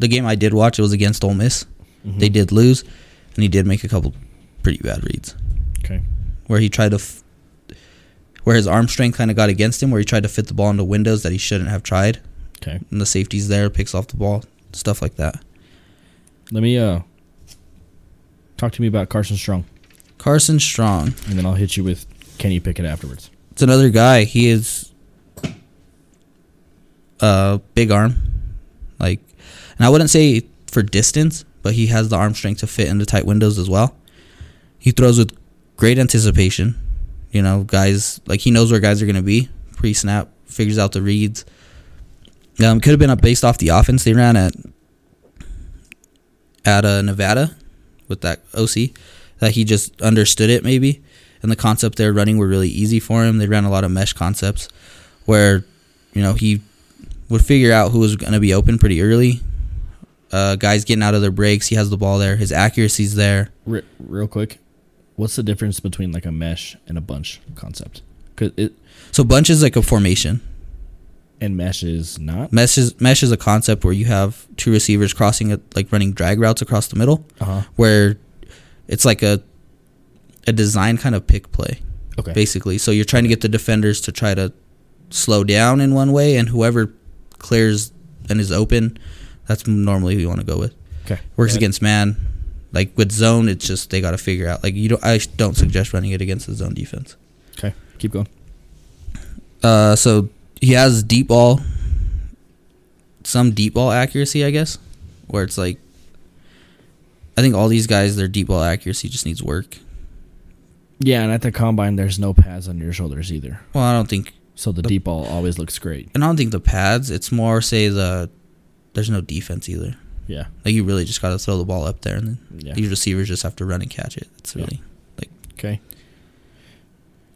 Speaker 3: the game I did watch. It was against Ole Miss.
Speaker 2: Mm-hmm.
Speaker 3: They did lose, and he did make a couple pretty bad reads
Speaker 2: Okay.
Speaker 3: where he tried to. F- where his arm strength kind of got against him, where he tried to fit the ball into windows that he shouldn't have tried,
Speaker 2: Okay.
Speaker 3: and the safety's there, picks off the ball, stuff like that.
Speaker 2: Let me uh talk to me about Carson Strong,
Speaker 3: Carson Strong.
Speaker 2: and then I'll hit you with Kenny Pickett afterwards.
Speaker 3: It's another guy. He is uh big arm. Like and I wouldn't say for distance, but he has the arm strength to fit into tight windows as well. He throws with great anticipation. You know, guys like he knows where guys are gonna be pre snap, figures out the reads. Um could have been up based off the offense they ran at at uh, Nevada with that OC that he just understood it maybe and the concept they're running were really easy for him. They ran a lot of mesh concepts where, you know, he would figure out who was going to be open pretty early. Uh, guys getting out of their breaks, he has the ball there. His accuracy's there.
Speaker 2: Re- real quick, what's the difference between like a mesh and a bunch concept? Cause it
Speaker 3: So bunch is like a formation.
Speaker 2: and mesh is not.
Speaker 3: Mesh is mesh is a concept where you have two receivers crossing it, like running drag routes across the middle,
Speaker 2: Uh huh.
Speaker 3: where it's like a a design kind of pick play.
Speaker 2: Okay.
Speaker 3: basically. So you're trying to get the defenders to try to slow down in one way, and whoever clears and is open, that's normally who you want to go with.
Speaker 2: okay.
Speaker 3: Works
Speaker 2: Yeah.
Speaker 3: against man, like with zone, it's just they got to figure out. Like you don't, I don't suggest running it against the zone defense.
Speaker 2: Okay. Keep going.
Speaker 3: Uh, so he has deep ball, some deep ball accuracy, I guess, where it's like, I think all these guys, their deep ball accuracy just needs work.
Speaker 2: Yeah, and at the combine, there's no pads under your shoulders either,
Speaker 3: Well, I don't think
Speaker 2: so the deep ball always looks great.
Speaker 3: and I don't think the pads. It's more say the there's no defense either.
Speaker 2: Yeah.
Speaker 3: Like you really just gotta throw the ball up there, and then
Speaker 2: Yeah.
Speaker 3: these receivers just have to run and catch it. It's
Speaker 2: Yeah.
Speaker 3: really
Speaker 2: Okay.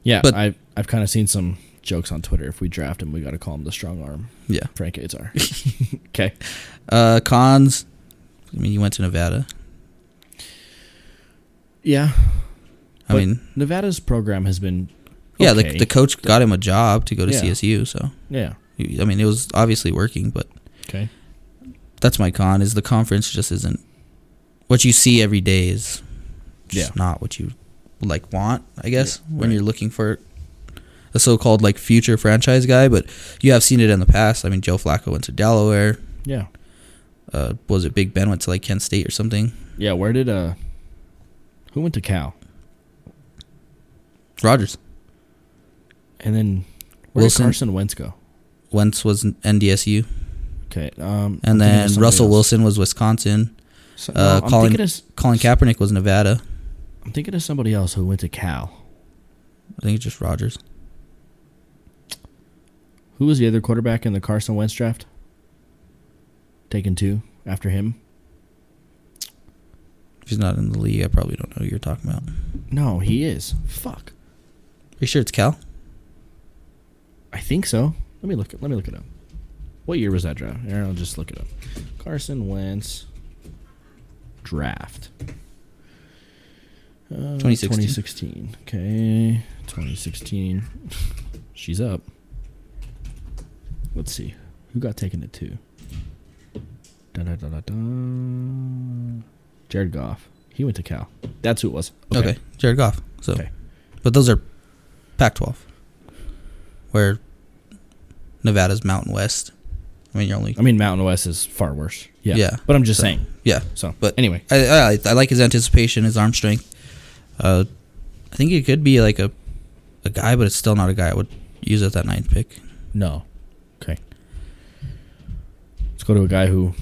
Speaker 2: Yeah,
Speaker 3: But-
Speaker 2: I've I've kind of seen some jokes on Twitter. If we draft him, we got to call him the strong arm,
Speaker 3: yeah.
Speaker 2: Frank Azar. okay.
Speaker 3: Uh, cons. I mean, you went to Nevada.
Speaker 2: Yeah,
Speaker 3: I
Speaker 2: But-
Speaker 3: mean,
Speaker 2: Nevada's program has been.
Speaker 3: yeah,
Speaker 2: okay.
Speaker 3: the, the coach got him a job to go to
Speaker 2: Yeah.
Speaker 3: CSU. So
Speaker 2: yeah.
Speaker 3: I mean, it was obviously working, but
Speaker 2: Okay.
Speaker 3: that's my con is the conference just isn't what you see every day is just
Speaker 2: Yeah.
Speaker 3: not what you like want i guess when
Speaker 2: right.
Speaker 3: you're looking for a so-called like future franchise guy but you have seen it in the past i mean joe flacco went to delaware
Speaker 2: Yeah.
Speaker 3: uh, was it big ben went to like kent state or something
Speaker 2: Yeah. Where did uh, who went to Cal?
Speaker 3: rogers
Speaker 2: And then where
Speaker 3: Wilson.
Speaker 2: did Carson Wentz go?
Speaker 3: wentz was in ndsu
Speaker 2: Okay. Um.
Speaker 3: and
Speaker 2: I'm thinking of
Speaker 3: then
Speaker 2: somebody
Speaker 3: russell
Speaker 2: else.
Speaker 3: wilson was wisconsin
Speaker 2: So- no,
Speaker 3: uh,
Speaker 2: I'm
Speaker 3: Colin-
Speaker 2: thinking of s-
Speaker 3: colin kaepernick was nevada
Speaker 2: I'm thinking of somebody else who went to Cal.
Speaker 3: i think it's just rogers
Speaker 2: Who was the other quarterback in the Carson Wentz draft? Taken two after him.
Speaker 3: if he's not in the league i probably don't know who you're talking about
Speaker 2: No, he is. Fuck.
Speaker 3: are you sure it's cal
Speaker 2: I think so. Let me look. Let me look it up. What year was that draft? Here, I'll just look it up. Carson Wentz draft. Uh,
Speaker 3: 2016.
Speaker 2: 2016. Okay. 2016. She's up. Let's see. Who got taken at two? Da, da, da, da, da. Jared Goff. He went to Cal. That's who it was.
Speaker 3: Okay. Jared Goff. So,
Speaker 2: Okay.
Speaker 3: but those are Pac-12, where Nevada's Mountain West. I mean, you're only
Speaker 2: I mean, Mountain West is far worse. Yeah.
Speaker 3: Yeah.
Speaker 2: But I'm just
Speaker 3: So-
Speaker 2: saying.
Speaker 3: yeah.
Speaker 2: So,
Speaker 3: But
Speaker 2: anyway,
Speaker 3: I, I I like his anticipation, his arm strength. Uh, I think it could be like a a guy, but it's still not a guy. I would use at that ninth pick.
Speaker 2: no. Okay. Let's go to a guy who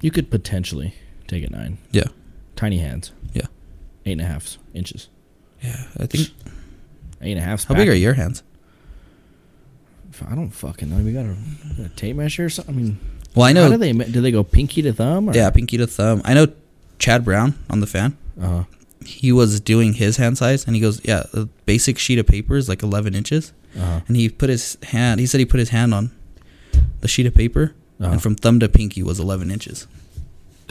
Speaker 2: you could potentially take at nine.
Speaker 3: Yeah.
Speaker 2: Tiny hands.
Speaker 3: Yeah.
Speaker 2: Eight and a half inches.
Speaker 3: Yeah. I think.
Speaker 2: Eight and a half.
Speaker 3: How big are your hands?
Speaker 2: I don't fucking know. We got a, a tape measure or something. I mean,
Speaker 3: Well, I
Speaker 2: how do
Speaker 3: know.
Speaker 2: they me- do they go pinky to thumb? Or?
Speaker 3: Yeah, pinky to thumb. I know Chad Brown on the fan.
Speaker 2: Uh-huh.
Speaker 3: He was doing his hand size, and he goes, "Yeah, the basic sheet of paper is like 11 inches."
Speaker 2: Uh-huh.
Speaker 3: and he put his hand. He said he put his hand on the sheet of paper,
Speaker 2: Uh-huh.
Speaker 3: and from thumb to pinky was eleven inches,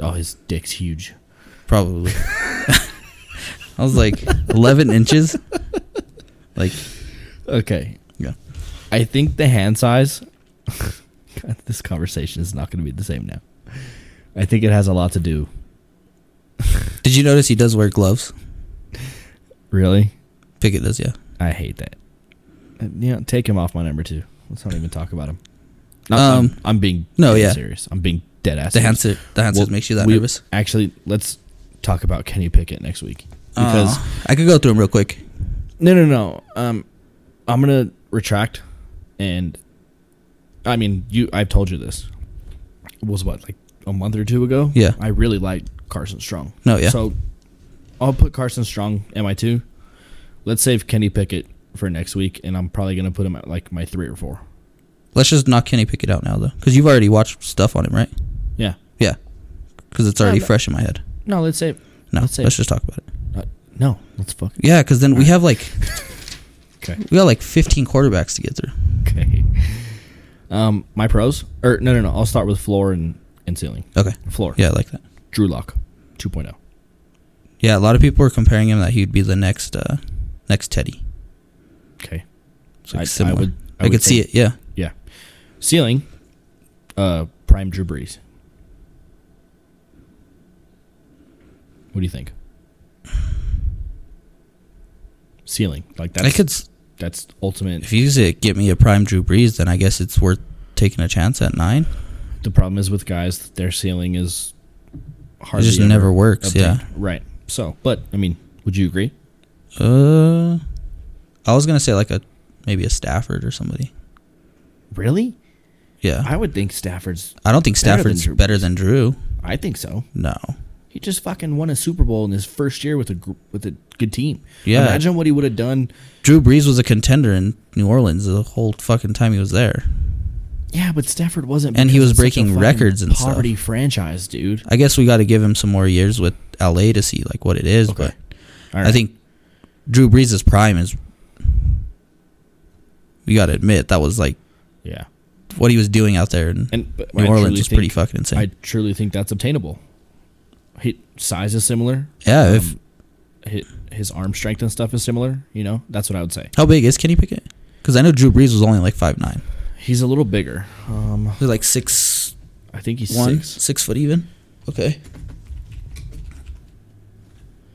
Speaker 2: Oh, his dick's huge.
Speaker 3: probably. I was like, eleven inches, like
Speaker 2: Okay.
Speaker 3: yeah,
Speaker 2: I think the hand size. God, this conversation is not going to be the same now. I think it has a lot to do.
Speaker 3: Did you notice he does wear gloves?
Speaker 2: Really,
Speaker 3: Pickett does, yeah.
Speaker 2: I hate that. Uh, You know, take him off my number two. Let's not even talk about him.
Speaker 3: Um,
Speaker 2: I'm, I'm being
Speaker 3: no,
Speaker 2: dead
Speaker 3: yeah.
Speaker 2: serious. I'm being dead ass.
Speaker 3: The
Speaker 2: serious.
Speaker 3: handset, the handset
Speaker 2: Well,
Speaker 3: makes you that
Speaker 2: we-
Speaker 3: nervous.
Speaker 2: Actually, let's talk about Kenny Pickett next week because
Speaker 3: Because I could go through him real quick.
Speaker 2: No, no, no. Um, I'm gonna retract, and I mean, you. I've told you this It was what like a month or two ago.
Speaker 3: Yeah.
Speaker 2: I really liked Carson Strong.
Speaker 3: No, yeah.
Speaker 2: So I'll put Carson Strong at my two. Let's save Kenny Pickett for next week, and I'm probably gonna put him at like my three or four.
Speaker 3: Let's just knock Kenny Pickett out now, though, because you've already watched stuff on him, right?
Speaker 2: Yeah.
Speaker 3: Yeah, because it's already
Speaker 2: but-
Speaker 3: fresh in my head.
Speaker 2: No, let's save.
Speaker 3: No,
Speaker 2: Let's
Speaker 3: let's,
Speaker 2: say-
Speaker 3: just talk about it.
Speaker 2: Uh, no, let's fuck.
Speaker 3: Yeah, because then we have like
Speaker 2: Okay.
Speaker 3: we got like fifteen quarterbacks to get through.
Speaker 2: Okay. Um, my pros or no, no, no. I'll start with floor and and ceiling.
Speaker 3: Okay.
Speaker 2: Floor.
Speaker 3: Yeah, I like that.
Speaker 2: Drew Lock, oh. 2.0.
Speaker 3: Yeah, a lot of people are comparing him that he'd be the next uh next Teddy.
Speaker 2: Okay.
Speaker 3: It's like
Speaker 2: I- I
Speaker 3: similar. I,
Speaker 2: would- I
Speaker 3: could
Speaker 2: would
Speaker 3: see
Speaker 2: think-
Speaker 3: it. Yeah,
Speaker 2: Yeah. Ceiling, uh, prime Drew Brees. What do you think? Ceiling, like that's
Speaker 3: I could. s-
Speaker 2: that's ultimate.
Speaker 3: If you say get me a prime Drew Brees, then I guess it's worth taking a chance at nine.
Speaker 2: the problem is with guys, that their ceiling is hardly
Speaker 3: just
Speaker 2: ever
Speaker 3: never works, yeah.
Speaker 2: right. So, but I mean, would you agree?
Speaker 3: Uh, I was gonna say like a maybe a Stafford or somebody.
Speaker 2: Really?
Speaker 3: Yeah,
Speaker 2: I would think Stafford's.
Speaker 3: I, don't think
Speaker 2: better than
Speaker 3: Stafford's
Speaker 2: Drew
Speaker 3: better than Drew.
Speaker 2: I think so.
Speaker 3: No,
Speaker 2: He just fucking won a Super Bowl in his first year with a gr- with a good team.
Speaker 3: Yeah.
Speaker 2: Imagine what he would have done.
Speaker 3: Drew Brees was a contender in New Orleans the whole fucking time he was there.
Speaker 2: Yeah, but Stafford wasn't.
Speaker 3: And he was
Speaker 2: because it's such a
Speaker 3: breaking
Speaker 2: fucking
Speaker 3: records and stuff.
Speaker 2: poverty franchise, dude.
Speaker 3: I guess we got to give him some more years with LA to see like what it is.
Speaker 2: Okay.
Speaker 3: But
Speaker 2: All
Speaker 3: I
Speaker 2: right.
Speaker 3: think Drew Brees' prime is. We gotta admit that was like
Speaker 2: Yeah.
Speaker 3: what he was doing out there in
Speaker 2: And but
Speaker 3: New
Speaker 2: I
Speaker 3: Orleans
Speaker 2: truly
Speaker 3: was pretty
Speaker 2: think-
Speaker 3: fucking insane.
Speaker 2: I truly think that's obtainable. His size is similar.
Speaker 3: yeah, if
Speaker 2: um, His, his arm strength and stuff is similar. You know, that's what I would say.
Speaker 3: how big is Kenny Pickett? Because I know Drew Brees was only like five nine.
Speaker 2: He's a little bigger. Um,
Speaker 3: He's like six
Speaker 2: I think he's
Speaker 3: one, six
Speaker 2: six.
Speaker 3: foot even. Okay.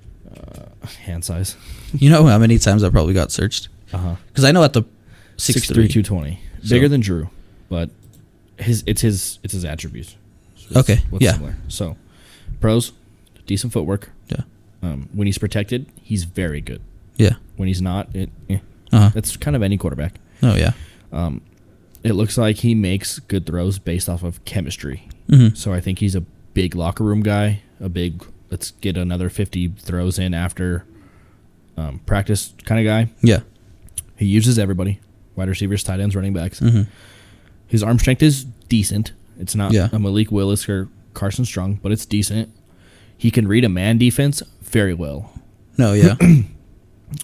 Speaker 2: hand size.
Speaker 3: You know how many times I probably got searched?
Speaker 2: Uh huh.
Speaker 3: Because I know at the
Speaker 2: Six
Speaker 3: six
Speaker 2: three two twenty. Bigger
Speaker 3: So-
Speaker 2: than Drew, but his it's his it's his attributes. So it's-
Speaker 3: Okay, yeah.
Speaker 2: So, pros, decent footwork.
Speaker 3: Yeah.
Speaker 2: Um, when he's protected, he's very good.
Speaker 3: Yeah.
Speaker 2: When he's not, it eh.
Speaker 3: Uh huh.
Speaker 2: that's kind of any quarterback.
Speaker 3: Oh yeah.
Speaker 2: It looks like he makes good throws based off of chemistry.
Speaker 3: Mhm.
Speaker 2: So I think he's a big locker room guy, a big let's get another 50 throws in after um, practice kind of guy.
Speaker 3: Yeah.
Speaker 2: He uses everybody, wide receivers, tight ends, running backs.
Speaker 3: Mm-hmm.
Speaker 2: His arm strength is decent. It's not
Speaker 3: Yeah.
Speaker 2: a Malik Willis or Carson Strong, but it's decent. He can read a man defense very well.
Speaker 3: No. Yeah.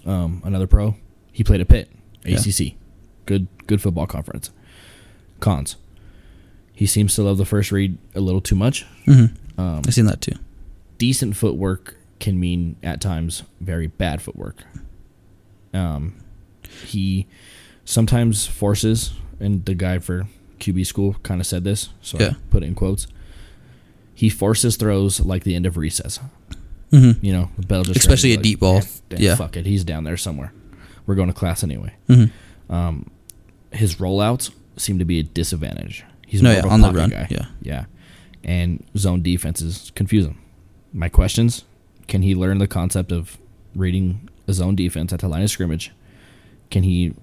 Speaker 2: Um, another pro, he played at Pitt,
Speaker 3: Yeah.
Speaker 2: ACC, good good football conference. Cons, he seems to love the first read a little too much. Um,
Speaker 3: I Mm-hmm. seen that too.
Speaker 2: Decent footwork can mean at times very bad footwork. Um, he sometimes forces, and the guy for QB school kind of said this, so
Speaker 3: Yeah.
Speaker 2: I put it in quotes. He forces throws like the end of recess.
Speaker 3: Mm-hmm.
Speaker 2: You know, the bell just rings,
Speaker 3: Especially a
Speaker 2: like,
Speaker 3: deep ball.
Speaker 2: "Eh, damn,
Speaker 3: Yeah.
Speaker 2: fuck it. He's down there somewhere. We're going to class anyway.
Speaker 3: Mm-hmm.
Speaker 2: Um, his rollouts seem to be a disadvantage. He's
Speaker 3: No,
Speaker 2: more
Speaker 3: yeah,
Speaker 2: of a
Speaker 3: on the
Speaker 2: pocket
Speaker 3: run,
Speaker 2: guy.
Speaker 3: yeah.
Speaker 2: yeah. And zone defenses confuse him. My questions: Can he learn the concept of reading a zone defense at the line of scrimmage? Can he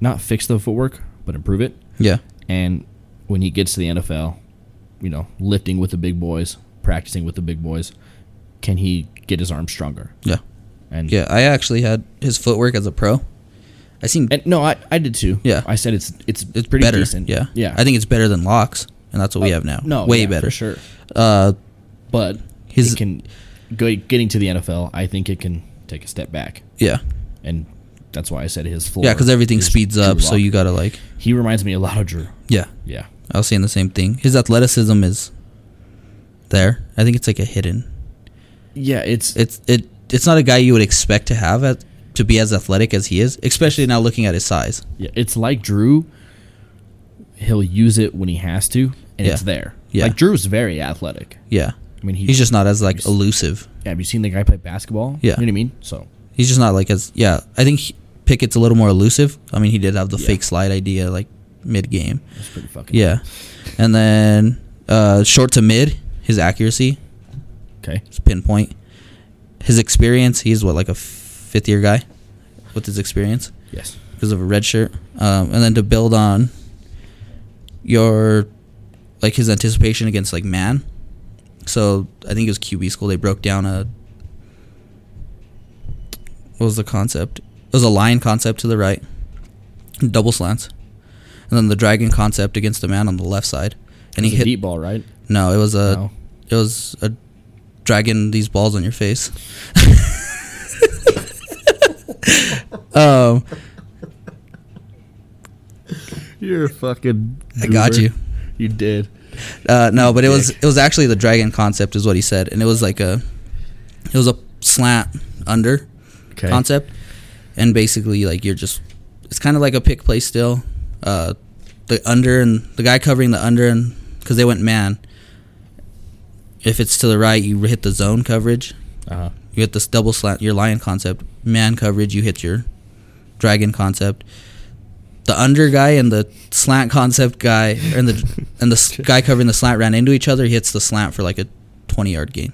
Speaker 2: not fix the footwork, but improve it?
Speaker 3: Yeah.
Speaker 2: And when he gets to the NFL, you know, lifting with the big boys, practicing with the big boys, can he get his arm stronger?
Speaker 3: Yeah.
Speaker 2: And
Speaker 3: Yeah. I actually had his footwork as a pro. I seen
Speaker 2: and no, I, I did too.
Speaker 3: Yeah.
Speaker 2: I said it's
Speaker 3: it's
Speaker 2: it's it's pretty
Speaker 3: better.
Speaker 2: decent.
Speaker 3: Yeah.
Speaker 2: yeah.
Speaker 3: I think it's better than locks, and that's what we have now.
Speaker 2: Oh, no,
Speaker 3: Way
Speaker 2: yeah,
Speaker 3: better.
Speaker 2: for sure.
Speaker 3: Uh,
Speaker 2: But
Speaker 3: His-
Speaker 2: his can go, getting to the NFL. I think it can take a step back,
Speaker 3: yeah.
Speaker 2: and that's why I said his floor.
Speaker 3: Yeah, because everything
Speaker 2: is
Speaker 3: speeds
Speaker 2: Drew
Speaker 3: up, so
Speaker 2: Lock.
Speaker 3: you gotta like.
Speaker 2: He reminds me a lot of Drew.
Speaker 3: Yeah.
Speaker 2: Yeah,
Speaker 3: I was saying the same thing. His athleticism is there. I think it's like a hidden.
Speaker 2: yeah. It's
Speaker 3: It's it. It's not a guy you would expect to have at, to be as athletic as he is, especially now looking at his size.
Speaker 2: Yeah, it's like Drew. He'll use it when he has to, and
Speaker 3: Yeah.
Speaker 2: it's there.
Speaker 3: Yeah.
Speaker 2: like Drew's very athletic.
Speaker 3: Yeah.
Speaker 2: I mean, he-
Speaker 3: he's just not as like
Speaker 2: he's-
Speaker 3: elusive.
Speaker 2: Yeah, have you seen the guy play basketball?
Speaker 3: Yeah.
Speaker 2: you know what I mean. So
Speaker 3: He's just not like as yeah. I think he, Pickett's a little more elusive. I mean, he did have the fake slide idea like mid game.
Speaker 2: it's pretty fucking
Speaker 3: Yeah, and then uh, short to mid, his accuracy
Speaker 2: Okay,
Speaker 3: is pinpoint. His experience, he's what like a fifth year guy with his experience
Speaker 2: yes,
Speaker 3: because of a red shirt. Um, and then to build on your like his anticipation against like man. So I think it was QB school. They broke down a what was the concept? It was a line concept to the right, double slants, and then the dragon concept against the man on the left side. And he
Speaker 2: it's a
Speaker 3: hit
Speaker 2: deep ball, right?
Speaker 3: no, it was a
Speaker 2: No.
Speaker 3: it was a dragging these balls on your face. um,
Speaker 2: You're fucking.
Speaker 3: I got goober. you.
Speaker 2: You did.
Speaker 3: uh, no, but it was it was actually the dragon concept is what he said, and it was like a it was a slant under
Speaker 2: Okay.
Speaker 3: concept, and basically like you're just it's kind of like a pick play still. Uh, the under and the guy covering the under and because they went man. If it's to the right, you hit the zone coverage.
Speaker 2: Uh-huh.
Speaker 3: You hit this double slant, your lion concept, man coverage. You hit your dragon concept. The under guy and the slant concept guy, and the and the s- guy covering the slant ran into each other. He hits the slant for like a twenty yard gain.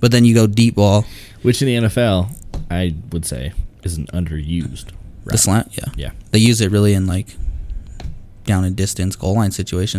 Speaker 3: But then you go deep ball,
Speaker 2: Which in the NFL, I would say, is an underused.
Speaker 3: the slant. Yeah,
Speaker 2: Yeah.
Speaker 3: they use it really in like down and distance goal line situations.